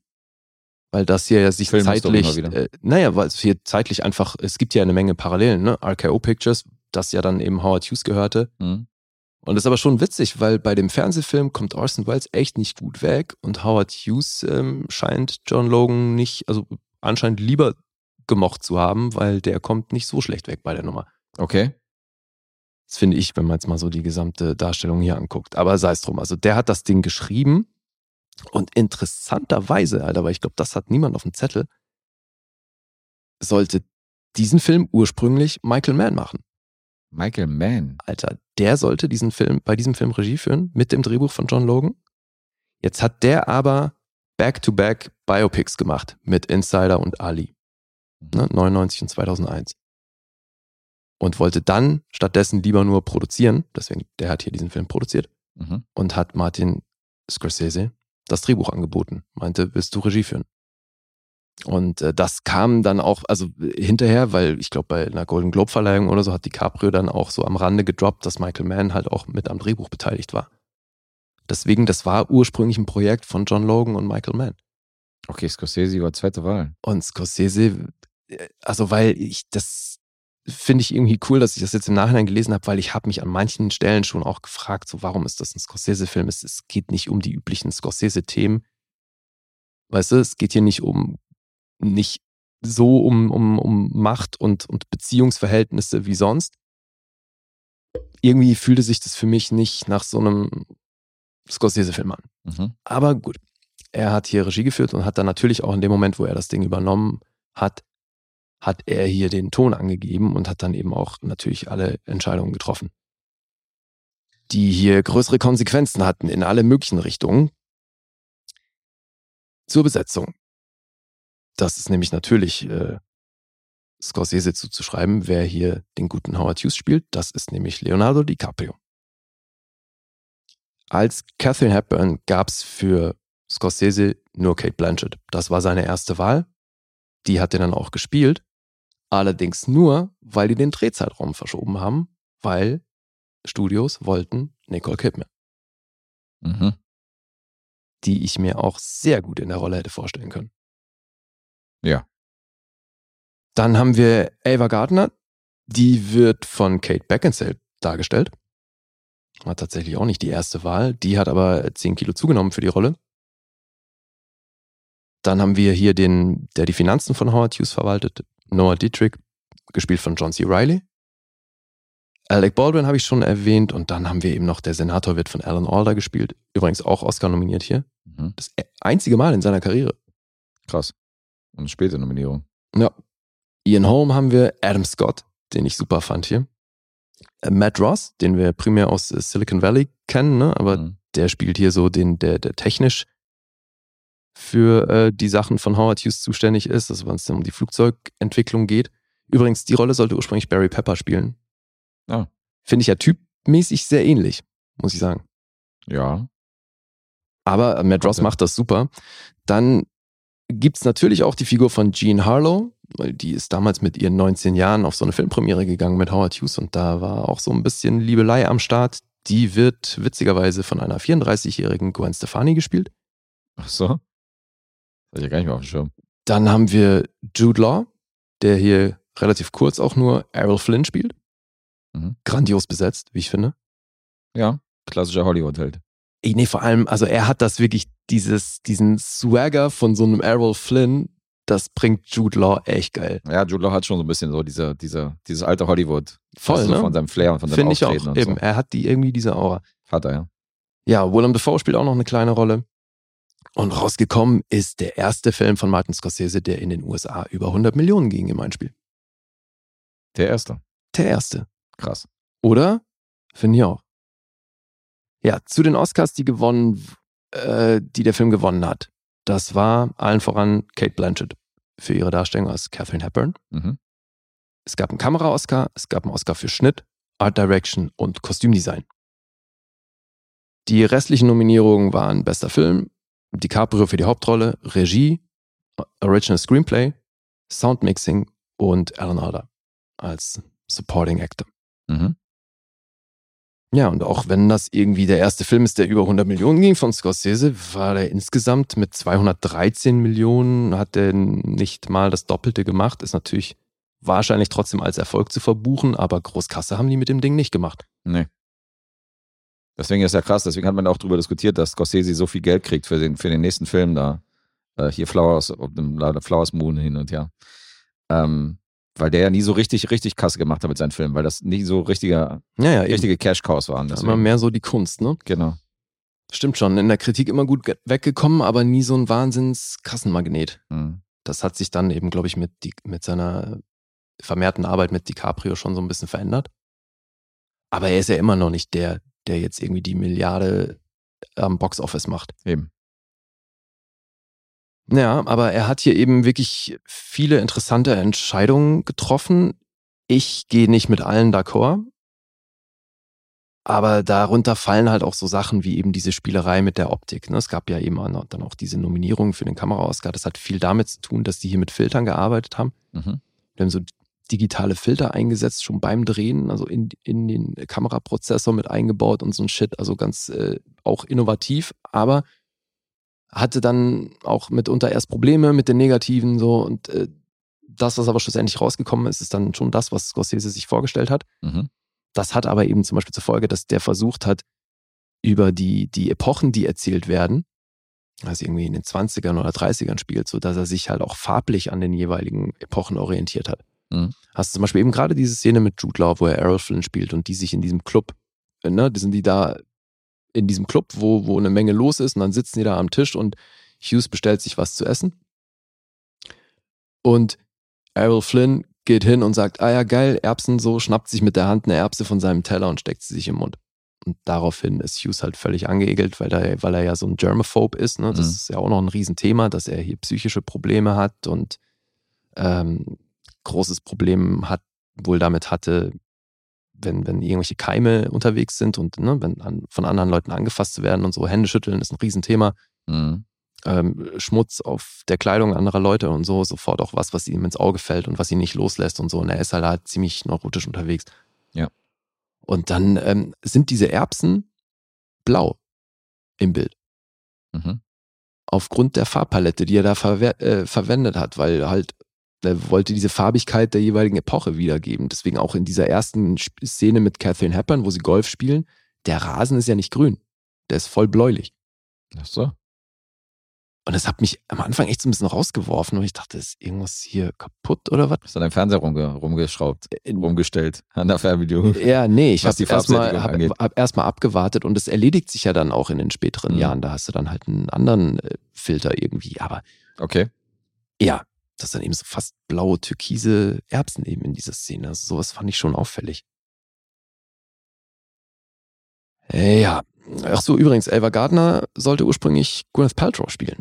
Speaker 3: weil das hier ja sich
Speaker 2: Film ist doch
Speaker 3: zeitlich,
Speaker 2: immer wieder.
Speaker 3: äh, naja, weil es hier zeitlich einfach, es gibt ja eine Menge Parallelen, ne? RKO Pictures, das ja dann eben Howard Hughes gehörte.
Speaker 2: Mhm.
Speaker 3: Und das ist aber schon witzig, weil bei dem Fernsehfilm kommt Orson Welles echt nicht gut weg und Howard Hughes ähm, scheint John Logan nicht, also anscheinend lieber gemocht zu haben, weil der kommt nicht so schlecht weg bei der Nummer.
Speaker 2: Okay.
Speaker 3: Das finde ich, wenn man jetzt mal so die gesamte Darstellung hier anguckt. Aber sei es drum. Also der hat das Ding geschrieben und interessanterweise, Alter, aber ich glaube, das hat niemand auf dem Zettel, sollte diesen Film ursprünglich Michael Mann machen.
Speaker 2: Michael Mann.
Speaker 3: Alter, der sollte diesen Film, bei diesem Film Regie führen, mit dem Drehbuch von John Logan. Jetzt hat der aber Back-to-Back Biopics gemacht mit Insider und Ali. Ne, 99 und 2001. Und wollte dann stattdessen lieber nur produzieren, deswegen, der hat hier diesen Film produziert,
Speaker 2: Mhm.
Speaker 3: und hat Martin Scorsese das Drehbuch angeboten. Meinte, willst du Regie führen? Und äh, das kam dann auch, also äh, hinterher, weil ich glaube, bei einer Golden Globe Verleihung oder so hat DiCaprio dann auch so am Rande gedroppt, dass Michael Mann halt auch mit am Drehbuch beteiligt war. Deswegen, das war ursprünglich ein Projekt von John Logan und Michael Mann.
Speaker 2: Okay, Scorsese war zweite Wahl.
Speaker 3: Und Scorsese, äh, also weil ich das finde ich irgendwie cool, dass ich das jetzt im Nachhinein gelesen habe, weil ich habe mich an manchen Stellen schon auch gefragt, so warum ist das ein Scorsese-Film? Es, es geht nicht um die üblichen Scorsese-Themen. Weißt du, es geht hier nicht um nicht so um, um, um Macht und, und Beziehungsverhältnisse wie sonst. Irgendwie fühlte sich das für mich nicht nach so einem Scorsese-Film an.
Speaker 2: Mhm.
Speaker 3: Aber gut, er hat hier Regie geführt und hat dann natürlich auch in dem Moment, wo er das Ding übernommen hat, hat er hier den Ton angegeben und hat dann eben auch natürlich alle Entscheidungen getroffen, die hier größere Konsequenzen hatten in alle möglichen Richtungen. Zur Besetzung. Das ist nämlich natürlich äh, Scorsese zuzuschreiben, wer hier den guten Howard Hughes spielt. Das ist nämlich Leonardo DiCaprio. Als Catherine Hepburn gab es für Scorsese nur Kate Blanchett. Das war seine erste Wahl. Die hat er dann auch gespielt. Allerdings nur, weil die den Drehzeitraum verschoben haben, weil Studios wollten Nicole Kidman,
Speaker 2: Mhm.
Speaker 3: die ich mir auch sehr gut in der Rolle hätte vorstellen können.
Speaker 2: Ja.
Speaker 3: Dann haben wir Ava Gardner. Die wird von Kate Beckinsale dargestellt. War tatsächlich auch nicht die erste Wahl. Die hat aber 10 Kilo zugenommen für die Rolle. Dann haben wir hier den, der die Finanzen von Howard Hughes verwaltet, Noah Dietrich, gespielt von John C. Riley. Alec Baldwin habe ich schon erwähnt. Und dann haben wir eben noch der Senator wird von Alan Alda gespielt. Übrigens auch Oscar nominiert hier.
Speaker 2: Mhm.
Speaker 3: Das e-, einzige Mal in seiner Karriere.
Speaker 2: Krass. Und späte Nominierung.
Speaker 3: Ja. Ian Holm haben wir, Adam Scott, den ich super fand hier. Äh, Matt Ross, den wir primär aus äh, Silicon Valley kennen, ne? aber
Speaker 2: Mhm.
Speaker 3: der spielt hier so den, der, der technisch für äh, die Sachen von Howard Hughes zuständig ist, also wenn es dann um die Flugzeugentwicklung geht. Übrigens, die Rolle sollte ursprünglich Barry Pepper spielen.
Speaker 2: Ah.
Speaker 3: Finde ich ja typmäßig sehr ähnlich, muss ich sagen.
Speaker 2: Ja.
Speaker 3: Aber Matt Ross
Speaker 2: Okay.
Speaker 3: macht das super. Dann gibt's natürlich auch die Figur von Jean Harlow, weil die ist damals mit ihren 19 Jahren auf so eine Filmpremiere gegangen mit Howard Hughes und da war auch so ein bisschen Liebelei am Start. Die wird witzigerweise von einer 34-jährigen Gwen Stefani gespielt.
Speaker 2: Ach so. Hatte ich ja gar nicht mehr auf dem Schirm.
Speaker 3: Dann haben wir Jude Law, der hier relativ kurz auch nur Errol Flynn spielt.
Speaker 2: Mhm.
Speaker 3: Grandios besetzt, wie ich finde.
Speaker 2: Ja. Klassischer Hollywood halt.
Speaker 3: Ey, nee, vor allem, also er hat das wirklich, dieses, diesen Swagger von so einem Errol Flynn, das bringt Jude Law echt geil.
Speaker 2: Ja, Jude Law hat schon so ein bisschen so dieser, dieser, dieses alte Hollywood.
Speaker 3: Voll,
Speaker 2: Weißt du,
Speaker 3: ne?
Speaker 2: Also Von seinem Flair und von seinem
Speaker 3: Finde ich auch.
Speaker 2: Auftreten
Speaker 3: Eben,
Speaker 2: und so.
Speaker 3: er hat die irgendwie diese Aura.
Speaker 2: Hat er, ja.
Speaker 3: Ja, Willem Dafoe spielt auch noch eine kleine Rolle. Und rausgekommen ist der erste Film von Martin Scorsese, der in den USA über 100 Millionen ging im Einspiel.
Speaker 2: Der erste.
Speaker 3: Der erste.
Speaker 2: Krass.
Speaker 3: Oder? Finde ich auch. Ja, zu den Oscars, die gewonnen, äh, die der Film gewonnen hat. Das war allen voran Kate Blanchett für ihre Darstellung als Catherine Hepburn.
Speaker 2: Mhm.
Speaker 3: Es gab einen Kamera-Oscar, es gab einen Oscar für Schnitt, Art Direction und Kostümdesign. Die restlichen Nominierungen waren bester Film, DiCaprio für die Hauptrolle, Regie, Original Screenplay, Soundmixing und Alan Alda als Supporting Actor.
Speaker 2: Mhm.
Speaker 3: Ja, und auch wenn das irgendwie der erste Film ist, der über 100 Millionen ging von Scorsese, war der insgesamt mit 213 Millionen, hat er nicht mal das Doppelte gemacht, ist natürlich wahrscheinlich trotzdem als Erfolg zu verbuchen, aber Großkasse haben die mit dem Ding nicht gemacht.
Speaker 2: Nee. Deswegen ist ja krass, deswegen hat man auch drüber diskutiert, dass Scorsese so viel Geld kriegt für den, für den nächsten Film da. Äh, hier Flowers, auf dem- äh, Flowers Moon hin und her. Ähm, weil der ja nie so richtig, richtig Kasse gemacht hat mit seinen Filmen, weil das nie so richtiger,
Speaker 3: Ja, ja, eben.
Speaker 2: richtige Cash-Cows waren.
Speaker 3: Immer
Speaker 2: Deswegen.
Speaker 3: mehr so die Kunst, ne?
Speaker 2: Genau.
Speaker 3: Stimmt schon, in der Kritik immer gut ge- weggekommen, aber nie so ein Wahnsinns-Kassenmagnet.
Speaker 2: Mhm.
Speaker 3: Das hat sich dann eben, glaube ich, mit, Di- mit seiner vermehrten Arbeit mit DiCaprio schon so ein bisschen verändert. Aber er ist ja immer noch nicht der, der jetzt irgendwie die Milliarde am Boxoffice macht.
Speaker 2: Eben.
Speaker 3: Ja, aber er hat hier eben wirklich viele interessante Entscheidungen getroffen. Ich gehe nicht mit allen d'accord. Aber darunter fallen halt auch so Sachen wie eben diese Spielerei mit der Optik. Ne? Es gab ja eben auch- dann auch diese Nominierung für den Kameraoscar. Das hat viel damit zu tun, dass die hier mit Filtern gearbeitet haben.
Speaker 2: Mhm.
Speaker 3: Wir haben so digitale Filter eingesetzt, schon beim Drehen, also in, in den Kameraprozessor mit eingebaut und so ein Shit. Also ganz äh, auch innovativ, aber hatte dann auch mitunter erst Probleme mit den Negativen so und äh, das, was aber schlussendlich rausgekommen ist, ist dann schon das, was Scorsese sich vorgestellt hat.
Speaker 2: Mhm.
Speaker 3: Das hat aber eben zum Beispiel zur Folge, dass der versucht hat, über die, die Epochen, die erzählt werden, also irgendwie in den 20ern oder 30ern spielt, so dass er sich halt auch farblich an den jeweiligen Epochen orientiert hat.
Speaker 2: Mhm.
Speaker 3: Hast du zum Beispiel eben gerade diese Szene mit Jude Law, wo er Errol Flynn spielt und die sich in diesem Club, äh, ne, die sind die da in diesem Club, wo, wo eine Menge los ist und dann sitzen die da am Tisch und Hughes bestellt sich was zu essen. Und Errol Flynn geht hin und sagt, ah ja, geil, Erbsen so, schnappt sich mit der Hand eine Erbse von seinem Teller und steckt sie sich im Mund. Und daraufhin ist Hughes halt völlig angeekelt, weil, er- weil er ja so ein Germaphobe ist. Ne? Das
Speaker 2: Mhm.
Speaker 3: ist ja auch noch ein Riesenthema, dass er hier psychische Probleme hat und ähm, großes Problem hat, wohl damit hatte, wenn, wenn irgendwelche Keime unterwegs sind und ne, wenn an, von anderen Leuten angefasst zu werden und so, Hände schütteln ist ein Riesenthema
Speaker 2: Mhm.
Speaker 3: ähm, Schmutz auf der Kleidung anderer Leute und so, sofort auch was, was ihm ins Auge fällt und was ihn nicht loslässt und so. Und er ist halt, halt ziemlich neurotisch unterwegs.
Speaker 2: Ja.
Speaker 3: Und dann ähm, sind diese Erbsen blau im Bild.
Speaker 2: Mhm.
Speaker 3: Aufgrund der Farbpalette, die er da verwer- äh, verwendet hat, weil halt er wollte diese Farbigkeit der jeweiligen Epoche wiedergeben. Deswegen auch in dieser ersten Sp- Szene mit Catherine Hepburn, wo sie Golf spielen, der Rasen ist ja nicht grün. Der ist voll bläulich.
Speaker 2: Ach so.
Speaker 3: Und das hat mich am Anfang echt so ein bisschen rausgeworfen, weil ich dachte, ist irgendwas hier kaputt oder was? Äh,
Speaker 2: Ist an deinem Fernseher rumge rumgeschraubt, rumgestellt, an der Fernbedienung.
Speaker 3: Ja, nee, ich
Speaker 2: Was
Speaker 3: habe
Speaker 2: die
Speaker 3: erstmal
Speaker 2: Farbsättigung
Speaker 3: hab,
Speaker 2: angeht.
Speaker 3: hab erst mal abgewartet und das erledigt sich ja dann auch in den späteren
Speaker 2: Mhm.
Speaker 3: Jahren. Da hast du dann halt einen anderen äh, Filter irgendwie. Aber
Speaker 2: Okay.
Speaker 3: ja, das sind eben so fast blaue, türkise Erbsen eben in dieser Szene. Also sowas fand ich schon auffällig. Äh, Ja. Ach so, übrigens, Elva Gardner sollte ursprünglich Gwyneth Paltrow spielen.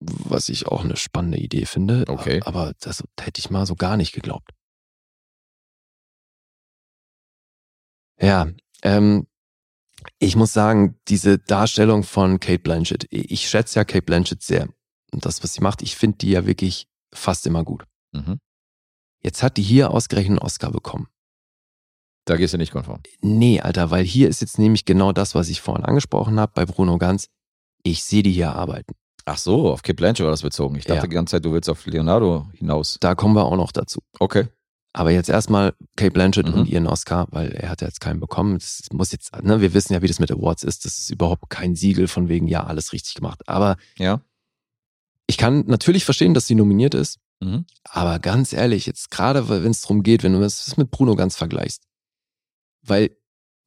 Speaker 3: Was ich auch eine spannende Idee finde.
Speaker 2: Okay.
Speaker 3: Aber das hätte ich mal so gar nicht geglaubt. Ja, ähm, ich muss sagen, diese Darstellung von Kate Blanchett, ich schätze ja Kate Blanchett sehr. Und das, was sie macht, ich finde die ja wirklich fast immer gut.
Speaker 2: Mhm.
Speaker 3: Jetzt hat die hier ausgerechnet einen Oscar bekommen.
Speaker 2: Da gehst du nicht konform.
Speaker 3: Nee, Alter, weil hier ist jetzt nämlich genau das, was ich vorhin angesprochen habe bei Bruno Ganz. Ich sehe die hier arbeiten.
Speaker 2: Ach so, auf Kip Blanchett war das bezogen. Ich dachte
Speaker 3: Ja.
Speaker 2: die ganze Zeit, du willst auf Leonardo hinaus.
Speaker 3: Da kommen wir auch noch dazu.
Speaker 2: Okay.
Speaker 3: Aber jetzt erstmal Kate Blanchett
Speaker 2: Mhm.
Speaker 3: und ihren Oscar, weil er hat ja jetzt keinen bekommen. Das muss jetzt, ne, wir wissen ja, wie das mit Awards ist. Das ist überhaupt kein Siegel von wegen, ja, alles richtig gemacht. Aber
Speaker 2: Ja.
Speaker 3: ich kann natürlich verstehen, dass sie nominiert ist.
Speaker 2: Mhm.
Speaker 3: Aber ganz ehrlich, jetzt gerade, wenn es darum geht, wenn du das mit Bruno Ganz vergleichst, weil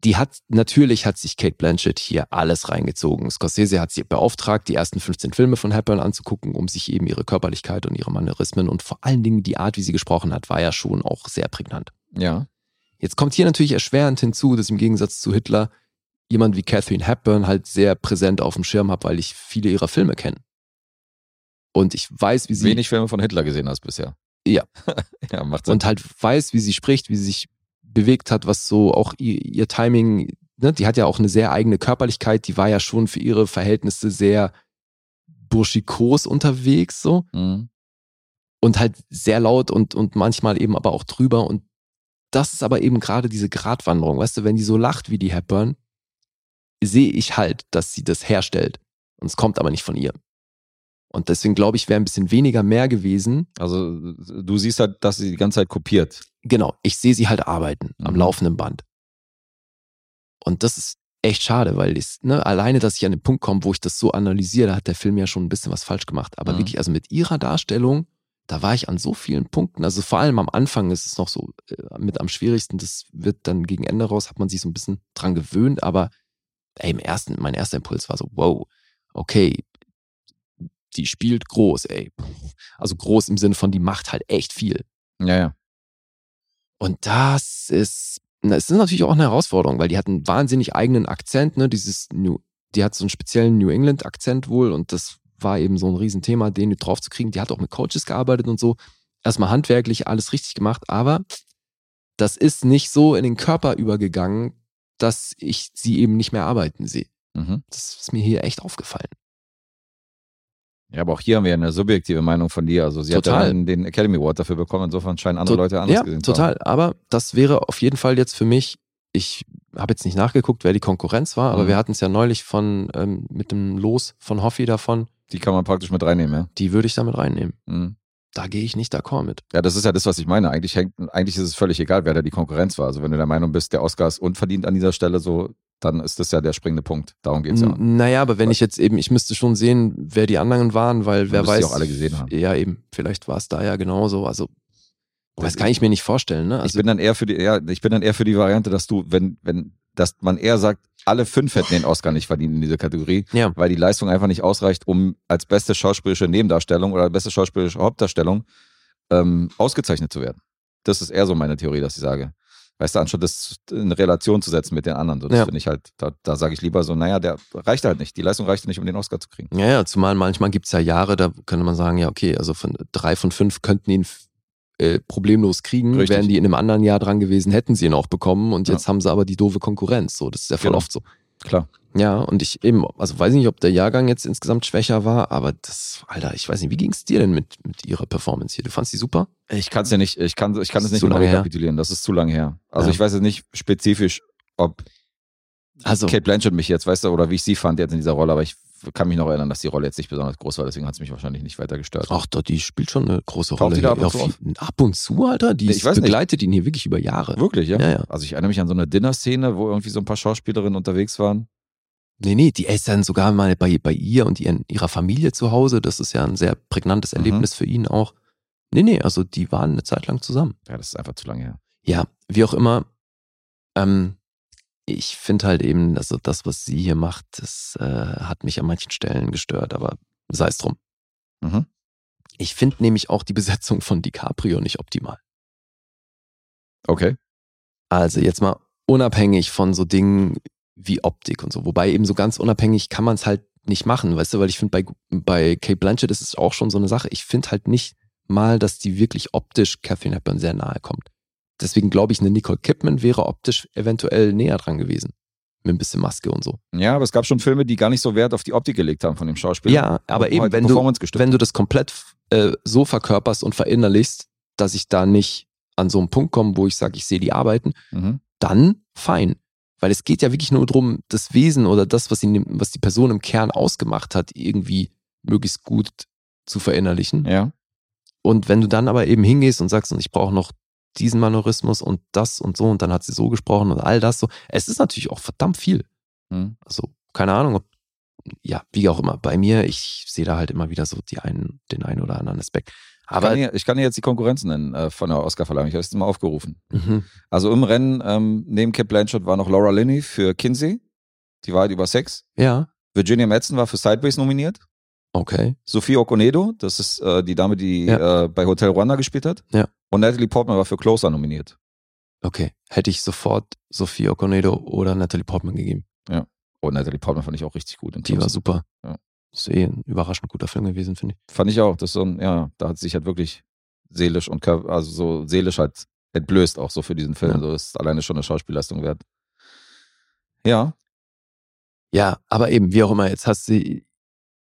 Speaker 3: die hat, natürlich hat sich Kate Blanchett hier alles reingezogen. Scorsese hat sie beauftragt, die ersten 15 Filme von Hepburn anzugucken, um sich eben ihre Körperlichkeit und ihre Manierismen und vor allen Dingen die Art, wie sie gesprochen hat, war ja schon auch sehr prägnant.
Speaker 2: Ja.
Speaker 3: Jetzt kommt hier natürlich erschwerend hinzu, dass im Gegensatz zu Hitler jemand wie Catherine Hepburn halt sehr präsent auf dem Schirm habe, weil ich viele ihrer Filme kenne. Und ich weiß, wie sie
Speaker 2: Wenig Filme von Hitler gesehen hast bisher.
Speaker 3: Ja.
Speaker 2: [laughs] ja, macht Sinn.
Speaker 3: und halt weiß, wie sie spricht, wie sie sich bewegt hat, was so auch ihr, ihr Timing, ne? die hat ja auch eine sehr eigene Körperlichkeit, die war ja schon für ihre Verhältnisse sehr burschikos unterwegs so
Speaker 2: Mhm.
Speaker 3: und halt sehr laut und, und manchmal eben aber auch drüber und das ist aber eben gerade diese Gratwanderung, weißt du, wenn die so lacht wie die Hepburn, sehe ich halt, dass sie das herstellt und es kommt aber nicht von ihr. Und deswegen glaube ich, wäre ein bisschen weniger mehr gewesen,
Speaker 2: Also du siehst halt, dass sie die ganze Zeit kopiert.
Speaker 3: genau, ich sehe sie halt arbeiten am
Speaker 2: Mhm.
Speaker 3: laufenden Band. Und das ist echt schade, weil ich, ne, alleine, dass ich an den Punkt komme, wo ich das so analysiere, da hat der Film ja schon ein bisschen was falsch gemacht. Aber
Speaker 2: Mhm.
Speaker 3: wirklich, also mit ihrer Darstellung, da war ich an so vielen Punkten, also vor allem am Anfang ist es noch so äh, mit am schwierigsten, das wird dann gegen Ende raus, hat man sich so ein bisschen dran gewöhnt, aber ey, im ersten, mein erster Impuls war so, wow, okay, die spielt groß, ey. Also groß im Sinne von, die macht halt echt viel.
Speaker 2: Ja, ja.
Speaker 3: Und das ist, na, es ist natürlich auch eine Herausforderung, weil die hat einen wahnsinnig eigenen Akzent, ne? Dieses New, die hat so einen speziellen New England-Akzent wohl und das war eben so ein Riesenthema, den drauf zu kriegen. Die hat auch mit Coaches gearbeitet und so. Erstmal handwerklich alles richtig gemacht, aber das ist nicht so in den Körper übergegangen, dass ich sie eben nicht mehr arbeiten sehe.
Speaker 2: Mhm.
Speaker 3: Das ist mir hier echt aufgefallen.
Speaker 2: Ja, aber auch hier haben wir eine subjektive Meinung von dir. Also sie hat
Speaker 3: Total.
Speaker 2: ja dann den Academy Award dafür bekommen. Insofern scheinen andere
Speaker 3: To-
Speaker 2: Leute anders
Speaker 3: ja,
Speaker 2: gesehen
Speaker 3: total. Aber das wäre auf jeden Fall jetzt für mich, ich habe jetzt nicht nachgeguckt, wer die Konkurrenz war, aber
Speaker 2: Mhm.
Speaker 3: wir hatten es ja neulich von ähm, mit dem Los von Hoffi davon,
Speaker 2: Die kann man praktisch mit reinnehmen, ja.
Speaker 3: die würde ich damit reinnehmen.
Speaker 2: Mhm.
Speaker 3: Da gehe ich nicht d'accord mit.
Speaker 2: Ja, das ist ja das, was ich meine. Eigentlich, hängt, eigentlich ist es völlig egal, wer da die Konkurrenz war. Also wenn du der Meinung bist, der Oscar ist unverdient an dieser Stelle, so, dann ist das ja der springende Punkt. Darum geht's ja.
Speaker 3: N- Naja, aber wenn ich jetzt eben, ich müsste schon sehen, wer die anderen waren, weil wer
Speaker 2: müsst
Speaker 3: weiß.
Speaker 2: sie auch alle gesehen haben.
Speaker 3: Ja, eben. Vielleicht war es da ja genauso. Also, das kann ich mir nicht vorstellen, ne?
Speaker 2: ich
Speaker 3: Also,
Speaker 2: bin dann eher für die, ja, ich bin dann eher für die Variante, dass du, wenn, wenn, dass man eher sagt, alle fünf hätten den Oscar nicht verdient in dieser Kategorie,
Speaker 3: Ja.
Speaker 2: weil die Leistung einfach nicht ausreicht, um als beste schauspielerische Nebendarstellung oder beste schauspielerische Hauptdarstellung ähm, ausgezeichnet zu werden. Das ist eher so meine Theorie, dass ich sage. Weißt du, anstatt das in Relation zu setzen mit den anderen. So, das
Speaker 3: Ja.
Speaker 2: finde ich halt, da, da sage ich lieber so, naja, der reicht halt nicht. Die Leistung reicht nicht, um den Oscar zu kriegen.
Speaker 3: ja, ja, zumal manchmal gibt es ja Jahre, da könnte man sagen, ja, okay, also von drei von fünf könnten ihn äh, problemlos kriegen,
Speaker 2: Richtig.
Speaker 3: wären die in einem anderen Jahr dran gewesen, hätten sie ihn auch bekommen und jetzt haben sie aber die doofe Konkurrenz. So, das ist ja voll
Speaker 2: Genau.
Speaker 3: oft so.
Speaker 2: Klar.
Speaker 3: Ja, und ich eben, also weiß nicht, ob der Jahrgang jetzt insgesamt schwächer war, aber das, Alter, ich weiß nicht, wie ging es dir denn mit, mit ihrer Performance hier? Du fandst die super?
Speaker 2: Ich kann es ja nicht, ich kann, ich kann es
Speaker 3: Ist
Speaker 2: nicht
Speaker 3: zu
Speaker 2: genau
Speaker 3: lange her.
Speaker 2: rekapitulieren. Das ist zu lang her. Also
Speaker 3: Ja.
Speaker 2: ich weiß jetzt nicht spezifisch, ob
Speaker 3: Also,
Speaker 2: Kate Blanchett mich jetzt, weißt du, oder wie ich sie fand jetzt in dieser Rolle, aber ich kann mich noch erinnern, dass die Rolle jetzt nicht besonders groß war, deswegen hat es mich wahrscheinlich nicht weiter gestört.
Speaker 3: ach doch, die spielt schon eine große
Speaker 2: Taucht
Speaker 3: Rolle.
Speaker 2: die da
Speaker 3: hier.
Speaker 2: ab und
Speaker 3: Auf jeden- ab und zu, Alter, die
Speaker 2: Nee, ich
Speaker 3: ist-
Speaker 2: weiß nicht.
Speaker 3: begleitet ihn hier wirklich über Jahre.
Speaker 2: Wirklich, ja?
Speaker 3: Ja, ja.
Speaker 2: Also ich erinnere mich an so eine Dinner-Szene, wo irgendwie so ein paar Schauspielerinnen unterwegs waren.
Speaker 3: Nee, nee, die ist dann sogar mal bei, bei ihr und ihren, ihrer Familie zu Hause. Das ist ja ein sehr prägnantes Erlebnis für ihn auch. Nee, nee, also die waren eine Zeit lang zusammen.
Speaker 2: Ja, das ist einfach zu lange her.
Speaker 3: Ja, wie auch immer. Ähm, ich finde halt eben, also das, was sie hier macht, das äh, hat mich an manchen Stellen gestört, aber sei es drum.
Speaker 2: Mhm.
Speaker 3: Ich finde nämlich auch die Besetzung von DiCaprio nicht optimal.
Speaker 2: Okay.
Speaker 3: Also jetzt mal unabhängig von so Dingen wie Optik und so. Wobei eben so ganz unabhängig kann man es halt nicht machen, weißt du, weil ich finde, bei, bei Kate Blanchett ist es auch schon so eine Sache. Ich finde halt nicht mal, dass die wirklich optisch Catherine Hepburn sehr nahe kommt. Deswegen glaube ich, eine Nicole Kidman wäre optisch eventuell näher dran gewesen. Mit ein bisschen Maske und so.
Speaker 2: Ja, aber es gab schon Filme, die gar nicht so Wert auf die Optik gelegt haben von dem Schauspieler.
Speaker 3: Ja, aber
Speaker 2: Und
Speaker 3: eben,
Speaker 2: halt
Speaker 3: wenn du,
Speaker 2: Performance gestimmt.
Speaker 3: wenn du das komplett äh, so verkörperst und verinnerlichst, dass ich da nicht an so einen Punkt komme, wo ich sage, ich sehe die arbeiten,
Speaker 2: Mhm.
Speaker 3: dann fein. Weil es geht ja wirklich nur darum, das Wesen oder das, was, ihn, was die Person im Kern ausgemacht hat, irgendwie möglichst gut zu verinnerlichen.
Speaker 2: Ja.
Speaker 3: Und wenn du dann aber eben hingehst und sagst, und ich brauche noch diesen Manorismus und das und so, und dann hat sie so gesprochen und all das so. Es ist natürlich auch verdammt viel.
Speaker 2: Mhm.
Speaker 3: Also, keine Ahnung, ob, ja, wie auch immer. Bei mir, ich sehe da halt immer wieder so die einen, den einen oder anderen Aspekt.
Speaker 2: ich,
Speaker 3: Aber,
Speaker 2: kann dir, ich kann dir jetzt die Konkurrenz nennen äh, von der Oscarverleihung. Ich habe es mal aufgerufen.
Speaker 3: mhm,
Speaker 2: Also im Rennen ähm, neben Kate Blanchett war noch Laura Linney für Kinsey. Die Wahrheit über Sex.
Speaker 3: ja,
Speaker 2: Virginia Madsen war für Sideways nominiert.
Speaker 3: okay.
Speaker 2: Sophie Okonedo, das ist äh, die Dame, die äh, bei Hotel Rwanda gespielt hat.
Speaker 3: Ja.
Speaker 2: Und Natalie Portman war für Closer nominiert.
Speaker 3: Okay, hätte ich sofort Sophie Okonedo oder Natalie Portman gegeben.
Speaker 2: Oh, Natalie Portman fand ich auch richtig gut. in
Speaker 3: Die war
Speaker 2: Close.
Speaker 3: super.
Speaker 2: Ja.
Speaker 3: Ist eh ein überraschend guter Film gewesen, finde ich.
Speaker 2: Fand ich auch. Das ist so ein, ja, da hat sie sich halt wirklich seelisch und körper- also so seelisch halt entblößt auch so für diesen Film.
Speaker 3: Ja.
Speaker 2: So das ist alleine schon eine Schauspielleistung wert. Ja,
Speaker 3: Ja, aber eben, wie auch immer, jetzt hast du,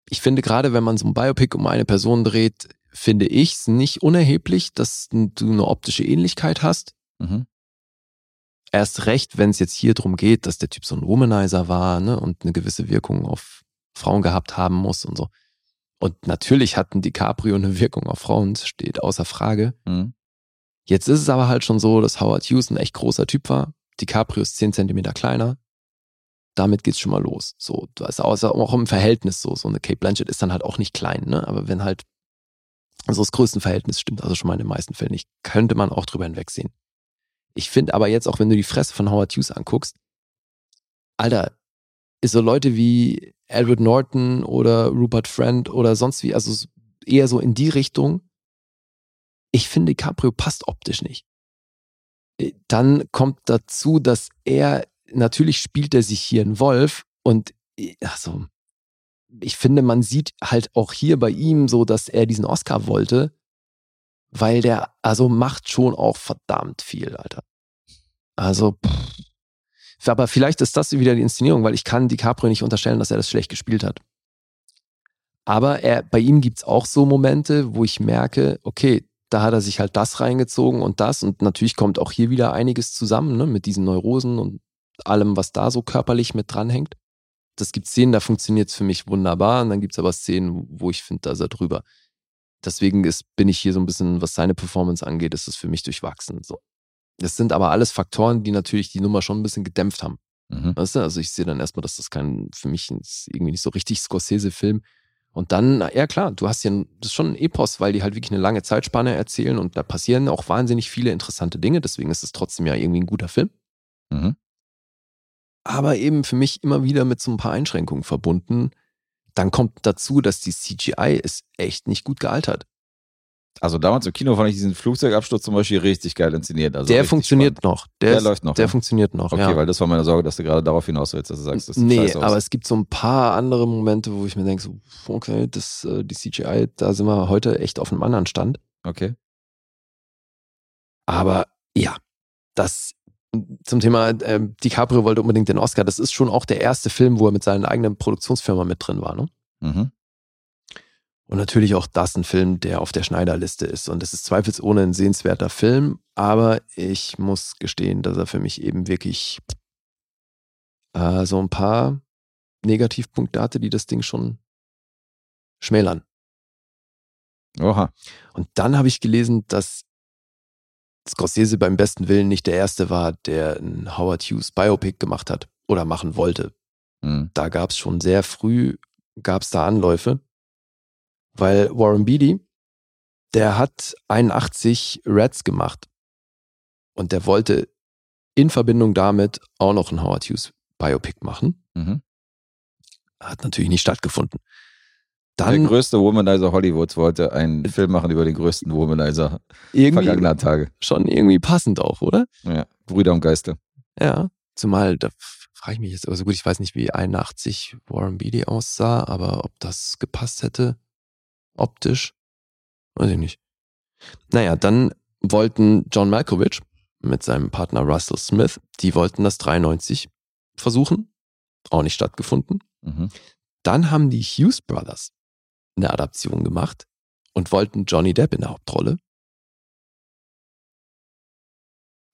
Speaker 3: ich finde gerade, wenn man so ein Biopic um eine Person dreht, finde ich es nicht unerheblich, dass n- du eine optische Ähnlichkeit hast.
Speaker 2: mhm.
Speaker 3: Erst recht, wenn es jetzt hier drum geht, dass der Typ so ein Womanizer war ne, und eine gewisse Wirkung auf Frauen gehabt haben muss und so. Und natürlich hatten DiCaprio eine Wirkung auf Frauen, das steht außer Frage.
Speaker 2: Mhm.
Speaker 3: Jetzt ist es aber halt schon so, dass Howard Hughes ein echt großer Typ war. DiCaprio ist 10 Zentimeter kleiner. Damit geht's schon mal los. So, da ist außer auch im Verhältnis so. So eine Kate Blanchett ist dann halt auch nicht klein, ne? Aber wenn halt so das Größenverhältnis stimmt, also schon mal in den meisten Fällen nicht, könnte man auch drüber hinwegsehen. Ich finde aber jetzt, auch wenn du die Fresse von Howard Hughes anguckst, Alter, ist so Leute wie Edward Norton oder Rupert Friend oder sonst wie, also eher so in die Richtung, ich finde, Caprio passt optisch nicht. Äh, Dann kommt dazu, dass er, natürlich spielt er sich hier einen Wolf und, äh, also, ich finde, man sieht halt auch hier bei ihm so, dass er diesen Oscar wollte, weil der, also macht schon auch verdammt viel, Alter. Also, pff. aber vielleicht ist das wieder die Inszenierung, weil ich kann DiCaprio nicht unterstellen, dass er das schlecht gespielt hat. Aber er, bei ihm gibt's auch so Momente, wo ich merke, okay, da hat er sich halt das reingezogen und das. Und natürlich kommt auch hier wieder einiges zusammen, ne, mit diesen Neurosen und allem, was da so körperlich mit dranhängt. Das gibt Szenen, da funktioniert's für mich wunderbar. Und dann gibt's aber Szenen, wo ich finde, da ist er drüber. Deswegen ist, bin ich hier so ein bisschen, was seine Performance angeht, ist es für mich durchwachsen. So. Das sind aber alles Faktoren, die natürlich die Nummer schon ein bisschen gedämpft haben.
Speaker 2: Mhm.
Speaker 3: Weißt du, also ich sehe dann erstmal, dass das kein, für mich ist irgendwie nicht so richtig Scorsese-Film. Und dann, na, ja klar, du hast ja, ein- das ist schon ein Epos, weil die halt wirklich eine lange Zeitspanne erzählen und da passieren auch wahnsinnig viele interessante Dinge, deswegen ist es trotzdem ja irgendwie ein guter Film.
Speaker 2: Mhm.
Speaker 3: Aber eben für mich immer wieder mit so ein paar Einschränkungen verbunden. Dann kommt dazu, dass die CGI ist echt nicht gut gealtert.
Speaker 2: Also damals im Kino fand ich diesen Flugzeugabsturz zum Beispiel richtig geil inszeniert. Also
Speaker 3: der
Speaker 2: richtig
Speaker 3: funktioniert
Speaker 2: spannend.
Speaker 3: noch. Der,
Speaker 2: Der
Speaker 3: ist,
Speaker 2: läuft noch,
Speaker 3: Der
Speaker 2: ne?
Speaker 3: funktioniert noch,
Speaker 2: Okay,
Speaker 3: ja.
Speaker 2: weil das war meine Sorge, dass du gerade darauf hinaus willst, dass du sagst, das sieht
Speaker 3: nee,
Speaker 2: scheiße aus.
Speaker 3: aber es gibt so ein paar andere Momente, wo ich mir denke, so, okay, das, äh, die CGI, da sind wir heute echt auf einem anderen Stand.
Speaker 2: okay.
Speaker 3: Aber ja, das zum Thema ähm, DiCaprio wollte unbedingt den Oscar. Das ist schon auch der erste Film, wo er mit seiner eigenen Produktionsfirma mit drin war. Ne?
Speaker 2: Mhm.
Speaker 3: Und natürlich auch das ein Film, der auf der Schneiderliste ist. Und es ist zweifelsohne ein sehenswerter Film, aber ich muss gestehen, dass er für mich eben wirklich äh, so ein paar Negativpunkte hatte, die das Ding schon schmälern.
Speaker 2: Oha.
Speaker 3: Und dann habe ich gelesen, dass Scorsese beim besten Willen nicht der Erste war, der ein Howard Hughes Biopic gemacht hat oder machen wollte.
Speaker 2: Mhm.
Speaker 3: Da gab es schon sehr früh, gab es da Anläufe, weil Warren Beatty, der hat 81 Reds gemacht und der wollte in Verbindung damit auch noch ein Howard Hughes Biopic machen.
Speaker 2: Mhm.
Speaker 3: Hat natürlich nicht stattgefunden.
Speaker 2: Der
Speaker 3: Dann Äh,
Speaker 2: größte Womanizer Hollywoods wollte einen Film machen über den größten Womanizer
Speaker 3: irgendwie
Speaker 2: vergangener Tage.
Speaker 3: schon irgendwie passend auch, oder?
Speaker 2: Ja. Brüder im Geiste.
Speaker 3: Ja, zumal, da f- frage ich mich jetzt, also gut, ich weiß nicht, wie 81 Warren Beatty aussah, aber ob das gepasst hätte, optisch, weiß ich nicht. Naja, dann wollten John Malkovich mit seinem Partner Russell Smith, die wollten das 93 versuchen, auch nicht stattgefunden.
Speaker 2: Mhm.
Speaker 3: Dann haben die Hughes Brothers eine Adaption gemacht und wollten Johnny Depp in der Hauptrolle.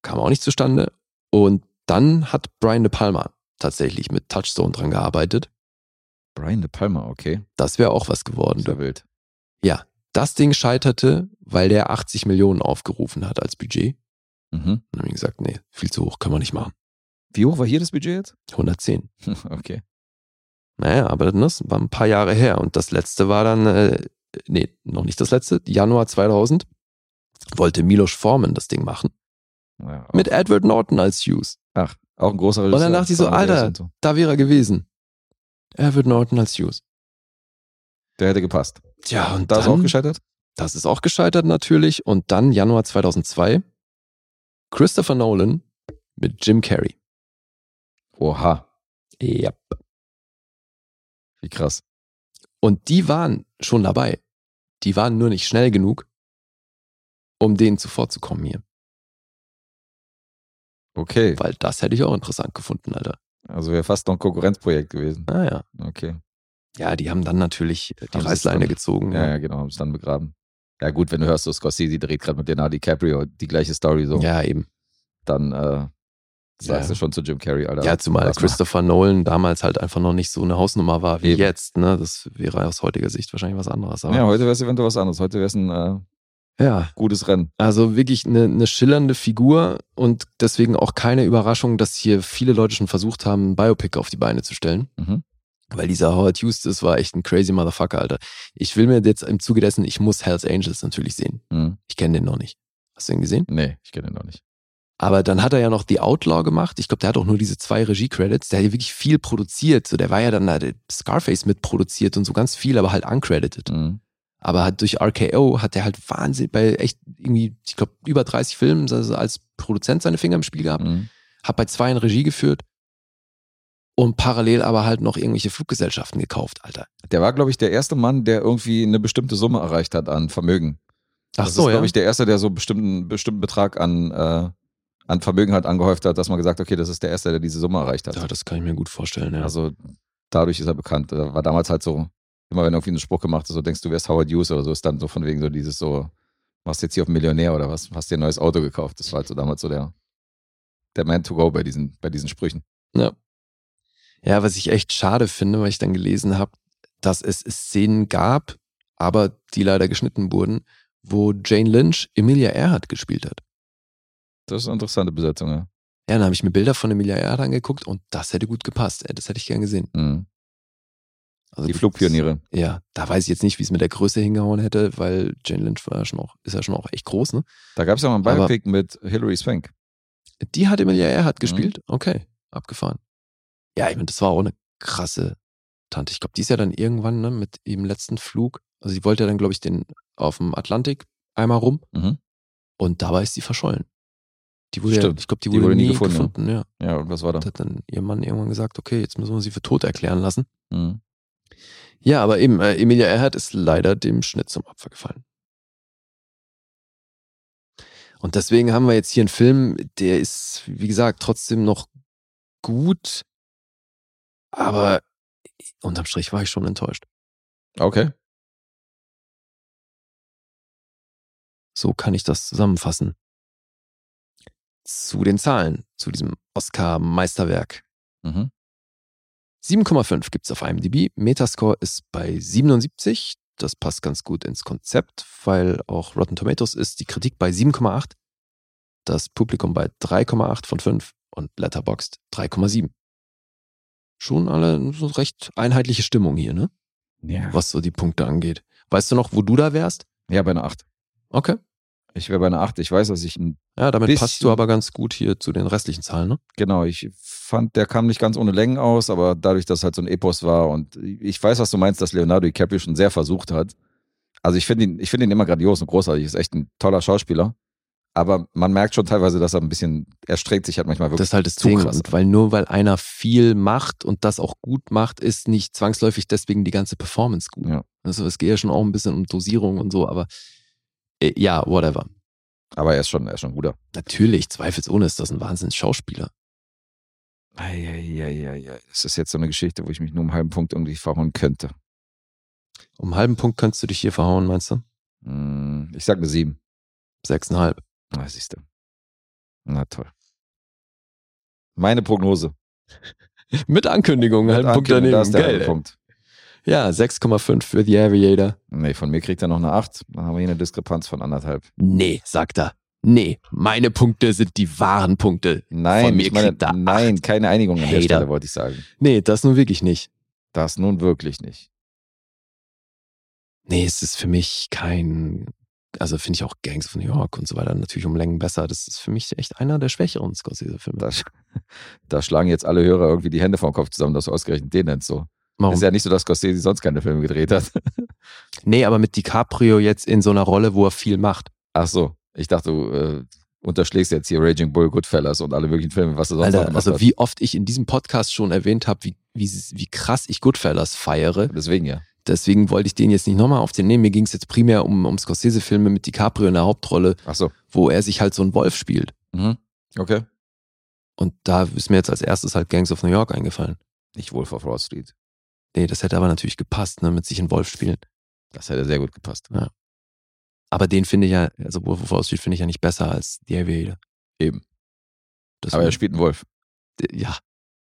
Speaker 3: Kam auch nicht zustande. Und dann hat Brian De Palma tatsächlich mit Touchstone dran gearbeitet.
Speaker 2: Brian De Palma, okay.
Speaker 3: Das wäre auch was geworden.
Speaker 2: Ist ja wild.
Speaker 3: Das Ding scheiterte, weil der 80 Millionen aufgerufen hat als Budget.
Speaker 2: Mhm.
Speaker 3: Und haben gesagt, nee, viel zu hoch, können wir nicht machen.
Speaker 2: Wie hoch war hier das Budget jetzt? [laughs]
Speaker 3: 110.
Speaker 2: okay.
Speaker 3: Naja, aber das war ein paar Jahre her. Und das letzte war dann, äh, nee, noch nicht das letzte, Januar 2000 wollte Milos Forman das Ding machen.
Speaker 2: Ja, auch,
Speaker 3: Mit Edward Norton als Hughes.
Speaker 2: ach, auch ein großer
Speaker 3: dann dachte ich so,
Speaker 2: Amadeus
Speaker 3: Alter.
Speaker 2: und so.
Speaker 3: Da wäre er gewesen. Edward Norton als Hughes.
Speaker 2: Der hätte gepasst.
Speaker 3: Tja, und
Speaker 2: Da ist auch
Speaker 3: dann-
Speaker 2: gescheitert?
Speaker 3: Das ist auch gescheitert natürlich. Und dann Januar 2002 Christopher Nolan mit Jim Carrey.
Speaker 2: Oha.
Speaker 3: Ja.
Speaker 2: Wie krass.
Speaker 3: Und die waren schon dabei. Die waren nur nicht schnell genug, um denen zuvorzukommen hier.
Speaker 2: Okay.
Speaker 3: Weil das hätte ich auch interessant gefunden, Alter.
Speaker 2: Also wäre fast noch ein Konkurrenzprojekt gewesen.
Speaker 3: Ah ja.
Speaker 2: Okay.
Speaker 3: Ja, die haben dann natürlich äh, die
Speaker 2: Haben sie
Speaker 3: Reißleine
Speaker 2: schon.
Speaker 3: gezogen. ne?
Speaker 2: Ja, ja, genau, haben es dann begraben. Ja, gut, wenn du hörst, so Scorsese dreht gerade mit Leonardo DiCaprio die gleiche Story so,
Speaker 3: ja eben.
Speaker 2: dann äh, sagst du schon zu Jim Carrey, Alter.
Speaker 3: Ja, zumal
Speaker 2: lass mal.
Speaker 3: Christopher Nolan damals halt einfach noch nicht so eine Hausnummer war wie
Speaker 2: Eben.
Speaker 3: jetzt. Ne? Das wäre aus heutiger Sicht wahrscheinlich was anderes. Aber
Speaker 2: Ja,
Speaker 3: ja.
Speaker 2: heute wäre es eventuell was anderes. Heute wäre es ein äh, gutes Rennen.
Speaker 3: also wirklich eine, eine schillernde Figur und deswegen auch keine Überraschung, dass hier viele Leute schon versucht haben, ein Biopic auf die Beine zu stellen.
Speaker 2: Mhm.
Speaker 3: Weil dieser Howard Hughes ist, war echt ein crazy Motherfucker, Alter. Ich will mir jetzt im Zuge dessen, ich muss Hells Angels natürlich sehen.
Speaker 2: Mhm.
Speaker 3: Ich kenne den noch nicht. Hast du ihn gesehen?
Speaker 2: Nee, ich kenne ihn noch nicht.
Speaker 3: Aber dann hat er ja noch The Outlaw gemacht. Ich glaube, der hat auch nur diese zwei Regie-Credits. Der hat ja wirklich viel produziert. So, der war ja dann da, der Scarface mitproduziert und so ganz viel, aber halt uncredited.
Speaker 2: Mhm.
Speaker 3: Aber hat durch RKO hat der halt Wahnsinn bei echt irgendwie, ich glaube, über 30 Filmen also als Produzent seine Finger im Spiel gehabt.
Speaker 2: Mhm.
Speaker 3: Hat bei zwei in Regie geführt und parallel aber halt noch irgendwelche Fluggesellschaften gekauft, Alter.
Speaker 2: Der war, glaube ich, der erste Mann, der irgendwie eine bestimmte Summe erreicht hat an Vermögen. das ist, glaube ich, der erste, der so einen bestimmten, bestimmten Betrag an, äh, an Vermögen halt angehäuft hat, dass man gesagt, okay, das ist der erste, der diese Summe erreicht hat.
Speaker 3: ja, das kann ich mir gut vorstellen. Ja.
Speaker 2: Also dadurch ist er bekannt. Da war damals halt so, immer wenn irgendwie ein Spruch gemacht ist, so denkst du, wärst Howard Hughes oder so, ist dann so von wegen so dieses so, machst jetzt hier auf Millionär oder was, hast dir ein neues Auto gekauft. Das war halt so damals so der, der Man to go bei diesen, bei diesen Sprüchen.
Speaker 3: Ja, was ich echt schade finde, weil ich dann gelesen habe, dass es Szenen gab, aber die leider geschnitten wurden, wo Jane Lynch Emilia Earhart gespielt hat.
Speaker 2: Das ist eine interessante Besetzung, ja.
Speaker 3: Ja, dann habe ich mir Bilder von Emilia Earhart angeguckt und das hätte gut gepasst. Ey, Das hätte ich gern gesehen.
Speaker 2: Mhm.
Speaker 3: Also
Speaker 2: Die
Speaker 3: das-
Speaker 2: Flugpioniere.
Speaker 3: Ja, da weiß ich jetzt nicht, wie es mit der Größe hingehauen hätte, weil Jane Lynch war ja schon auch, ist ja schon auch echt groß, ne?
Speaker 2: Da gab es ja mal einen
Speaker 3: Aber-
Speaker 2: Biopic mit Hilary Swank.
Speaker 3: Die hat Emilia Earhart
Speaker 2: Mhm.
Speaker 3: gespielt? Okay, abgefahren. Ja, ich meine, das war auch eine krasse Tante. Ich glaube, die ist ja dann irgendwann ne, mit ihrem letzten Flug, also die wollte ja dann, glaube ich, den auf dem Atlantik einmal rum
Speaker 2: Mhm.
Speaker 3: und dabei ist sie verschollen. Die wurde, ja,
Speaker 2: Stimmt,
Speaker 3: ich glaube, die wurde, nie gefunden. ja.
Speaker 2: Ja, und was war da?
Speaker 3: Und hat dann ihr Mann irgendwann gesagt, okay, jetzt müssen wir sie für tot erklären lassen.
Speaker 2: Mhm.
Speaker 3: Ja, aber eben, äh, Emilia Earhart ist leider dem Schnitt zum Opfer gefallen. Und deswegen haben wir jetzt hier einen Film, der ist, wie gesagt, trotzdem noch gut, aber unterm Strich war ich schon enttäuscht.
Speaker 2: Okay.
Speaker 3: So kann ich das zusammenfassen. Zu den Zahlen, zu diesem Oscar-Meisterwerk.
Speaker 2: Mhm.
Speaker 3: 7,5 gibt's auf IMDb. Metascore ist bei 77. Das passt ganz gut ins Konzept, weil auch Rotten Tomatoes ist die Kritik bei 7,8, das Publikum bei 3,8 von 5 und Letterboxd 3,7. Schon alle so recht einheitliche Stimmung hier, ne?
Speaker 2: Ja.
Speaker 3: Was so die Punkte angeht. Weißt du noch, wo du da wärst?
Speaker 2: ja, bei einer 8.
Speaker 3: Okay.
Speaker 2: Ich wäre bei einer 8. Ich weiß, dass ich ein
Speaker 3: Ja, damit
Speaker 2: Bisschen.
Speaker 3: passt du aber ganz gut hier zu den restlichen Zahlen, ne?
Speaker 2: Genau, ich fand, der kam nicht ganz ohne Längen aus, aber dadurch, dass halt so ein Epos war und ich weiß, was du meinst, dass Leonardo DiCaprio schon sehr versucht hat. Also ich finde ihn, ich finde ihn immer grandios und großartig, ist echt ein toller Schauspieler. Aber man merkt schon teilweise, dass er ein bisschen, er strengt sich halt manchmal wirklich.
Speaker 3: Das ist halt das
Speaker 2: zu
Speaker 3: Ding.
Speaker 2: krass.
Speaker 3: Und weil nur weil einer viel macht und das auch gut macht, ist nicht zwangsläufig deswegen die ganze Performance gut.
Speaker 2: Ja.
Speaker 3: Also es geht ja schon auch ein bisschen um Dosierung und so, aber äh, ja, whatever.
Speaker 2: Aber er ist schon, er ist schon ein guter.
Speaker 3: Natürlich, zweifelsohne ist das ein Wahnsinns-Schauspieler.
Speaker 2: Eieieiei. Das ist jetzt so eine Geschichte, wo ich mich nur um einen halben Punkt irgendwie verhauen könnte.
Speaker 3: Um einen halben Punkt kannst du dich hier verhauen, meinst du?
Speaker 2: Hm, Ich sag eine 7.
Speaker 3: Sechseinhalb. [laughs]
Speaker 2: Na, siehst du. Na toll. Meine Prognose.
Speaker 3: Mit Ankündigung, einen halben Punkt
Speaker 2: Ankündigung,
Speaker 3: daneben.
Speaker 2: Da ist der
Speaker 3: Geil,
Speaker 2: halbe
Speaker 3: ey.
Speaker 2: Punkt.
Speaker 3: Ja, 6,5 für The Aviator.
Speaker 2: Nee, von mir kriegt er noch eine 8. Dann haben wir hier eine Diskrepanz von anderthalb.
Speaker 3: Nee, sagt er. Nee, meine Punkte sind die wahren Punkte.
Speaker 2: Nein,
Speaker 3: Von mir
Speaker 2: ich meine,
Speaker 3: kriegt er
Speaker 2: nein, keine Einigung an der
Speaker 3: Hater.
Speaker 2: Stelle, wollte ich sagen.
Speaker 3: Nee, das nun wirklich nicht.
Speaker 2: Das nun wirklich nicht.
Speaker 3: Nee, es ist für mich kein, also finde ich auch Gangs of New York und so weiter natürlich um Längen besser. Das ist für mich echt einer der schwächeren Scorsese-Filme.
Speaker 2: Da, sch- [laughs] da schlagen jetzt alle Hörer irgendwie die Hände vom Kopf zusammen, dass du ausgerechnet den nennst so.
Speaker 3: Warum?
Speaker 2: Ist ja nicht so, dass Scorsese sonst keine Filme gedreht hat.
Speaker 3: nee, aber mit DiCaprio jetzt in so einer Rolle, wo er viel macht.
Speaker 2: Ach so, ich dachte, du äh, unterschlägst jetzt hier Raging Bull, Goodfellas und alle möglichen Filme, was du sonst noch
Speaker 3: Alter,
Speaker 2: gemacht
Speaker 3: also wie oft ich in diesem Podcast schon erwähnt habe, wie, wie, wie krass ich Goodfellas feiere.
Speaker 2: hast. Deswegen ja.
Speaker 3: Deswegen wollte ich den jetzt nicht nochmal auf den nehmen. Mir ging es jetzt primär um, um Scorsese-Filme mit DiCaprio in der Hauptrolle,
Speaker 2: Ach so.
Speaker 3: wo er sich halt so einen Wolf spielt.
Speaker 2: Mhm. Okay.
Speaker 3: Und da ist mir jetzt als erstes halt Gangs of New York eingefallen.
Speaker 2: Nicht Wolf of Wall Street.
Speaker 3: Nee, das hätte aber natürlich gepasst, ne, mit sich einen Wolf spielen.
Speaker 2: Das hätte sehr gut gepasst.
Speaker 3: Aber den finde ich ja, also Wolf of Wall Street finde ich ja nicht besser als Die Aviator.
Speaker 2: Eben.
Speaker 3: Das
Speaker 2: Aber er spielt einen Wolf.
Speaker 3: ja,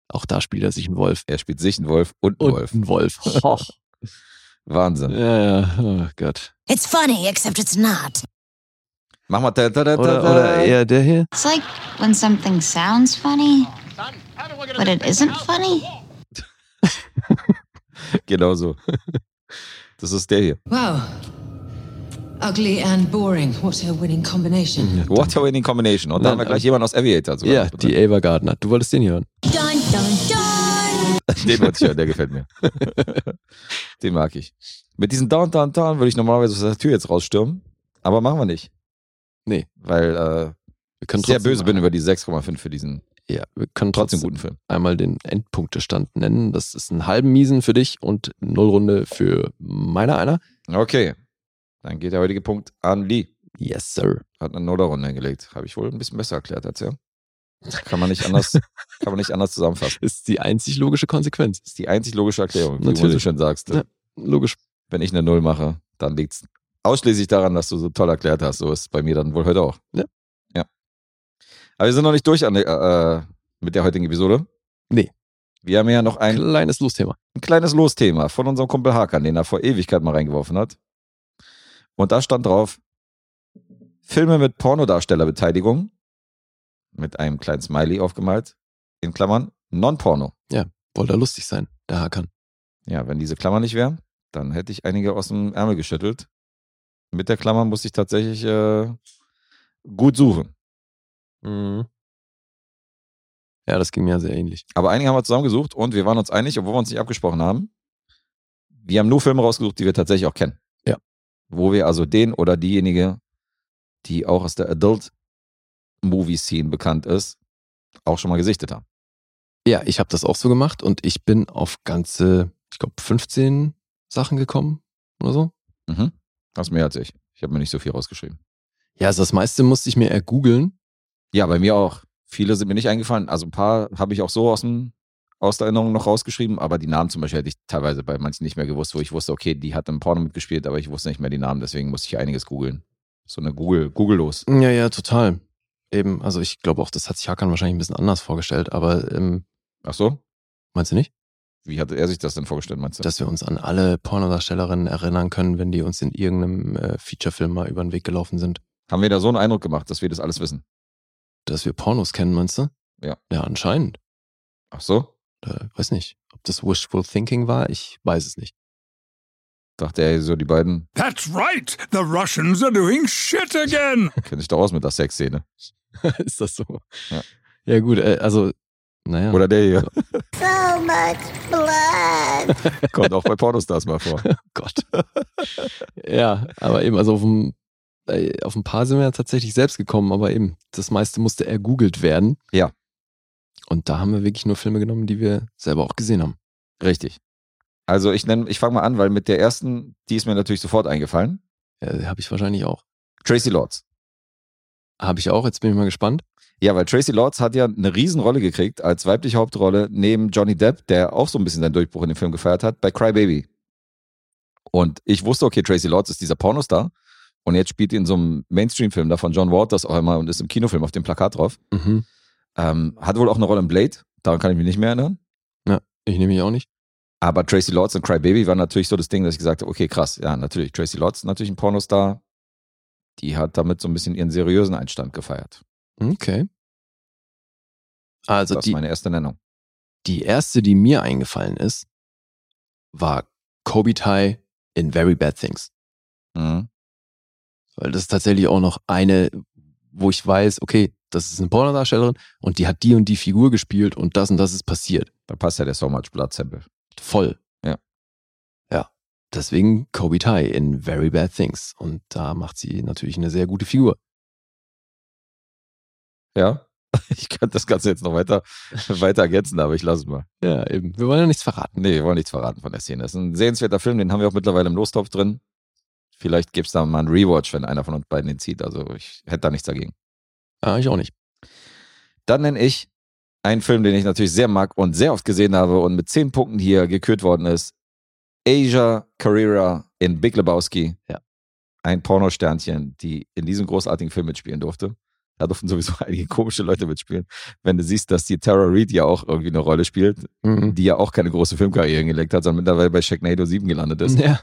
Speaker 3: auch da spielt er sich einen Wolf.
Speaker 2: Er spielt sich einen Wolf und einen
Speaker 3: Und
Speaker 2: Wolf.
Speaker 3: einen Wolf. Hoch.
Speaker 2: Wahnsinn.
Speaker 3: [laughs] ja, ja, oh Gott.
Speaker 7: It's funny, except it's not.
Speaker 2: Mach mal. Da, da, da,
Speaker 3: Oder,
Speaker 2: da,
Speaker 3: oder
Speaker 2: da.
Speaker 3: eher der hier.
Speaker 11: It's like when something sounds funny, but it isn't funny.
Speaker 2: Genau so. [laughs] Das ist der hier.
Speaker 11: Wow. [laughs] Ugly and boring. What a winning combination.
Speaker 2: What a winning combination. Und dann haben wir
Speaker 3: Nein, ähm,
Speaker 2: gleich jemand aus Aviator sogar.
Speaker 3: Ja,
Speaker 2: noch
Speaker 3: die Ava Gardner. Du wolltest den hier hören.
Speaker 7: Dun dun dun.
Speaker 2: Den wollte ich hören, der gefällt
Speaker 3: [laughs]
Speaker 2: mir. Den mag ich. Mit diesem Down, Down, Down würde ich normalerweise aus der Tür jetzt rausstürmen. Aber machen wir nicht.
Speaker 3: Nee.
Speaker 2: Weil äh,
Speaker 3: Wir
Speaker 2: ich sehr böse bin über die 6,5 für diesen
Speaker 3: Ja, wir können
Speaker 2: trotzdem
Speaker 3: trotzdem,
Speaker 2: guten Film.
Speaker 3: einmal den Endpunktestand nennen. Das ist einen halben Miesen für dich und Nullrunde für meiner einer.
Speaker 2: Okay. Dann geht der heutige Punkt an Lee.
Speaker 3: Yes, sir.
Speaker 2: Hat eine Nuller-Runde hingelegt. Habe ich wohl ein bisschen besser erklärt als er. Kann man nicht
Speaker 3: [laughs]
Speaker 2: anders, kann man nicht anders zusammenfassen.
Speaker 3: Ist die einzig logische Konsequenz.
Speaker 2: Das ist die einzig logische Erklärung, wie du
Speaker 3: Natürlich.
Speaker 2: so schön sagst.
Speaker 3: Ja. Logisch.
Speaker 2: Wenn ich eine Null mache, dann liegt es ausschließlich daran, dass du so toll erklärt hast. So ist es bei mir dann wohl heute auch.
Speaker 3: Ja.
Speaker 2: ja. Aber wir sind noch nicht durch an der, äh, mit der heutigen Episode.
Speaker 3: Nee.
Speaker 2: Wir haben ja noch ein
Speaker 3: Kleines Losthema.
Speaker 2: ein kleines Losthema von unserem Kumpel Hakan, den er vor Ewigkeit mal reingeworfen hat. Und da stand drauf: Filme mit Pornodarstellerbeteiligung, mit einem kleinen Smiley aufgemalt, in Klammern, Non-Porno.
Speaker 3: Wollte er lustig sein, der Hakan.
Speaker 2: Ja, wenn diese Klammer nicht wäre, dann hätte ich einige aus dem Ärmel geschüttelt. Mit der Klammer muss ich tatsächlich äh, gut suchen.
Speaker 3: Mhm. Ja, das ging mir sehr ähnlich.
Speaker 2: Aber einige haben wir zusammengesucht und wir waren uns einig, obwohl wir uns nicht abgesprochen haben. Wir haben nur Filme rausgesucht, die wir tatsächlich auch kennen.
Speaker 3: Ja.
Speaker 2: Wo wir also den oder diejenige, die auch aus der Adult-Movie-Scene bekannt ist, auch schon mal gesichtet haben.
Speaker 3: Ja, ich habe das auch so gemacht und ich bin auf ganze, ich glaube, 15 Sachen gekommen oder so.
Speaker 2: Mhm. Das mehr als ich. Ich habe mir nicht so viel rausgeschrieben.
Speaker 3: Ja, also das meiste musste ich mir ergoogeln.
Speaker 2: Ja, bei mir auch. Viele sind mir nicht eingefallen. Also ein paar habe ich auch so aus, dem, aus der Erinnerung noch rausgeschrieben, aber die Namen zum Beispiel hätte ich teilweise bei manchen nicht mehr gewusst, wo ich wusste, okay, die hat im Porno mitgespielt, aber ich wusste nicht mehr die Namen, deswegen musste ich einiges googeln. So eine Google, Google los.
Speaker 3: Ja, ja, total. Eben, also ich glaube auch, das hat sich Hakan wahrscheinlich ein bisschen anders vorgestellt, aber ähm,
Speaker 2: Ach so?
Speaker 3: meinst du nicht?
Speaker 2: Wie hatte er sich das denn vorgestellt, meinst du?
Speaker 3: Dass wir uns an alle Pornodarstellerinnen erinnern können, wenn die uns in irgendeinem äh, Featurefilm mal über den Weg gelaufen sind.
Speaker 2: Haben wir da so einen Eindruck gemacht, dass wir das alles wissen?
Speaker 3: Dass wir Pornos kennen, meinst du?
Speaker 2: Ja.
Speaker 3: Ja, anscheinend.
Speaker 2: Ach so?
Speaker 3: Äh, weiß nicht, ob das Wishful Thinking war, ich weiß es nicht.
Speaker 2: Dachte er, so die beiden
Speaker 8: That's right. The Russians are doing shit again.
Speaker 2: kennen sich doch aus mit der Sexszene.
Speaker 3: [laughs] Ist das so?
Speaker 2: Ja.
Speaker 3: Ja, gut, äh, also, naja.
Speaker 2: Oder der hier.
Speaker 7: So much blood.
Speaker 2: Kommt auch bei Pornostars mal vor.
Speaker 3: Gott. ja, aber eben, also auf ein, äh, auf ein paar sind wir ja tatsächlich selbst gekommen, aber eben, das meiste musste ergoogelt werden.
Speaker 2: Ja.
Speaker 3: Und da haben wir wirklich nur Filme genommen, die wir selber auch gesehen haben.
Speaker 2: Richtig. Also ich nenne, ich fange mal an, weil mit der ersten, die ist mir natürlich sofort eingefallen.
Speaker 3: Äh, Habe ich wahrscheinlich auch.
Speaker 2: Tracy Lords.
Speaker 3: Habe ich auch, jetzt bin ich mal gespannt.
Speaker 2: Ja, weil Tracy Lords hat ja eine Riesenrolle gekriegt als weibliche Hauptrolle neben Johnny Depp, der auch so ein bisschen seinen Durchbruch in dem Film gefeiert hat, bei Cry Baby. Und ich wusste, okay, Tracy Lords ist dieser Pornostar und jetzt spielt die in so einem Mainstream-Film da von John Waters auch einmal und ist im Kinofilm auf dem Plakat drauf.
Speaker 3: Mhm.
Speaker 2: Ähm, hat wohl auch eine Rolle in Blade, daran kann ich mich nicht mehr erinnern.
Speaker 3: Ich nehme mich auch nicht.
Speaker 2: Aber Tracy Lords und Cry Baby waren natürlich so das Ding, dass ich gesagt habe, okay, krass, ja, natürlich, Tracy Lords ist natürlich ein Pornostar. Die hat damit so ein bisschen ihren seriösen Einstand gefeiert.
Speaker 3: Okay. Also
Speaker 2: das
Speaker 3: die,
Speaker 2: ist meine erste Nennung.
Speaker 3: die erste, die mir eingefallen ist, war Kobitai in Very Bad Things.
Speaker 2: Mhm.
Speaker 3: Weil das ist tatsächlich auch noch eine, wo ich weiß, okay, das ist eine Pornodarstellerin und die hat die und die Figur gespielt und das und das ist passiert.
Speaker 2: Da passt ja der So Much Blood Sample.
Speaker 3: Voll.
Speaker 2: Ja.
Speaker 3: Ja. Deswegen Kobe Tai in Very Bad Things. Und da macht sie natürlich eine sehr gute Figur.
Speaker 2: Ja. [laughs] Ich könnte das Ganze jetzt noch weiter, weiter ergänzen, aber ich lasse es mal.
Speaker 3: Ja, eben. Wir wollen ja nichts verraten.
Speaker 2: Nee, wir wollen nichts verraten von der Szene. Das ist ein sehenswerter Film, den haben wir auch mittlerweile im Lostopf drin. Vielleicht gibt's da mal einen Rewatch, wenn einer von uns beiden den zieht. Also ich hätte da nichts dagegen.
Speaker 3: Ah, ich auch nicht.
Speaker 2: Dann nenne ich einen Film, den ich natürlich sehr mag und sehr oft gesehen habe und mit zehn Punkten hier gekürt worden ist. Asia Carrera in Big Lebowski.
Speaker 3: Ja.
Speaker 2: Ein Pornosternchen, die in diesem großartigen Film mitspielen durfte. Da durften sowieso [laughs] einige komische Leute mitspielen. Wenn du siehst, dass die Tara Reid ja auch irgendwie eine Rolle spielt,
Speaker 3: Mhm.
Speaker 2: die ja auch keine große Filmkarriere hingelegt hat, sondern mittlerweile bei Sharknado 7 gelandet ist.
Speaker 3: [laughs] Ja.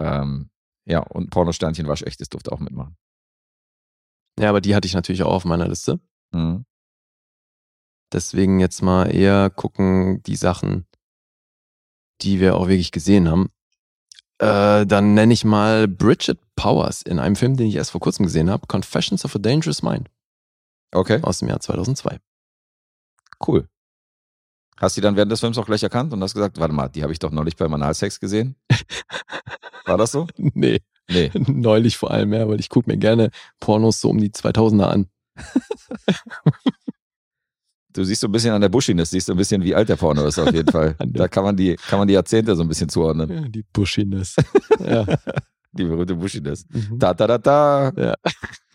Speaker 2: Ähm, ja, und Pornosternchen Waschechtes durfte auch mitmachen.
Speaker 3: ja, aber die hatte ich natürlich auch auf meiner Liste.
Speaker 2: Mhm.
Speaker 3: Deswegen jetzt mal eher gucken, die Sachen, die wir auch wirklich gesehen haben. Äh, dann nenne ich mal Bridget Powers in einem Film, den ich erst vor kurzem gesehen habe, Confessions of a Dangerous Mind
Speaker 2: Okay,
Speaker 3: aus dem Jahr 2002.
Speaker 2: cool. Hast du die dann während des Films auch gleich erkannt und hast gesagt, warte mal, die habe ich doch neulich beim Analsex gesehen? War das so?
Speaker 3: [laughs] Nee, [laughs]
Speaker 2: Nee.
Speaker 3: neulich vor allem, ja, weil ich gucke mir gerne Pornos so um die 2000er an.
Speaker 2: Du siehst so ein bisschen an der Buschiness, siehst so ein bisschen, wie alt der Porno ist auf jeden Fall.
Speaker 3: An
Speaker 2: Da
Speaker 3: der-
Speaker 2: kann man die, kann man die Jahrzehnte so ein bisschen zuordnen.
Speaker 3: Ja, die Bushiness. [laughs] ja.
Speaker 2: Die berühmte Buschiness.
Speaker 3: Mhm.
Speaker 2: Da, da, da, da.
Speaker 3: Ja.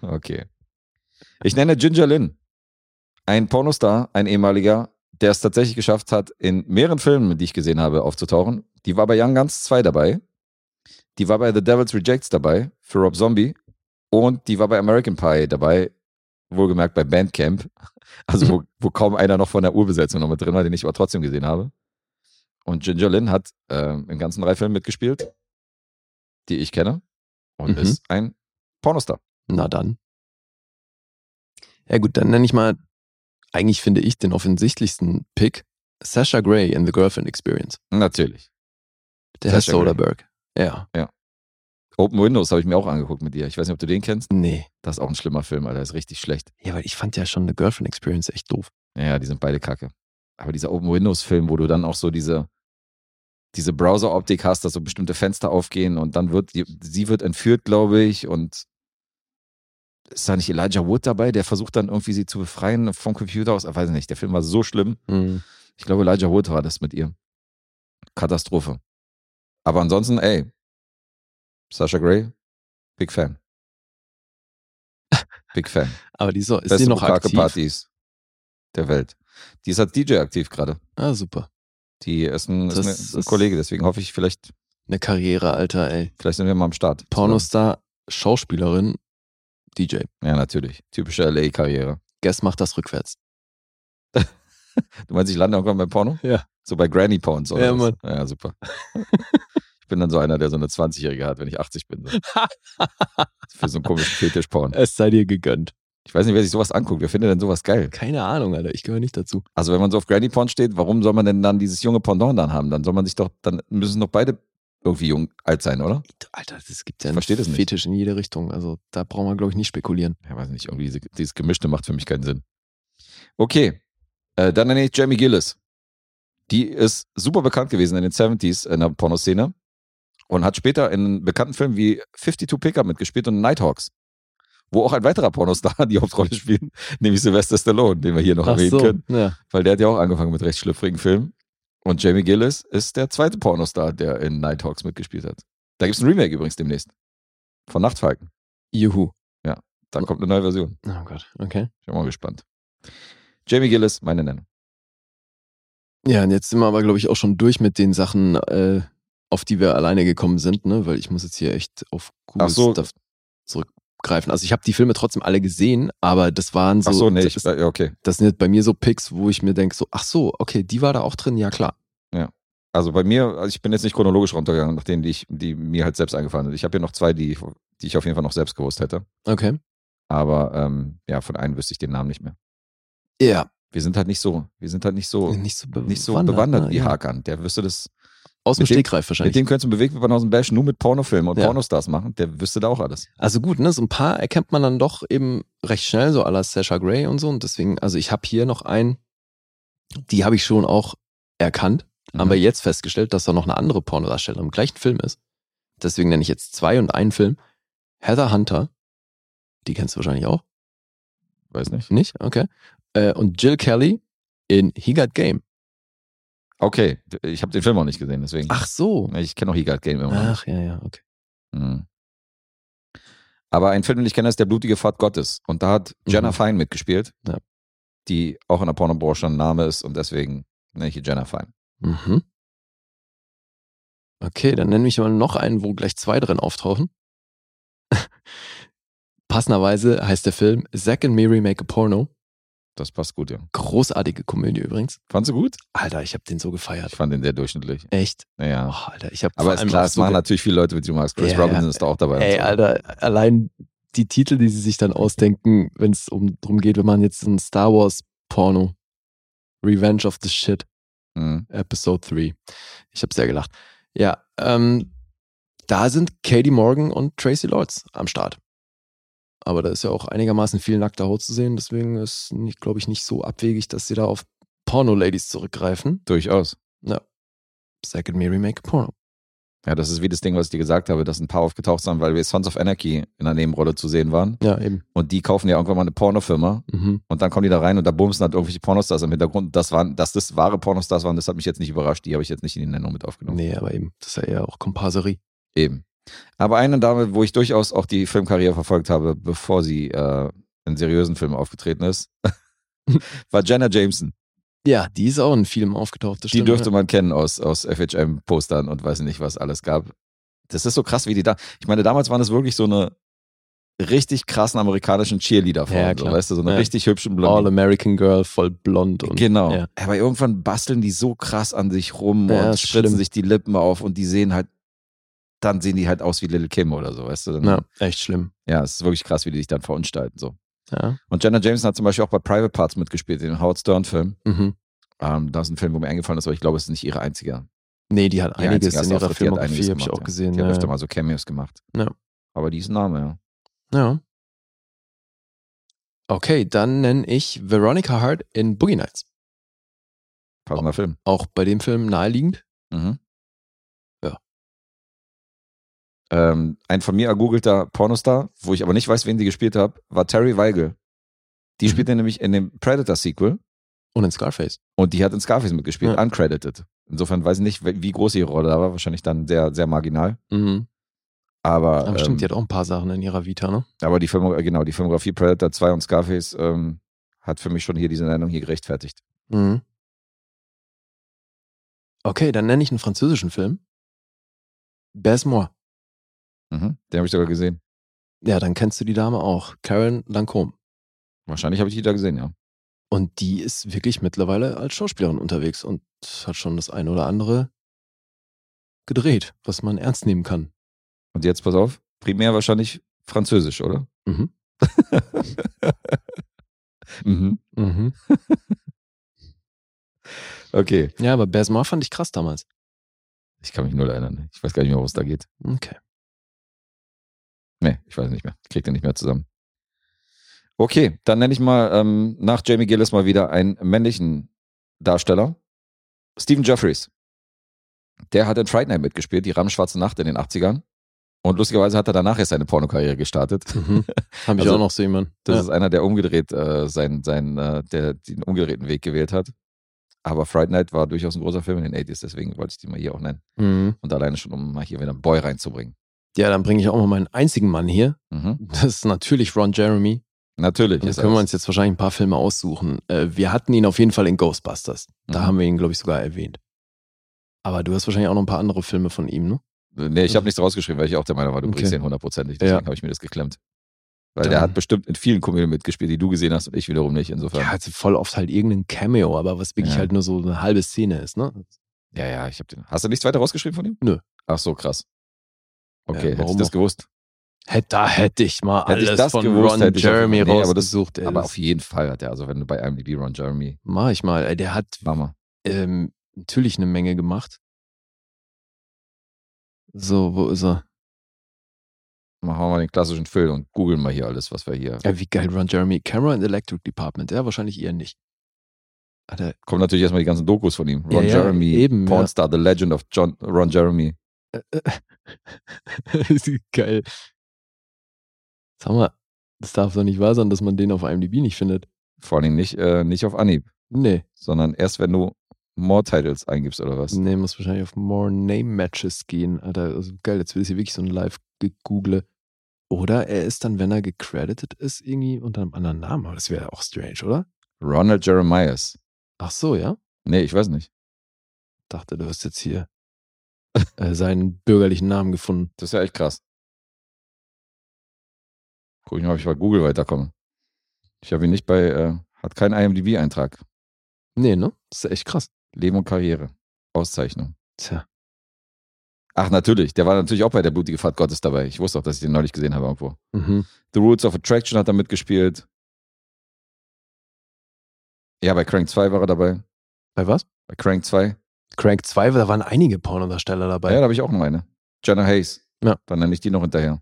Speaker 2: Okay. Ich nenne Ginger Lynn. Ein Pornostar, ein ehemaliger, der es tatsächlich geschafft hat, in mehreren Filmen, die ich gesehen habe, aufzutauchen. Die war bei Young Guns 2 dabei. Die war bei The Devil's Rejects dabei, für Rob Zombie. Und die war bei American Pie dabei, wohlgemerkt bei Bandcamp. [laughs] Also, wo, wo kaum einer noch von der Urbesetzung noch mit drin war, den ich aber trotzdem gesehen habe. Und Ginger Lynn hat ähm, in ganzen drei Filmen mitgespielt, die ich kenne. Und
Speaker 3: Mhm.
Speaker 2: ist ein Pornostar.
Speaker 3: Na dann. Ja gut, dann nenne ich mal, eigentlich finde ich den offensichtlichsten Pick, Sasha Gray in The Girlfriend Experience.
Speaker 2: Natürlich.
Speaker 3: Der
Speaker 2: Sasha
Speaker 3: Herr Soderbergh. Ja.
Speaker 2: Open Windows habe ich mir auch angeguckt mit dir. Ich weiß nicht, ob du den kennst.
Speaker 3: Nee.
Speaker 2: Das ist auch ein schlimmer Film, Alter. Ist richtig schlecht.
Speaker 3: Ja, weil ich fand ja schon eine Girlfriend Experience echt doof.
Speaker 2: Ja, die sind beide kacke. Aber dieser Open Windows-Film, wo du dann auch so diese, diese Browser-Optik hast, dass so bestimmte Fenster aufgehen und dann wird die, sie wird entführt, glaube ich. Und ist da nicht Elijah Wood dabei? Der versucht dann irgendwie sie zu befreien vom Computer aus. Ich weiß nicht, der Film war so schlimm.
Speaker 3: Mhm.
Speaker 2: Ich glaube, Elijah Wood war das mit ihr. Katastrophe. Aber ansonsten, ey, Sasha Gray, big Fan. [laughs] Big Fan.
Speaker 3: Aber die so, ist
Speaker 2: Beste
Speaker 3: die noch
Speaker 2: Bukake
Speaker 3: aktiv?
Speaker 2: Partys der Welt. Die ist als DJ aktiv gerade.
Speaker 3: Ah, super.
Speaker 2: Die ist ein, ist
Speaker 3: Das
Speaker 2: eine,
Speaker 3: ist-
Speaker 2: ein Kollege, deswegen hoffe ich, vielleicht,
Speaker 3: Eine Karriere, Alter, ey.
Speaker 2: vielleicht sind wir mal am Start.
Speaker 3: Pornostar, Schauspielerin, DJ.
Speaker 2: Ja, natürlich. Typische LA-Karriere.
Speaker 3: Guess macht das rückwärts.
Speaker 2: Du meinst, ich lande irgendwann beim Porno?
Speaker 3: Ja.
Speaker 2: So bei Granny Porns oder
Speaker 3: Ja,
Speaker 2: was? Ja,
Speaker 3: [laughs]
Speaker 2: super. ich bin dann so einer, der so eine 20-Jährige hat, wenn ich 80 bin.
Speaker 3: [laughs]
Speaker 2: So. Für so einen komischen Fetisch-Porn.
Speaker 3: Es sei dir gegönnt.
Speaker 2: Ich weiß nicht, wer sich sowas anguckt. Wer findet denn sowas geil?
Speaker 3: Keine Ahnung, Alter. Ich gehöre nicht dazu.
Speaker 2: Also, wenn man so auf Granny Porn steht, warum soll man denn dann dieses junge Pendant dann haben? Dann soll man sich doch, dann müssen doch beide irgendwie jung alt sein, oder?
Speaker 3: Alter, es gibt
Speaker 2: Ich
Speaker 3: ja einen
Speaker 2: verstehe das nicht.
Speaker 3: Fetisch in jede Richtung. Also da brauchen wir, glaube ich, nicht spekulieren.
Speaker 2: Ja, weiß nicht, irgendwie diese, dieses Gemischte macht für mich keinen Sinn. Okay, äh, dann nenne ich Jamie Gillis. Die ist super bekannt gewesen in den 70s in der Pornoszene und hat später in bekannten Filmen wie 52 Pickup mitgespielt und Nighthawks, wo auch ein weiterer Pornostar [laughs] die Hauptrolle spielt, nämlich Sylvester Stallone, den wir hier noch erwähnen können.
Speaker 3: Ja.
Speaker 2: weil der hat ja auch angefangen mit recht schlüpfrigen Filmen. Und Jamie Gillis ist der zweite Pornostar, der in Nighthawks mitgespielt hat. Da gibt es ein Remake übrigens demnächst. Von Nachtfalken.
Speaker 3: Juhu.
Speaker 2: Da kommt eine neue Version.
Speaker 3: Oh Gott, okay.
Speaker 2: Ich bin mal gespannt. Jamie Gillis, meine Nennung.
Speaker 3: Ja, und jetzt sind wir aber, glaube ich, auch schon durch mit den Sachen, äh, auf die wir alleine gekommen sind, ne? Weil ich muss jetzt hier echt auf Google
Speaker 2: Ach so.
Speaker 3: Stuff zurückgreifen. Also ich habe die Filme trotzdem alle gesehen, aber das waren so,
Speaker 2: Ach so, nee, ich,
Speaker 3: Also, das,
Speaker 2: ja, okay.
Speaker 3: das sind jetzt bei mir so Picks, wo ich mir denke, so, ach so, okay, die war da auch drin, ja klar.
Speaker 2: Also bei mir, also ich bin jetzt nicht chronologisch runtergegangen, nach denen, die, ich, die mir halt selbst eingefallen sind. Ich habe hier noch zwei, die, die ich auf jeden Fall noch selbst gewusst hätte.
Speaker 3: Okay.
Speaker 2: Aber ähm, ja, von einem wüsste ich den Namen nicht mehr.
Speaker 3: Ja.
Speaker 2: Wir sind halt nicht so, wir sind halt nicht so,
Speaker 3: Nicht so Äh, bewandert.
Speaker 2: nicht so bewandert
Speaker 3: ne?
Speaker 2: wie
Speaker 3: Ja.
Speaker 2: Hakan. Der wüsste das
Speaker 3: Aus dem
Speaker 2: Mit dem-
Speaker 3: Stegreif
Speaker 2: Mit
Speaker 3: wahrscheinlich.
Speaker 2: dem könntest du bewegt mit Banausen Bash nur mit Pornofilmen und
Speaker 3: Ja.
Speaker 2: Pornostars machen. Der wüsste da auch alles.
Speaker 3: Also gut, ne? So ein paar erkennt man dann doch eben recht schnell, so à la Sasha Gray und so. Und deswegen, also ich habe hier noch einen, die habe ich schon auch erkannt. haben wir
Speaker 2: Mhm.
Speaker 3: jetzt festgestellt, dass da noch eine andere Pornodarstellerin im gleichen Film ist. Deswegen nenne ich jetzt zwei und einen Film. Heather Hunter, die kennst du wahrscheinlich auch.
Speaker 2: Weiß nicht.
Speaker 3: Nicht? Okay. Äh, und Jill Kelly in He Got Game.
Speaker 2: Okay, ich habe den Film auch nicht gesehen, deswegen.
Speaker 3: Ach so.
Speaker 2: Ich kenne auch He Got Game immer noch nicht.
Speaker 3: Ach, ja, ja, okay.
Speaker 2: Mhm. Aber ein Film, den ich kenne, ist Der blutige Pfad Gottes. Und da hat Jenna
Speaker 3: Mhm.
Speaker 2: Fine mitgespielt,
Speaker 3: Ja.
Speaker 2: die auch in der Pornobranche ein Name ist und deswegen nenne ich die Jenna Fine.
Speaker 3: Mhm. Okay, dann nenne ich mal noch einen, wo gleich zwei drin auftauchen. [laughs] Passenderweise heißt der Film Zack and Mary Make a Porno.
Speaker 2: Das passt gut, ja.
Speaker 3: Großartige Komödie übrigens.
Speaker 2: Fandst du gut?
Speaker 3: Alter, ich habe den so
Speaker 2: Ich
Speaker 3: gefeiert.
Speaker 2: fand den sehr durchschnittlich.
Speaker 3: Echt? Oh,
Speaker 2: Naja.
Speaker 3: Alter, ich habe
Speaker 2: Aber ist klar, es machen halt natürlich viele Leute, mit denen du magst. Chris
Speaker 3: Ja, ja.
Speaker 2: Robinson ist da auch dabei. und
Speaker 3: Ey,
Speaker 2: so.
Speaker 3: Alter, allein die Titel, die sie sich dann ausdenken, wenn es um, drum geht, wenn man jetzt ein Star Wars Porno, Revenge of the Shit,
Speaker 2: Mhm.
Speaker 3: Episode 3. Ich habe sehr gelacht. Ja, ähm, da sind Katie Morgan und Tracy Lords am Start. Aber da ist ja auch einigermaßen viel nackter Haut zu sehen, deswegen ist, glaube ich, nicht so abwegig, dass sie da auf Porno-Ladies zurückgreifen.
Speaker 2: Durchaus.
Speaker 3: Second Mary Make a Porno.
Speaker 2: Ja, das ist wie das Ding, was ich dir gesagt habe, dass ein paar aufgetaucht sind, weil wir Sons of Anarchy in der Nebenrolle zu sehen waren.
Speaker 3: Ja, eben.
Speaker 2: Und die kaufen ja irgendwann mal eine Pornofirma.
Speaker 3: Mhm.
Speaker 2: Und dann kommen die da rein und da bumsen halt irgendwelche Pornostars im Hintergrund. Das waren, dass das wahre Pornostars waren, das hat mich jetzt nicht überrascht. Die habe ich jetzt nicht in die Nennung mit aufgenommen.
Speaker 3: Nee, aber eben, das ist ja eher auch Komparserie.
Speaker 2: Eben. Aber eine Dame, wo ich durchaus auch die Filmkarriere verfolgt habe, bevor sie äh, in seriösen Filmen aufgetreten ist, [laughs] war Jenna Jameson.
Speaker 3: Ja, die ist auch in vielem aufgetaucht. das
Speaker 2: Die
Speaker 3: stimmt,
Speaker 2: dürfte
Speaker 3: ja.
Speaker 2: man kennen aus, aus FHM-Postern und weiß nicht, was alles gab. Das ist so krass, wie die da. Ich meine, damals waren das wirklich so eine richtig krassen amerikanischen Cheerleader vor
Speaker 3: Ja,
Speaker 2: so,
Speaker 3: klar.
Speaker 2: weißt du, so eine
Speaker 3: Ja.
Speaker 2: richtig hübschen
Speaker 3: All
Speaker 2: Blondine.
Speaker 3: American Girl, voll blond und.
Speaker 2: Genau.
Speaker 3: Ja.
Speaker 2: Aber irgendwann basteln die so krass an sich rum
Speaker 3: Ja,
Speaker 2: und
Speaker 3: ist
Speaker 2: spritzen
Speaker 3: schlimm.
Speaker 2: sich die Lippen auf und die sehen halt, dann sehen die halt aus wie Little Kim oder so, weißt du? Dann,
Speaker 3: Ja, echt schlimm.
Speaker 2: Ja, es ist wirklich krass, wie die sich dann verunstalten. So.
Speaker 3: Ja.
Speaker 2: Und Jenna Jameson hat zum Beispiel auch bei Private Parts mitgespielt, den Howard Stern-Film.
Speaker 3: Mhm.
Speaker 2: Ähm, das ist ein Film, wo mir eingefallen ist, aber ich glaube, es ist nicht ihre einzige.
Speaker 3: Nee, die hat
Speaker 2: Die
Speaker 3: einiges
Speaker 2: einzige
Speaker 3: in
Speaker 2: Gastauftritt,
Speaker 3: ihrer
Speaker 2: die hat
Speaker 3: Filmografie, habe ich
Speaker 2: gemacht,
Speaker 3: auch
Speaker 2: ja.
Speaker 3: gesehen.
Speaker 2: Die hat
Speaker 3: ja.
Speaker 2: öfter mal so Cameos gemacht.
Speaker 3: Ja.
Speaker 2: Aber die ist ein Name, ja.
Speaker 3: Ja. Okay, dann nenne ich Veronica Hart in Boogie Nights.
Speaker 2: Passender Film.
Speaker 3: Auch bei dem Film naheliegend.
Speaker 2: Mhm.
Speaker 3: Ja.
Speaker 2: Ähm, ein von mir ergoogelter Pornostar, wo ich aber nicht weiß, wen die gespielt habe, war Terry Weigel. Die
Speaker 3: Mhm.
Speaker 2: spielte nämlich in dem Predator-Sequel
Speaker 3: Und in Scarface.
Speaker 2: und die hat in Scarface mitgespielt,
Speaker 3: Ja.
Speaker 2: uncredited. Insofern weiß ich nicht, wie wie groß ihre Rolle da war. Wahrscheinlich dann sehr, sehr marginal.
Speaker 3: Mhm.
Speaker 2: Aber, ähm,
Speaker 3: Aber stimmt, die hat auch ein paar Sachen in ihrer Vita, ne?
Speaker 2: Aber die Film, genau, die Filmografie Predator 2 und Scarface ähm, hat für mich schon hier diese Nennung hier gerechtfertigt.
Speaker 3: Mhm. Okay, dann nenne ich einen französischen Film. Besmois.
Speaker 2: Mhm. Den habe ich sogar gesehen.
Speaker 3: Ja, dann kennst du die Dame auch. Karen Lancôme.
Speaker 2: Wahrscheinlich habe ich die da gesehen, ja.
Speaker 3: Und die ist wirklich mittlerweile als Schauspielerin unterwegs und hat schon das eine oder andere gedreht, was man ernst nehmen kann.
Speaker 2: Und jetzt pass auf, primär wahrscheinlich Französisch, oder?
Speaker 3: Mhm.
Speaker 2: [laughs] Mhm.
Speaker 3: Mhm.
Speaker 2: Okay.
Speaker 3: Ja, aber Besmois fand ich krass damals.
Speaker 2: Ich kann mich null erinnern. Ich weiß gar nicht mehr, worum es da geht.
Speaker 3: Okay.
Speaker 2: Nee, ich weiß nicht mehr. Ich krieg den nicht mehr zusammen. Okay, dann nenne ich mal ähm, nach Jamie Gillis mal wieder einen männlichen Darsteller. Stephen Jeffries. Der hat in Fright Night mitgespielt, die rammschwarze Nacht in den 80ern. Und lustigerweise hat er danach erst seine Pornokarriere gestartet. [laughs]
Speaker 3: Mhm. Habe ich
Speaker 2: Also,
Speaker 3: auch noch so jemanden.
Speaker 2: Das
Speaker 3: Ja.
Speaker 2: ist einer, der umgedreht, äh, sein, sein, äh, der den umgedrehten Weg gewählt hat. Aber Fright Night war durchaus ein großer Film in den 80s, deswegen wollte ich den mal hier auch nennen.
Speaker 3: Mhm.
Speaker 2: Und alleine schon, um mal hier wieder einen Boy reinzubringen.
Speaker 3: Ja, dann bringe ich auch mal meinen einzigen Mann hier.
Speaker 2: Mhm.
Speaker 3: Das ist natürlich Ron Jeremy.
Speaker 2: Natürlich.
Speaker 3: Und da
Speaker 2: ist
Speaker 3: können wir uns
Speaker 2: alles-
Speaker 3: jetzt wahrscheinlich ein paar Filme aussuchen. Äh, wir hatten ihn auf jeden Fall in Ghostbusters. Da
Speaker 2: Mhm.
Speaker 3: haben wir ihn, glaube ich, sogar erwähnt. Aber du hast wahrscheinlich auch noch ein paar andere Filme von ihm, ne?
Speaker 2: äh, Nee, ich habe nichts rausgeschrieben, weil ich auch der Meinung war, du bringst
Speaker 3: Okay.
Speaker 2: den hundertprozentig. Deswegen
Speaker 3: Ja.
Speaker 2: habe ich mir das geklemmt. Weil
Speaker 3: Dann-
Speaker 2: der hat bestimmt in vielen Komödien mitgespielt, die du gesehen hast und ich wiederum nicht. Insofern.
Speaker 3: Ja, also voll oft halt irgendein Cameo, aber was wirklich
Speaker 2: Ja.
Speaker 3: halt nur so eine halbe Szene ist, ne?
Speaker 2: Ja, ja, ich habe den. Hast du nichts weiter rausgeschrieben von ihm?
Speaker 3: Nö.
Speaker 2: Ach so, krass. Okay,
Speaker 3: Ja,
Speaker 2: hätte ich
Speaker 3: warum
Speaker 2: das
Speaker 3: auch?
Speaker 2: gewusst.
Speaker 3: Hätte, da hätte ich mal
Speaker 2: Hätte ich
Speaker 3: alles
Speaker 2: das
Speaker 3: von
Speaker 2: gewusst,
Speaker 3: Ron
Speaker 2: hätte ich auf-
Speaker 3: Jeremy
Speaker 2: Nee, aber das-
Speaker 3: rausgesucht. ey,
Speaker 2: Aber
Speaker 3: das
Speaker 2: auf jeden Fall hat er, also wenn du bei IMDb Ron Jeremy,
Speaker 3: mach ich mal. Ey, Der hat
Speaker 2: Mama.
Speaker 3: ähm, natürlich eine Menge gemacht. So, wo ist er?
Speaker 2: Machen wir mal den klassischen Film und googeln mal hier alles, was wir hier.
Speaker 3: Ja, wie geil, Ron Jeremy. Camera and Electric Department. Ja, wahrscheinlich eher nicht. Hat [laughs] er,
Speaker 2: Kommen natürlich erstmal die ganzen Dokus von ihm. Ron
Speaker 3: Ja, ja,
Speaker 2: Jeremy,
Speaker 3: eben, ja.
Speaker 2: Pornstar, The Legend of John, Ron Jeremy.
Speaker 3: geil. Sag mal, Das darf doch nicht wahr sein, dass man den auf IMDb nicht findet.
Speaker 2: Vor allem nicht, äh, nicht auf Anhieb,
Speaker 3: Nee.
Speaker 2: sondern erst, wenn du More Titles eingibst oder was.
Speaker 3: Nee, muss wahrscheinlich auf More Name Matches gehen. Alter, also geil, jetzt wird es hier wirklich so ein Live-Gegoogle. Oder er ist dann, wenn er gecredited ist, irgendwie unter einem anderen Namen. Aber das wäre auch strange, oder?
Speaker 2: Ronald Jeremias.
Speaker 3: Ach so, ja?
Speaker 2: Nee, ich weiß nicht.
Speaker 3: Dachte, du hast jetzt hier äh, seinen bürgerlichen Namen gefunden.
Speaker 2: Das ist ja echt krass. Guck ich mal, ob ich bei Google weiterkomme. Ich habe ihn nicht bei, äh, hat keinen IMDb-Eintrag.
Speaker 3: Nee, ne? Das ist echt krass.
Speaker 2: Leben und Karriere. Auszeichnung.
Speaker 3: Tja.
Speaker 2: Ach, natürlich. Der war natürlich auch bei der blutige Fahrt Gottes dabei. Ich wusste auch, dass ich den neulich gesehen habe irgendwo.
Speaker 3: Mhm.
Speaker 2: The Rules of Attraction hat er mitgespielt. Ja, bei Crank 2 war er dabei.
Speaker 3: Bei was?
Speaker 2: Bei Crank 2.
Speaker 3: Crank 2, da waren einige Pornodarsteller dabei.
Speaker 2: Ja, da habe ich auch noch eine. Jenna Hayes.
Speaker 3: Ja.
Speaker 2: Dann nenne ich die noch hinterher.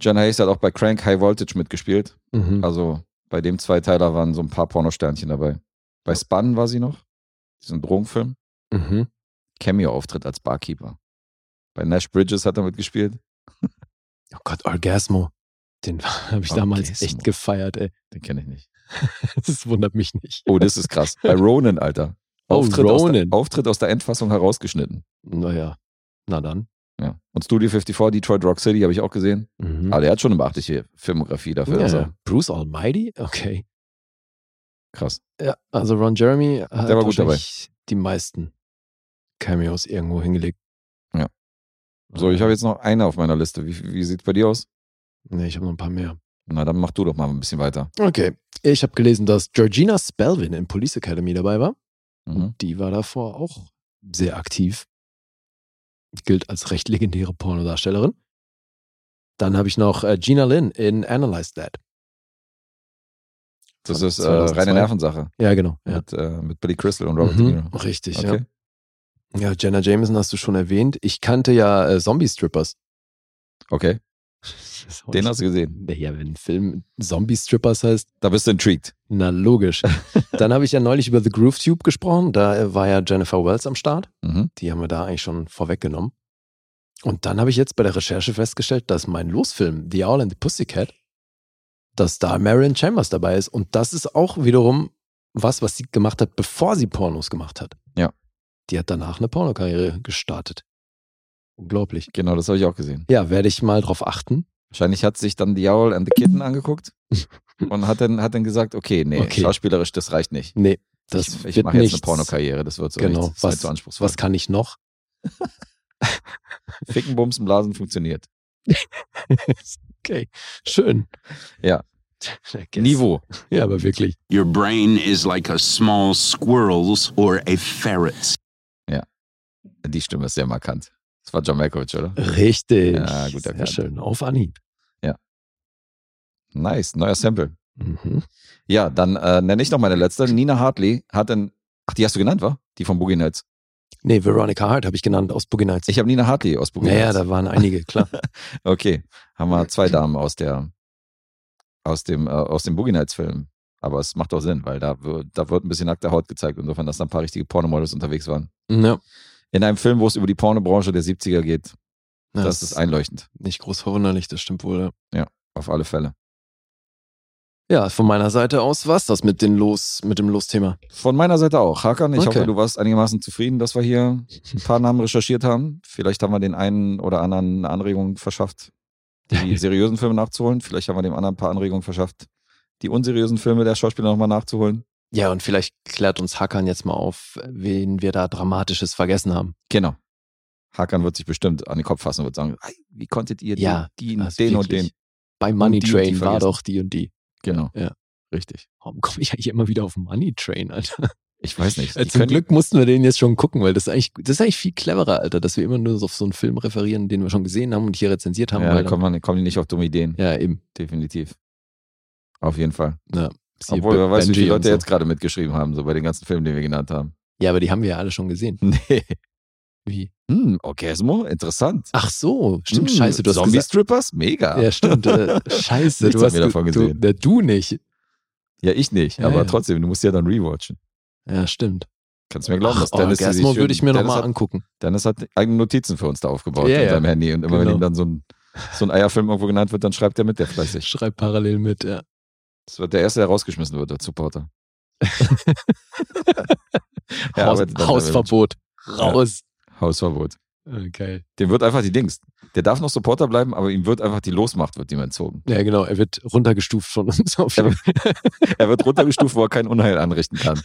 Speaker 2: Jenna Hayes hat auch bei Crank High Voltage mitgespielt.
Speaker 3: mhm.
Speaker 2: Also bei dem Zweiteiler waren so ein paar Pornosternchen dabei. Bei Spun war sie noch. Diesen Drogenfilm.
Speaker 3: mhm.
Speaker 2: Cameo-Auftritt als Barkeeper. Bei Nash Bridges hat er mitgespielt.
Speaker 3: Oh Gott, Orgasmo. Den [laughs] habe ich damals
Speaker 2: Orgasmo.
Speaker 3: echt gefeiert, ey. [laughs]
Speaker 2: Den kenne ich nicht.
Speaker 3: Das wundert mich nicht.
Speaker 2: Oh, das ist krass.
Speaker 3: [laughs]
Speaker 2: Bei Ronin, Alter.
Speaker 3: Oh,
Speaker 2: Auftritt, Aus
Speaker 3: Ronin.
Speaker 2: der, Auftritt aus der Endfassung herausgeschnitten.
Speaker 3: Naja, na dann.
Speaker 2: Ja. Und Studio 54, Detroit Rock City, habe ich auch gesehen.
Speaker 3: Mhm.
Speaker 2: Ah, der hat schon eine beachtliche Filmografie dafür.
Speaker 3: ja,
Speaker 2: Also,
Speaker 3: ja. Bruce Almighty? Okay.
Speaker 2: krass.
Speaker 3: Ja, also Ron Jeremy hat
Speaker 2: war gut dabei.
Speaker 3: wahrscheinlich die meisten Cameos irgendwo hingelegt.
Speaker 2: Ja. So, ich habe jetzt noch eine auf meiner Liste. Wie, wie sieht es bei dir aus?
Speaker 3: Nee, ich habe noch ein paar mehr.
Speaker 2: Na, dann mach du doch mal ein bisschen weiter.
Speaker 3: Okay. Ich habe gelesen, dass Georgina Spelvin in Police Academy dabei war.
Speaker 2: Mhm.
Speaker 3: Die war davor auch sehr aktiv. Gilt als recht legendäre Pornodarstellerin. Dann habe ich noch äh, Gina Lynn in Analyze That.
Speaker 2: Das
Speaker 3: Von
Speaker 2: ist äh,
Speaker 3: 2002.
Speaker 2: reine Nervensache
Speaker 3: Ja, genau. Ja.
Speaker 2: mit, äh, mit Billy Crystal und Robert De
Speaker 3: Mhm,
Speaker 2: Niro.
Speaker 3: Richtig, ja.
Speaker 2: Okay.
Speaker 3: Ja, Jenna Jameson hast du schon erwähnt. Ich kannte ja äh, Zombie-Strippers.
Speaker 2: okay, den hast du gesehen.
Speaker 3: Naja, wenn ein Film Zombie-Strippers heißt,
Speaker 2: Da bist du intrigued.
Speaker 3: na logisch. [laughs] Dann habe ich ja neulich über The Groove Tube gesprochen. Da äh, war ja Jennifer Wells am Start.
Speaker 2: Mhm.
Speaker 3: Die haben wir da eigentlich schon vorweggenommen. Und dann habe ich jetzt bei der Recherche festgestellt, dass mein Losfilm The Owl and the Pussycat, dass da Marion Chambers dabei ist. Und das ist auch wiederum was, was sie gemacht hat, bevor sie Pornos gemacht hat.
Speaker 2: Ja.
Speaker 3: Die hat danach eine Pornokarriere gestartet. Unglaublich.
Speaker 2: Genau, das habe ich auch gesehen.
Speaker 3: Ja, werde ich mal drauf achten.
Speaker 2: Wahrscheinlich hat sich dann die Owl and the Kitten
Speaker 3: [laughs]
Speaker 2: angeguckt und hat dann, hat dann gesagt, okay, nee,
Speaker 3: Okay.
Speaker 2: schauspielerisch, das reicht nicht.
Speaker 3: Nee, das
Speaker 2: ich ich
Speaker 3: wird
Speaker 2: mache jetzt eine
Speaker 3: nichts.
Speaker 2: Pornokarriere, das wird so
Speaker 3: Genau,
Speaker 2: nichts. Das was, ist
Speaker 3: was-
Speaker 2: halt so anspruchsvoll.
Speaker 3: Was kann ich noch? [laughs]
Speaker 2: Ficken, Bumsen, Blasen funktioniert.
Speaker 3: okay, schön.
Speaker 2: Ja.
Speaker 3: I guess.
Speaker 2: Niveau.
Speaker 3: Ja, aber wirklich.
Speaker 12: Your brain is like a small squirrel's or a ferret's.
Speaker 2: Die Stimme ist sehr markant. Das war John Malkovich, oder?
Speaker 3: Richtig.
Speaker 2: Ja, gut
Speaker 3: Sehr
Speaker 2: erkannt.
Speaker 3: schön. Auf Anhieb.
Speaker 2: Nice, neuer Sample.
Speaker 3: Mhm.
Speaker 2: Ja, dann äh, nenne ich noch meine letzte. Nina Hartley hat dann, ach, die hast du genannt, war? Die von Boogie Nights.
Speaker 3: Nee, Veronica Hart habe ich genannt aus Boogie Nights.
Speaker 2: Ich habe Nina Hartley aus Boogie
Speaker 3: naja,
Speaker 2: Nights.
Speaker 3: da waren einige, klar.
Speaker 2: [laughs] Okay, haben wir zwei Damen aus der, aus dem, äh, aus dem Boogie Nights Film. Aber es macht doch Sinn, weil da wird, da wird ein bisschen nackte Haut gezeigt. Insofern, dass da ein paar richtige Pornomodels unterwegs waren.
Speaker 3: ja.
Speaker 2: In einem Film, wo es über die Pornobranche der 70er geht. Das ist einleuchtend.
Speaker 3: nicht groß verwunderlich, das stimmt wohl. Ja,
Speaker 2: Auf alle Fälle.
Speaker 3: ja von meiner Seite aus war es das mit, den Los, mit dem Losthema.
Speaker 2: Von meiner Seite auch. Hakan, ich
Speaker 3: Okay.
Speaker 2: hoffe, du warst einigermaßen zufrieden, dass wir hier ein paar Namen recherchiert haben. Vielleicht haben wir den einen oder anderen eine Anregung verschafft,
Speaker 3: [laughs]
Speaker 2: die seriösen Filme nachzuholen. Vielleicht haben wir dem anderen ein paar Anregungen verschafft, die unseriösen Filme der Schauspieler nochmal nachzuholen.
Speaker 3: Ja, und vielleicht klärt uns Hackern jetzt mal auf, wen wir da Dramatisches vergessen haben.
Speaker 2: Genau. Hakan wird sich bestimmt an den Kopf fassen und wird sagen, "Ei, wie konntet ihr die-
Speaker 3: Ja,
Speaker 2: die,
Speaker 3: also
Speaker 2: den und
Speaker 3: wirklich.
Speaker 2: den?
Speaker 3: Bei Money
Speaker 2: Hm, Und die und
Speaker 3: Train
Speaker 2: die
Speaker 3: war
Speaker 2: vergessen.
Speaker 3: doch die und die.
Speaker 2: Genau.
Speaker 3: Ja.
Speaker 2: Richtig.
Speaker 3: Warum komme ich eigentlich immer wieder auf Money Train, Alter?
Speaker 2: Ich weiß nicht. [laughs]
Speaker 3: Äh,
Speaker 2: Die
Speaker 3: [laughs] Zum
Speaker 2: können-
Speaker 3: Glück mussten wir den jetzt schon gucken, weil das ist eigentlich, das ist eigentlich viel cleverer, Alter, dass wir immer nur so auf so einen Film referieren, den wir schon gesehen haben und hier rezensiert haben.
Speaker 2: Ja,
Speaker 3: weil
Speaker 2: da kommen, wir- kommen die nicht auf dumme Ideen.
Speaker 3: ja eben.
Speaker 2: Definitiv. Auf jeden Fall.
Speaker 3: Siehe
Speaker 2: Obwohl, wer weiß, wie
Speaker 3: Benji
Speaker 2: viele
Speaker 3: und
Speaker 2: Leute
Speaker 3: so.
Speaker 2: jetzt gerade mitgeschrieben haben, so bei den ganzen Filmen, die wir genannt haben.
Speaker 3: Ja, aber die haben wir ja alle schon gesehen.
Speaker 2: [laughs] Nee.
Speaker 3: Wie?
Speaker 2: Hm, Orgasmo, interessant.
Speaker 3: Ach so, stimmt,
Speaker 2: Hm,
Speaker 3: scheiße, du hast
Speaker 2: Zombie
Speaker 3: gesagt.
Speaker 2: Strippers, mega.
Speaker 3: Ja, stimmt,
Speaker 2: [laughs]
Speaker 3: äh, scheiße,
Speaker 2: Nichts
Speaker 3: du
Speaker 2: haben
Speaker 3: hast
Speaker 2: wir davon
Speaker 3: du,
Speaker 2: gesehen.
Speaker 3: Du, ja, du nicht.
Speaker 2: Ja, ich nicht,
Speaker 3: Ja,
Speaker 2: aber
Speaker 3: ja.
Speaker 2: trotzdem, du musst ja dann rewatchen.
Speaker 3: Ja, stimmt.
Speaker 2: Kannst du mir glauben, dass
Speaker 3: Ach,
Speaker 2: Dennis die
Speaker 3: Orgasmo
Speaker 2: sich
Speaker 3: würde ich mir
Speaker 2: Dennis
Speaker 3: nochmal
Speaker 2: hat,
Speaker 3: angucken.
Speaker 2: Dennis hat eigene Notizen für uns da aufgebaut
Speaker 3: Ja,
Speaker 2: in
Speaker 3: ja.
Speaker 2: seinem Handy und immer wenn
Speaker 3: Genau.
Speaker 2: ihm dann so ein so ein Eierfilm irgendwo genannt wird, dann schreibt er mit, der fleißig.
Speaker 3: Schreibt parallel mit, ja.
Speaker 2: Das wird der Erste, der rausgeschmissen wird, der Supporter. Er
Speaker 3: Haus,
Speaker 2: arbeitet dann
Speaker 3: Hausverbot. Raus.
Speaker 2: damit. Hausverbot.
Speaker 3: Geil.
Speaker 2: Dem wird einfach die Dings. Der darf noch Supporter bleiben, aber ihm wird einfach die Losmacht, wird ihm entzogen.
Speaker 3: Ja, genau. Er wird runtergestuft von uns. [laughs] Auf jeden Fall.
Speaker 2: Er wird runtergestuft, wo er kein Unheil anrichten kann.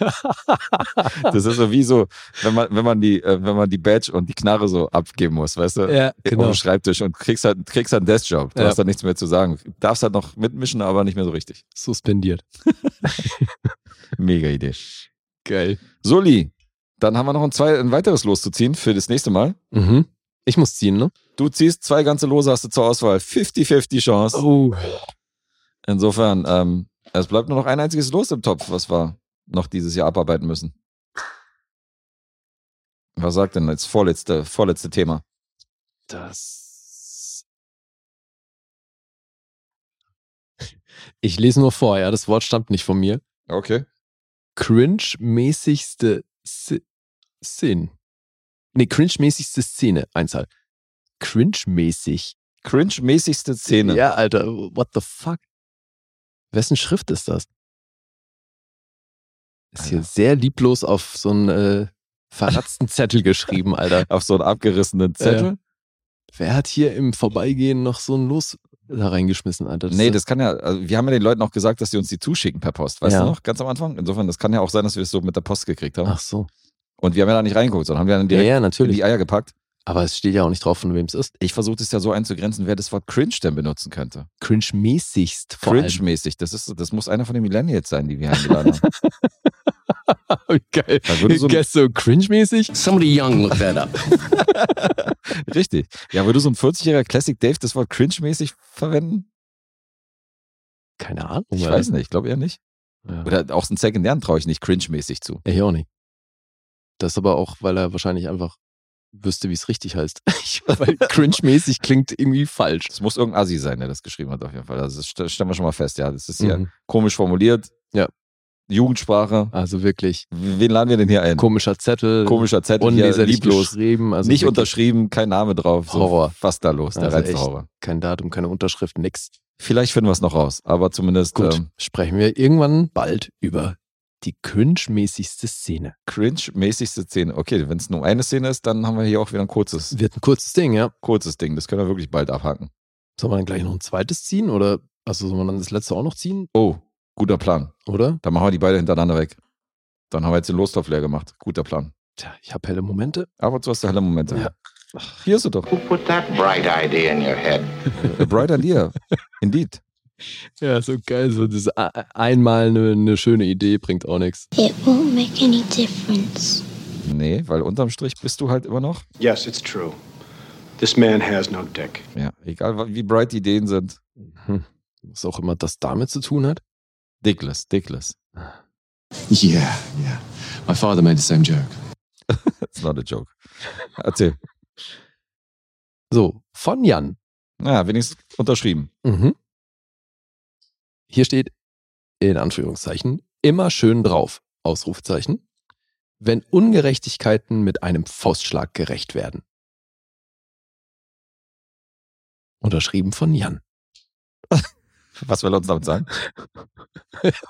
Speaker 2: Das ist so wie so, wenn man, wenn man die, äh, wenn man die Badge und die Knarre so abgeben muss, weißt du?
Speaker 3: ja,
Speaker 2: Auf
Speaker 3: genau.
Speaker 2: dem Schreibtisch und kriegst halt, kriegst halt einen Deskjob. Du
Speaker 3: Ja.
Speaker 2: hast da nichts mehr zu sagen. Darfst halt noch mitmischen, aber nicht mehr so richtig.
Speaker 3: Suspendiert.
Speaker 2: Mega Idee.
Speaker 3: Geil.
Speaker 2: So, Lee, dann haben wir noch ein, zwei, ein weiteres loszuziehen für das nächste Mal.
Speaker 3: Mhm. Ich muss ziehen, ne?
Speaker 2: Du ziehst zwei ganze Lose, hast du zur Auswahl. 50-50 Chance.
Speaker 3: Oh.
Speaker 2: Insofern, ähm, es bleibt nur noch ein einziges Los im Topf, was wir noch dieses Jahr abarbeiten müssen. Was sagt denn das vorletzte, vorletzte Thema?
Speaker 3: Das. Ich lese nur vor, ja. Das Wort stammt nicht von mir.
Speaker 2: Okay.
Speaker 3: Cringe-mäßigste Si- Szene. Nee, cringe-mäßigste Szene. Einzahl. Cringe-mäßig.
Speaker 2: Cringe-mäßigste Szene.
Speaker 3: Ja, Alter, what the fuck? Wessen Schrift ist das? Ist hier
Speaker 2: Alter.
Speaker 3: sehr lieblos auf so einen äh, verratzten Zettel geschrieben, Alter.
Speaker 2: [laughs] Auf so einen abgerissenen Zettel?
Speaker 3: Wer hat hier im Vorbeigehen noch so ein Los da reingeschmissen, Alter?
Speaker 2: nee, das kann ja, also wir haben ja den Leuten auch gesagt, dass sie uns die zuschicken per Post, weißt
Speaker 3: Ja.
Speaker 2: du noch, ganz am Anfang? Insofern, das kann ja auch sein, dass wir es so mit der Post gekriegt haben.
Speaker 3: Ach so.
Speaker 2: Und wir haben ja da nicht reingeguckt, sondern haben ja dann
Speaker 3: Ja,
Speaker 2: direkt
Speaker 3: ja,
Speaker 2: in
Speaker 3: natürlich.
Speaker 2: die Eier gepackt.
Speaker 3: Aber es steht ja auch nicht drauf, von wem es ist.
Speaker 2: Ich versuche das ja so einzugrenzen, wer das Wort cringe denn benutzen könnte.
Speaker 3: Cringe-mäßigst vor
Speaker 2: Cringe-mäßig, das, ist, das muss einer von den Millennials sein, die wir eingeladen
Speaker 3: [laughs]
Speaker 2: haben.
Speaker 3: allem. [laughs] Geil.
Speaker 2: Da würde so ein-
Speaker 3: Guess so cringe-mäßig?
Speaker 9: Somebody young looked that up.
Speaker 2: Richtig. Ja, würde so ein 40-jähriger Classic Dave das Wort cringe-mäßig verwenden?
Speaker 3: Keine Ahnung.
Speaker 2: Ich
Speaker 3: Alter.
Speaker 2: weiß nicht, ich glaube eher nicht.
Speaker 3: Oh Ja.
Speaker 2: Oder auch einen Sekundären traue ich nicht cringe-mäßig zu.
Speaker 3: Ich auch nicht. Das aber auch, weil er wahrscheinlich einfach wüsste, wie es richtig heißt. [laughs] Ich- weil cringe-mäßig klingt irgendwie falsch.
Speaker 2: Es muss irgendein Assi sein, der das geschrieben hat, auf jeden Fall. Also das st- stellen wir schon mal fest, ja. Das ist hier
Speaker 3: Mhm.
Speaker 2: komisch formuliert.
Speaker 3: Ja.
Speaker 2: Jugendsprache.
Speaker 3: Also wirklich
Speaker 2: Wen laden wir denn hier ein?
Speaker 3: komischer Zettel,
Speaker 2: Komischer Zettel hier,
Speaker 3: unleserlich
Speaker 2: lieblos.
Speaker 3: geschrieben, also
Speaker 2: nicht
Speaker 3: wirklich
Speaker 2: unterschrieben, kein Name drauf. So,
Speaker 3: Horror.
Speaker 2: Was da los? Der
Speaker 3: Also
Speaker 2: reinste
Speaker 3: echt.
Speaker 2: Horror.
Speaker 3: kein Datum, keine Unterschrift, nix.
Speaker 2: Vielleicht finden wir es noch raus, aber zumindest
Speaker 3: Gut,
Speaker 2: ähm,
Speaker 3: sprechen wir irgendwann bald über die cringe-mäßigste Szene.
Speaker 2: cringe-mäßigste Szene. Okay, wenn es nur eine Szene ist, dann haben wir hier auch wieder ein kurzes,
Speaker 3: Wird ein kurzes Ding, ja.
Speaker 2: kurzes Ding. Das können wir wirklich bald abhaken.
Speaker 3: Soll man dann gleich noch ein zweites ziehen oder also soll man dann das letzte auch noch ziehen,
Speaker 2: Oh, guter Plan.
Speaker 3: oder?
Speaker 2: Dann machen wir die beide hintereinander weg. Dann haben wir jetzt den Lostopf leer gemacht. Guter Plan.
Speaker 3: Tja, ich habe helle Momente.
Speaker 2: Aber du hast ja helle Momente.
Speaker 3: Ja.
Speaker 2: Hier ist sie doch.
Speaker 5: Who put that bright idea in your head?
Speaker 2: A bright idea. Indeed.
Speaker 3: Ja, so geil. So das a- einmal eine, eine schöne Idee bringt auch nichts.
Speaker 7: It won't make any difference.
Speaker 2: Nee, weil unterm Strich bist du halt immer noch.
Speaker 13: Yes, it's true. This man has no dick.
Speaker 2: Ja, egal wa- wie bright die Ideen sind.
Speaker 3: Was auch immer das damit zu tun hat.
Speaker 2: Dickless, dickless.
Speaker 9: Yeah, yeah. My father made the same joke.
Speaker 2: That's not a joke. Erzähl.
Speaker 3: So, von Jan.
Speaker 2: Ja, wenigstens unterschrieben.
Speaker 3: Mhm. Hier steht in Anführungszeichen immer schön drauf. Ausrufezeichen. Wenn Ungerechtigkeiten mit einem Faustschlag gerecht werden. Unterschrieben von Jan. [laughs]
Speaker 2: Was will er uns damit sagen?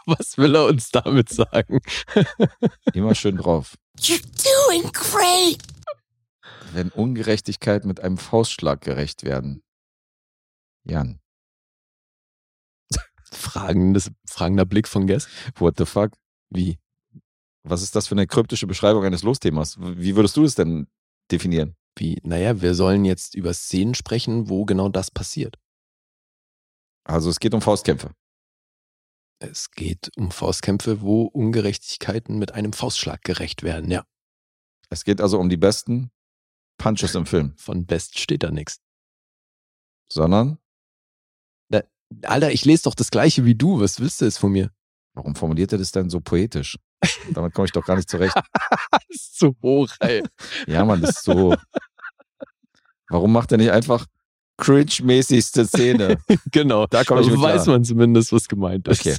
Speaker 3: Was will er uns damit sagen?
Speaker 2: Immer schön drauf.
Speaker 7: You're doing great.
Speaker 2: Wenn Ungerechtigkeit mit einem Faustschlag gerecht werden. Jan,
Speaker 3: Fragendes, fragender Blick von Guess.
Speaker 2: what the fuck?
Speaker 3: Wie?
Speaker 2: Was ist das für eine kryptische Beschreibung eines Losthemas? Wie würdest du es denn definieren?
Speaker 3: Wie? Naja, wir sollen jetzt über Szenen sprechen, wo genau das passiert.
Speaker 2: Also es geht um Faustkämpfe.
Speaker 3: Es geht um Faustkämpfe, wo Ungerechtigkeiten mit einem Faustschlag gerecht werden. Ja,
Speaker 2: Es geht also um die besten Punches im Film,
Speaker 3: von Best steht da nichts.
Speaker 2: sondern
Speaker 3: Alter, ich lese doch das gleiche wie du. Was willst du jetzt von mir?
Speaker 2: warum formuliert er das denn so poetisch? Damit komme ich doch gar nicht zurecht.
Speaker 3: Das ist zu hoch, [laughs] ey.
Speaker 2: Ja, Mann, das ist so. Warum macht er nicht einfach cringe-mäßigste Szene?
Speaker 3: genau.
Speaker 2: Da komme ich
Speaker 3: Also
Speaker 2: mit
Speaker 3: weiß
Speaker 2: klar.
Speaker 3: man zumindest, was gemeint ist.
Speaker 2: Okay.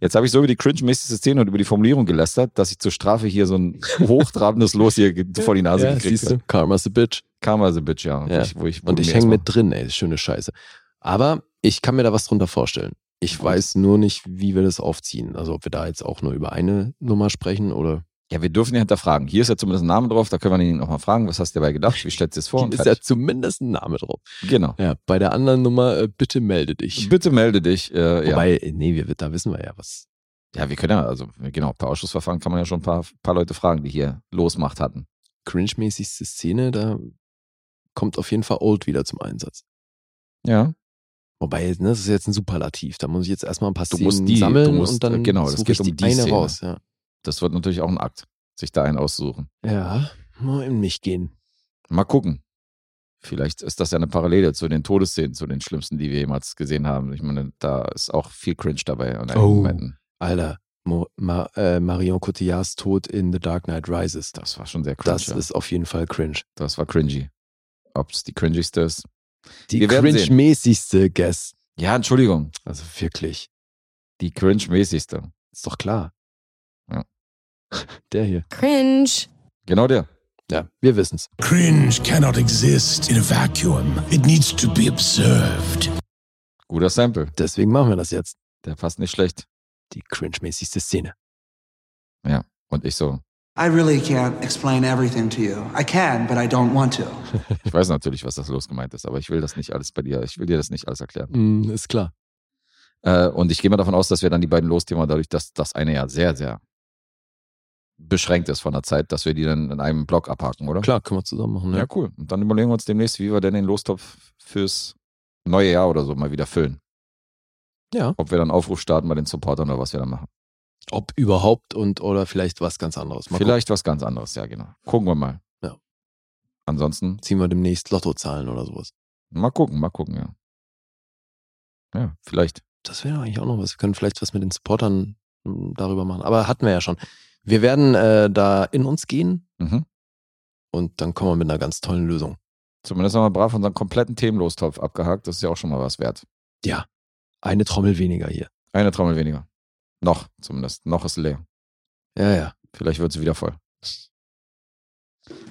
Speaker 2: Jetzt habe ich so über die cringe-mäßigste Szene und über die Formulierung gelästert, dass ich zur Strafe hier so ein hochtrabendes Los hier ge- vor die Nase
Speaker 3: Ja,
Speaker 2: also gekriegt
Speaker 3: siehst du,
Speaker 2: habe.
Speaker 3: Karma's a bitch.
Speaker 2: Karma's a bitch, ja.
Speaker 3: Ja.
Speaker 2: Ich, wo ich, wo
Speaker 3: Und
Speaker 2: mir
Speaker 3: ich hänge
Speaker 2: erstmal-
Speaker 3: mit drin, ey, schöne Scheiße. Aber ich kann mir da was drunter vorstellen. Ich weiß nur nicht, wie wir das aufziehen. Also ob wir da jetzt auch nur über eine Nummer sprechen oder
Speaker 2: Ja, wir dürfen ja hinterfragen. Hier ist ja zumindest ein Name drauf, da können wir ihn nochmal fragen, was hast du dabei gedacht, wie stellst du es vor?
Speaker 3: Hier
Speaker 2: Und
Speaker 3: ist ja
Speaker 2: fertig.
Speaker 3: zumindest ein Name drauf.
Speaker 2: genau.
Speaker 3: Ja, bei der anderen Nummer, äh, bitte melde dich.
Speaker 2: Bitte melde dich. Äh, ja.
Speaker 3: Wobei, äh, nee, wir, da wissen wir ja was.
Speaker 2: ja, wir können ja, also genau, per Ausschussverfahren kann man ja schon ein paar, paar Leute fragen, die hier Losmacht hatten.
Speaker 3: Cringe-mäßigste Szene, da kommt auf jeden Fall Old wieder zum Einsatz.
Speaker 2: Ja,
Speaker 3: Wobei, ne, das ist jetzt ein Superlativ. Da muss ich jetzt erstmal ein paar
Speaker 2: Du
Speaker 3: Szenen
Speaker 2: musst die- du
Speaker 3: sammeln
Speaker 2: musst,
Speaker 3: und dann
Speaker 2: äh, genau, das
Speaker 3: suche
Speaker 2: geht
Speaker 3: ich die
Speaker 2: um die
Speaker 3: eine
Speaker 2: Szene.
Speaker 3: raus. Ja,
Speaker 2: das wird natürlich auch ein Akt, sich da einen aussuchen.
Speaker 3: ja mal in mich gehen.
Speaker 2: Mal gucken. Vielleicht ist das ja eine Parallele zu den Todesszenen, zu den schlimmsten, die wir jemals gesehen haben. Ich meine, da ist auch viel Cringe dabei. an einigen
Speaker 3: Oh.
Speaker 2: Momenten.
Speaker 3: Alter, Mo Ma äh, Marion Cotillards Tod in The Dark Knight Rises. Das,
Speaker 2: Das war schon sehr cringe.
Speaker 3: das
Speaker 2: ja.
Speaker 3: ist auf jeden Fall cringe.
Speaker 2: das war cringy. Ob es die cringigste ist?
Speaker 3: Die
Speaker 2: Wir werden sehen.
Speaker 3: cringe-mäßigste Guess.
Speaker 2: Ja, Entschuldigung.
Speaker 3: Also wirklich.
Speaker 2: Die cringe-mäßigste.
Speaker 3: Ist doch klar.
Speaker 2: Ja.
Speaker 3: Der hier.
Speaker 14: Cringe.
Speaker 2: Genau der.
Speaker 3: Ja, wir wissen's.
Speaker 8: Cringe cannot exist in a vacuum. It needs to be observed.
Speaker 2: Guter Sample.
Speaker 3: Deswegen machen wir das jetzt.
Speaker 2: Der passt nicht schlecht.
Speaker 3: Die cringe-mäßigste Szene.
Speaker 2: Und ich so,
Speaker 15: I really can't explain everything to you. I can, but I don't want to.
Speaker 2: ich weiß natürlich, was das los gemeint ist, aber ich will das nicht alles bei dir, ich will dir das nicht alles erklären.
Speaker 3: Mm, ist klar.
Speaker 2: Äh, und ich gehe mal davon aus, dass wir dann die beiden Losthemen dadurch, dass das eine ja sehr, sehr beschränkt ist von der Zeit, dass wir die dann in einem Block abhaken, oder?
Speaker 3: Klar, können wir zusammen machen. Ne?
Speaker 2: Ja, cool. Und dann überlegen wir uns demnächst, wie wir denn den Lostopf fürs neue Jahr oder so mal wieder füllen.
Speaker 3: Ja.
Speaker 2: Ob wir dann Aufruf starten bei den Supportern oder was wir dann machen.
Speaker 3: Ob überhaupt und oder vielleicht was ganz anderes. Mal
Speaker 2: Vielleicht was ganz anderes, ja, genau. Gucken wir mal.
Speaker 3: Ja.
Speaker 2: Ansonsten,
Speaker 3: gucken, ziehen wir demnächst Lottozahlen oder sowas.
Speaker 2: mal gucken, mal gucken, ja. Ja, vielleicht.
Speaker 3: Das wäre eigentlich auch noch was. Wir können vielleicht was mit den Supportern mm, darüber machen. Aber hatten wir ja schon. Wir werden äh, da in uns gehen
Speaker 2: Mhm.
Speaker 3: und dann kommen wir mit einer ganz tollen Lösung.
Speaker 2: Zumindest haben wir brav unseren kompletten Themenlostopf abgehakt. Das ist ja auch schon mal was wert.
Speaker 3: Eine Trommel weniger hier.
Speaker 2: Eine Trommel weniger. Noch, zumindest. Noch ist leer.
Speaker 3: Ja, ja.
Speaker 2: Vielleicht wird sie wieder voll.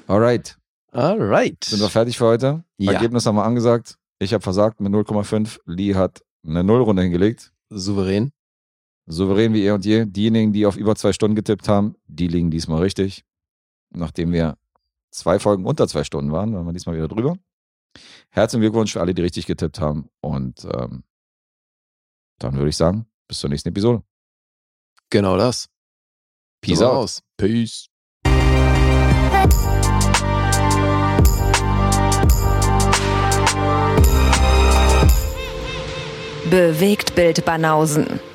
Speaker 2: Alright.
Speaker 3: Alright.
Speaker 2: Sind wir fertig für heute?
Speaker 3: Ja.
Speaker 2: Ergebnis haben wir angesagt. Ich habe versagt mit 0,5. Lee hat eine Nullrunde hingelegt.
Speaker 3: Souverän.
Speaker 2: Souverän wie eh und je. Diejenigen, die auf über zwei Stunden getippt haben, die liegen diesmal richtig. Nachdem wir zwei Folgen unter zwei Stunden waren, waren wir diesmal wieder drüber. Herzlichen Glückwunsch für alle, die richtig getippt haben. Und ähm, dann würde ich sagen, bis zur nächsten Episode.
Speaker 3: Genau das.
Speaker 2: Peace
Speaker 3: So
Speaker 2: out.
Speaker 3: aus. Peace.
Speaker 1: Bewegt Bild Banausen.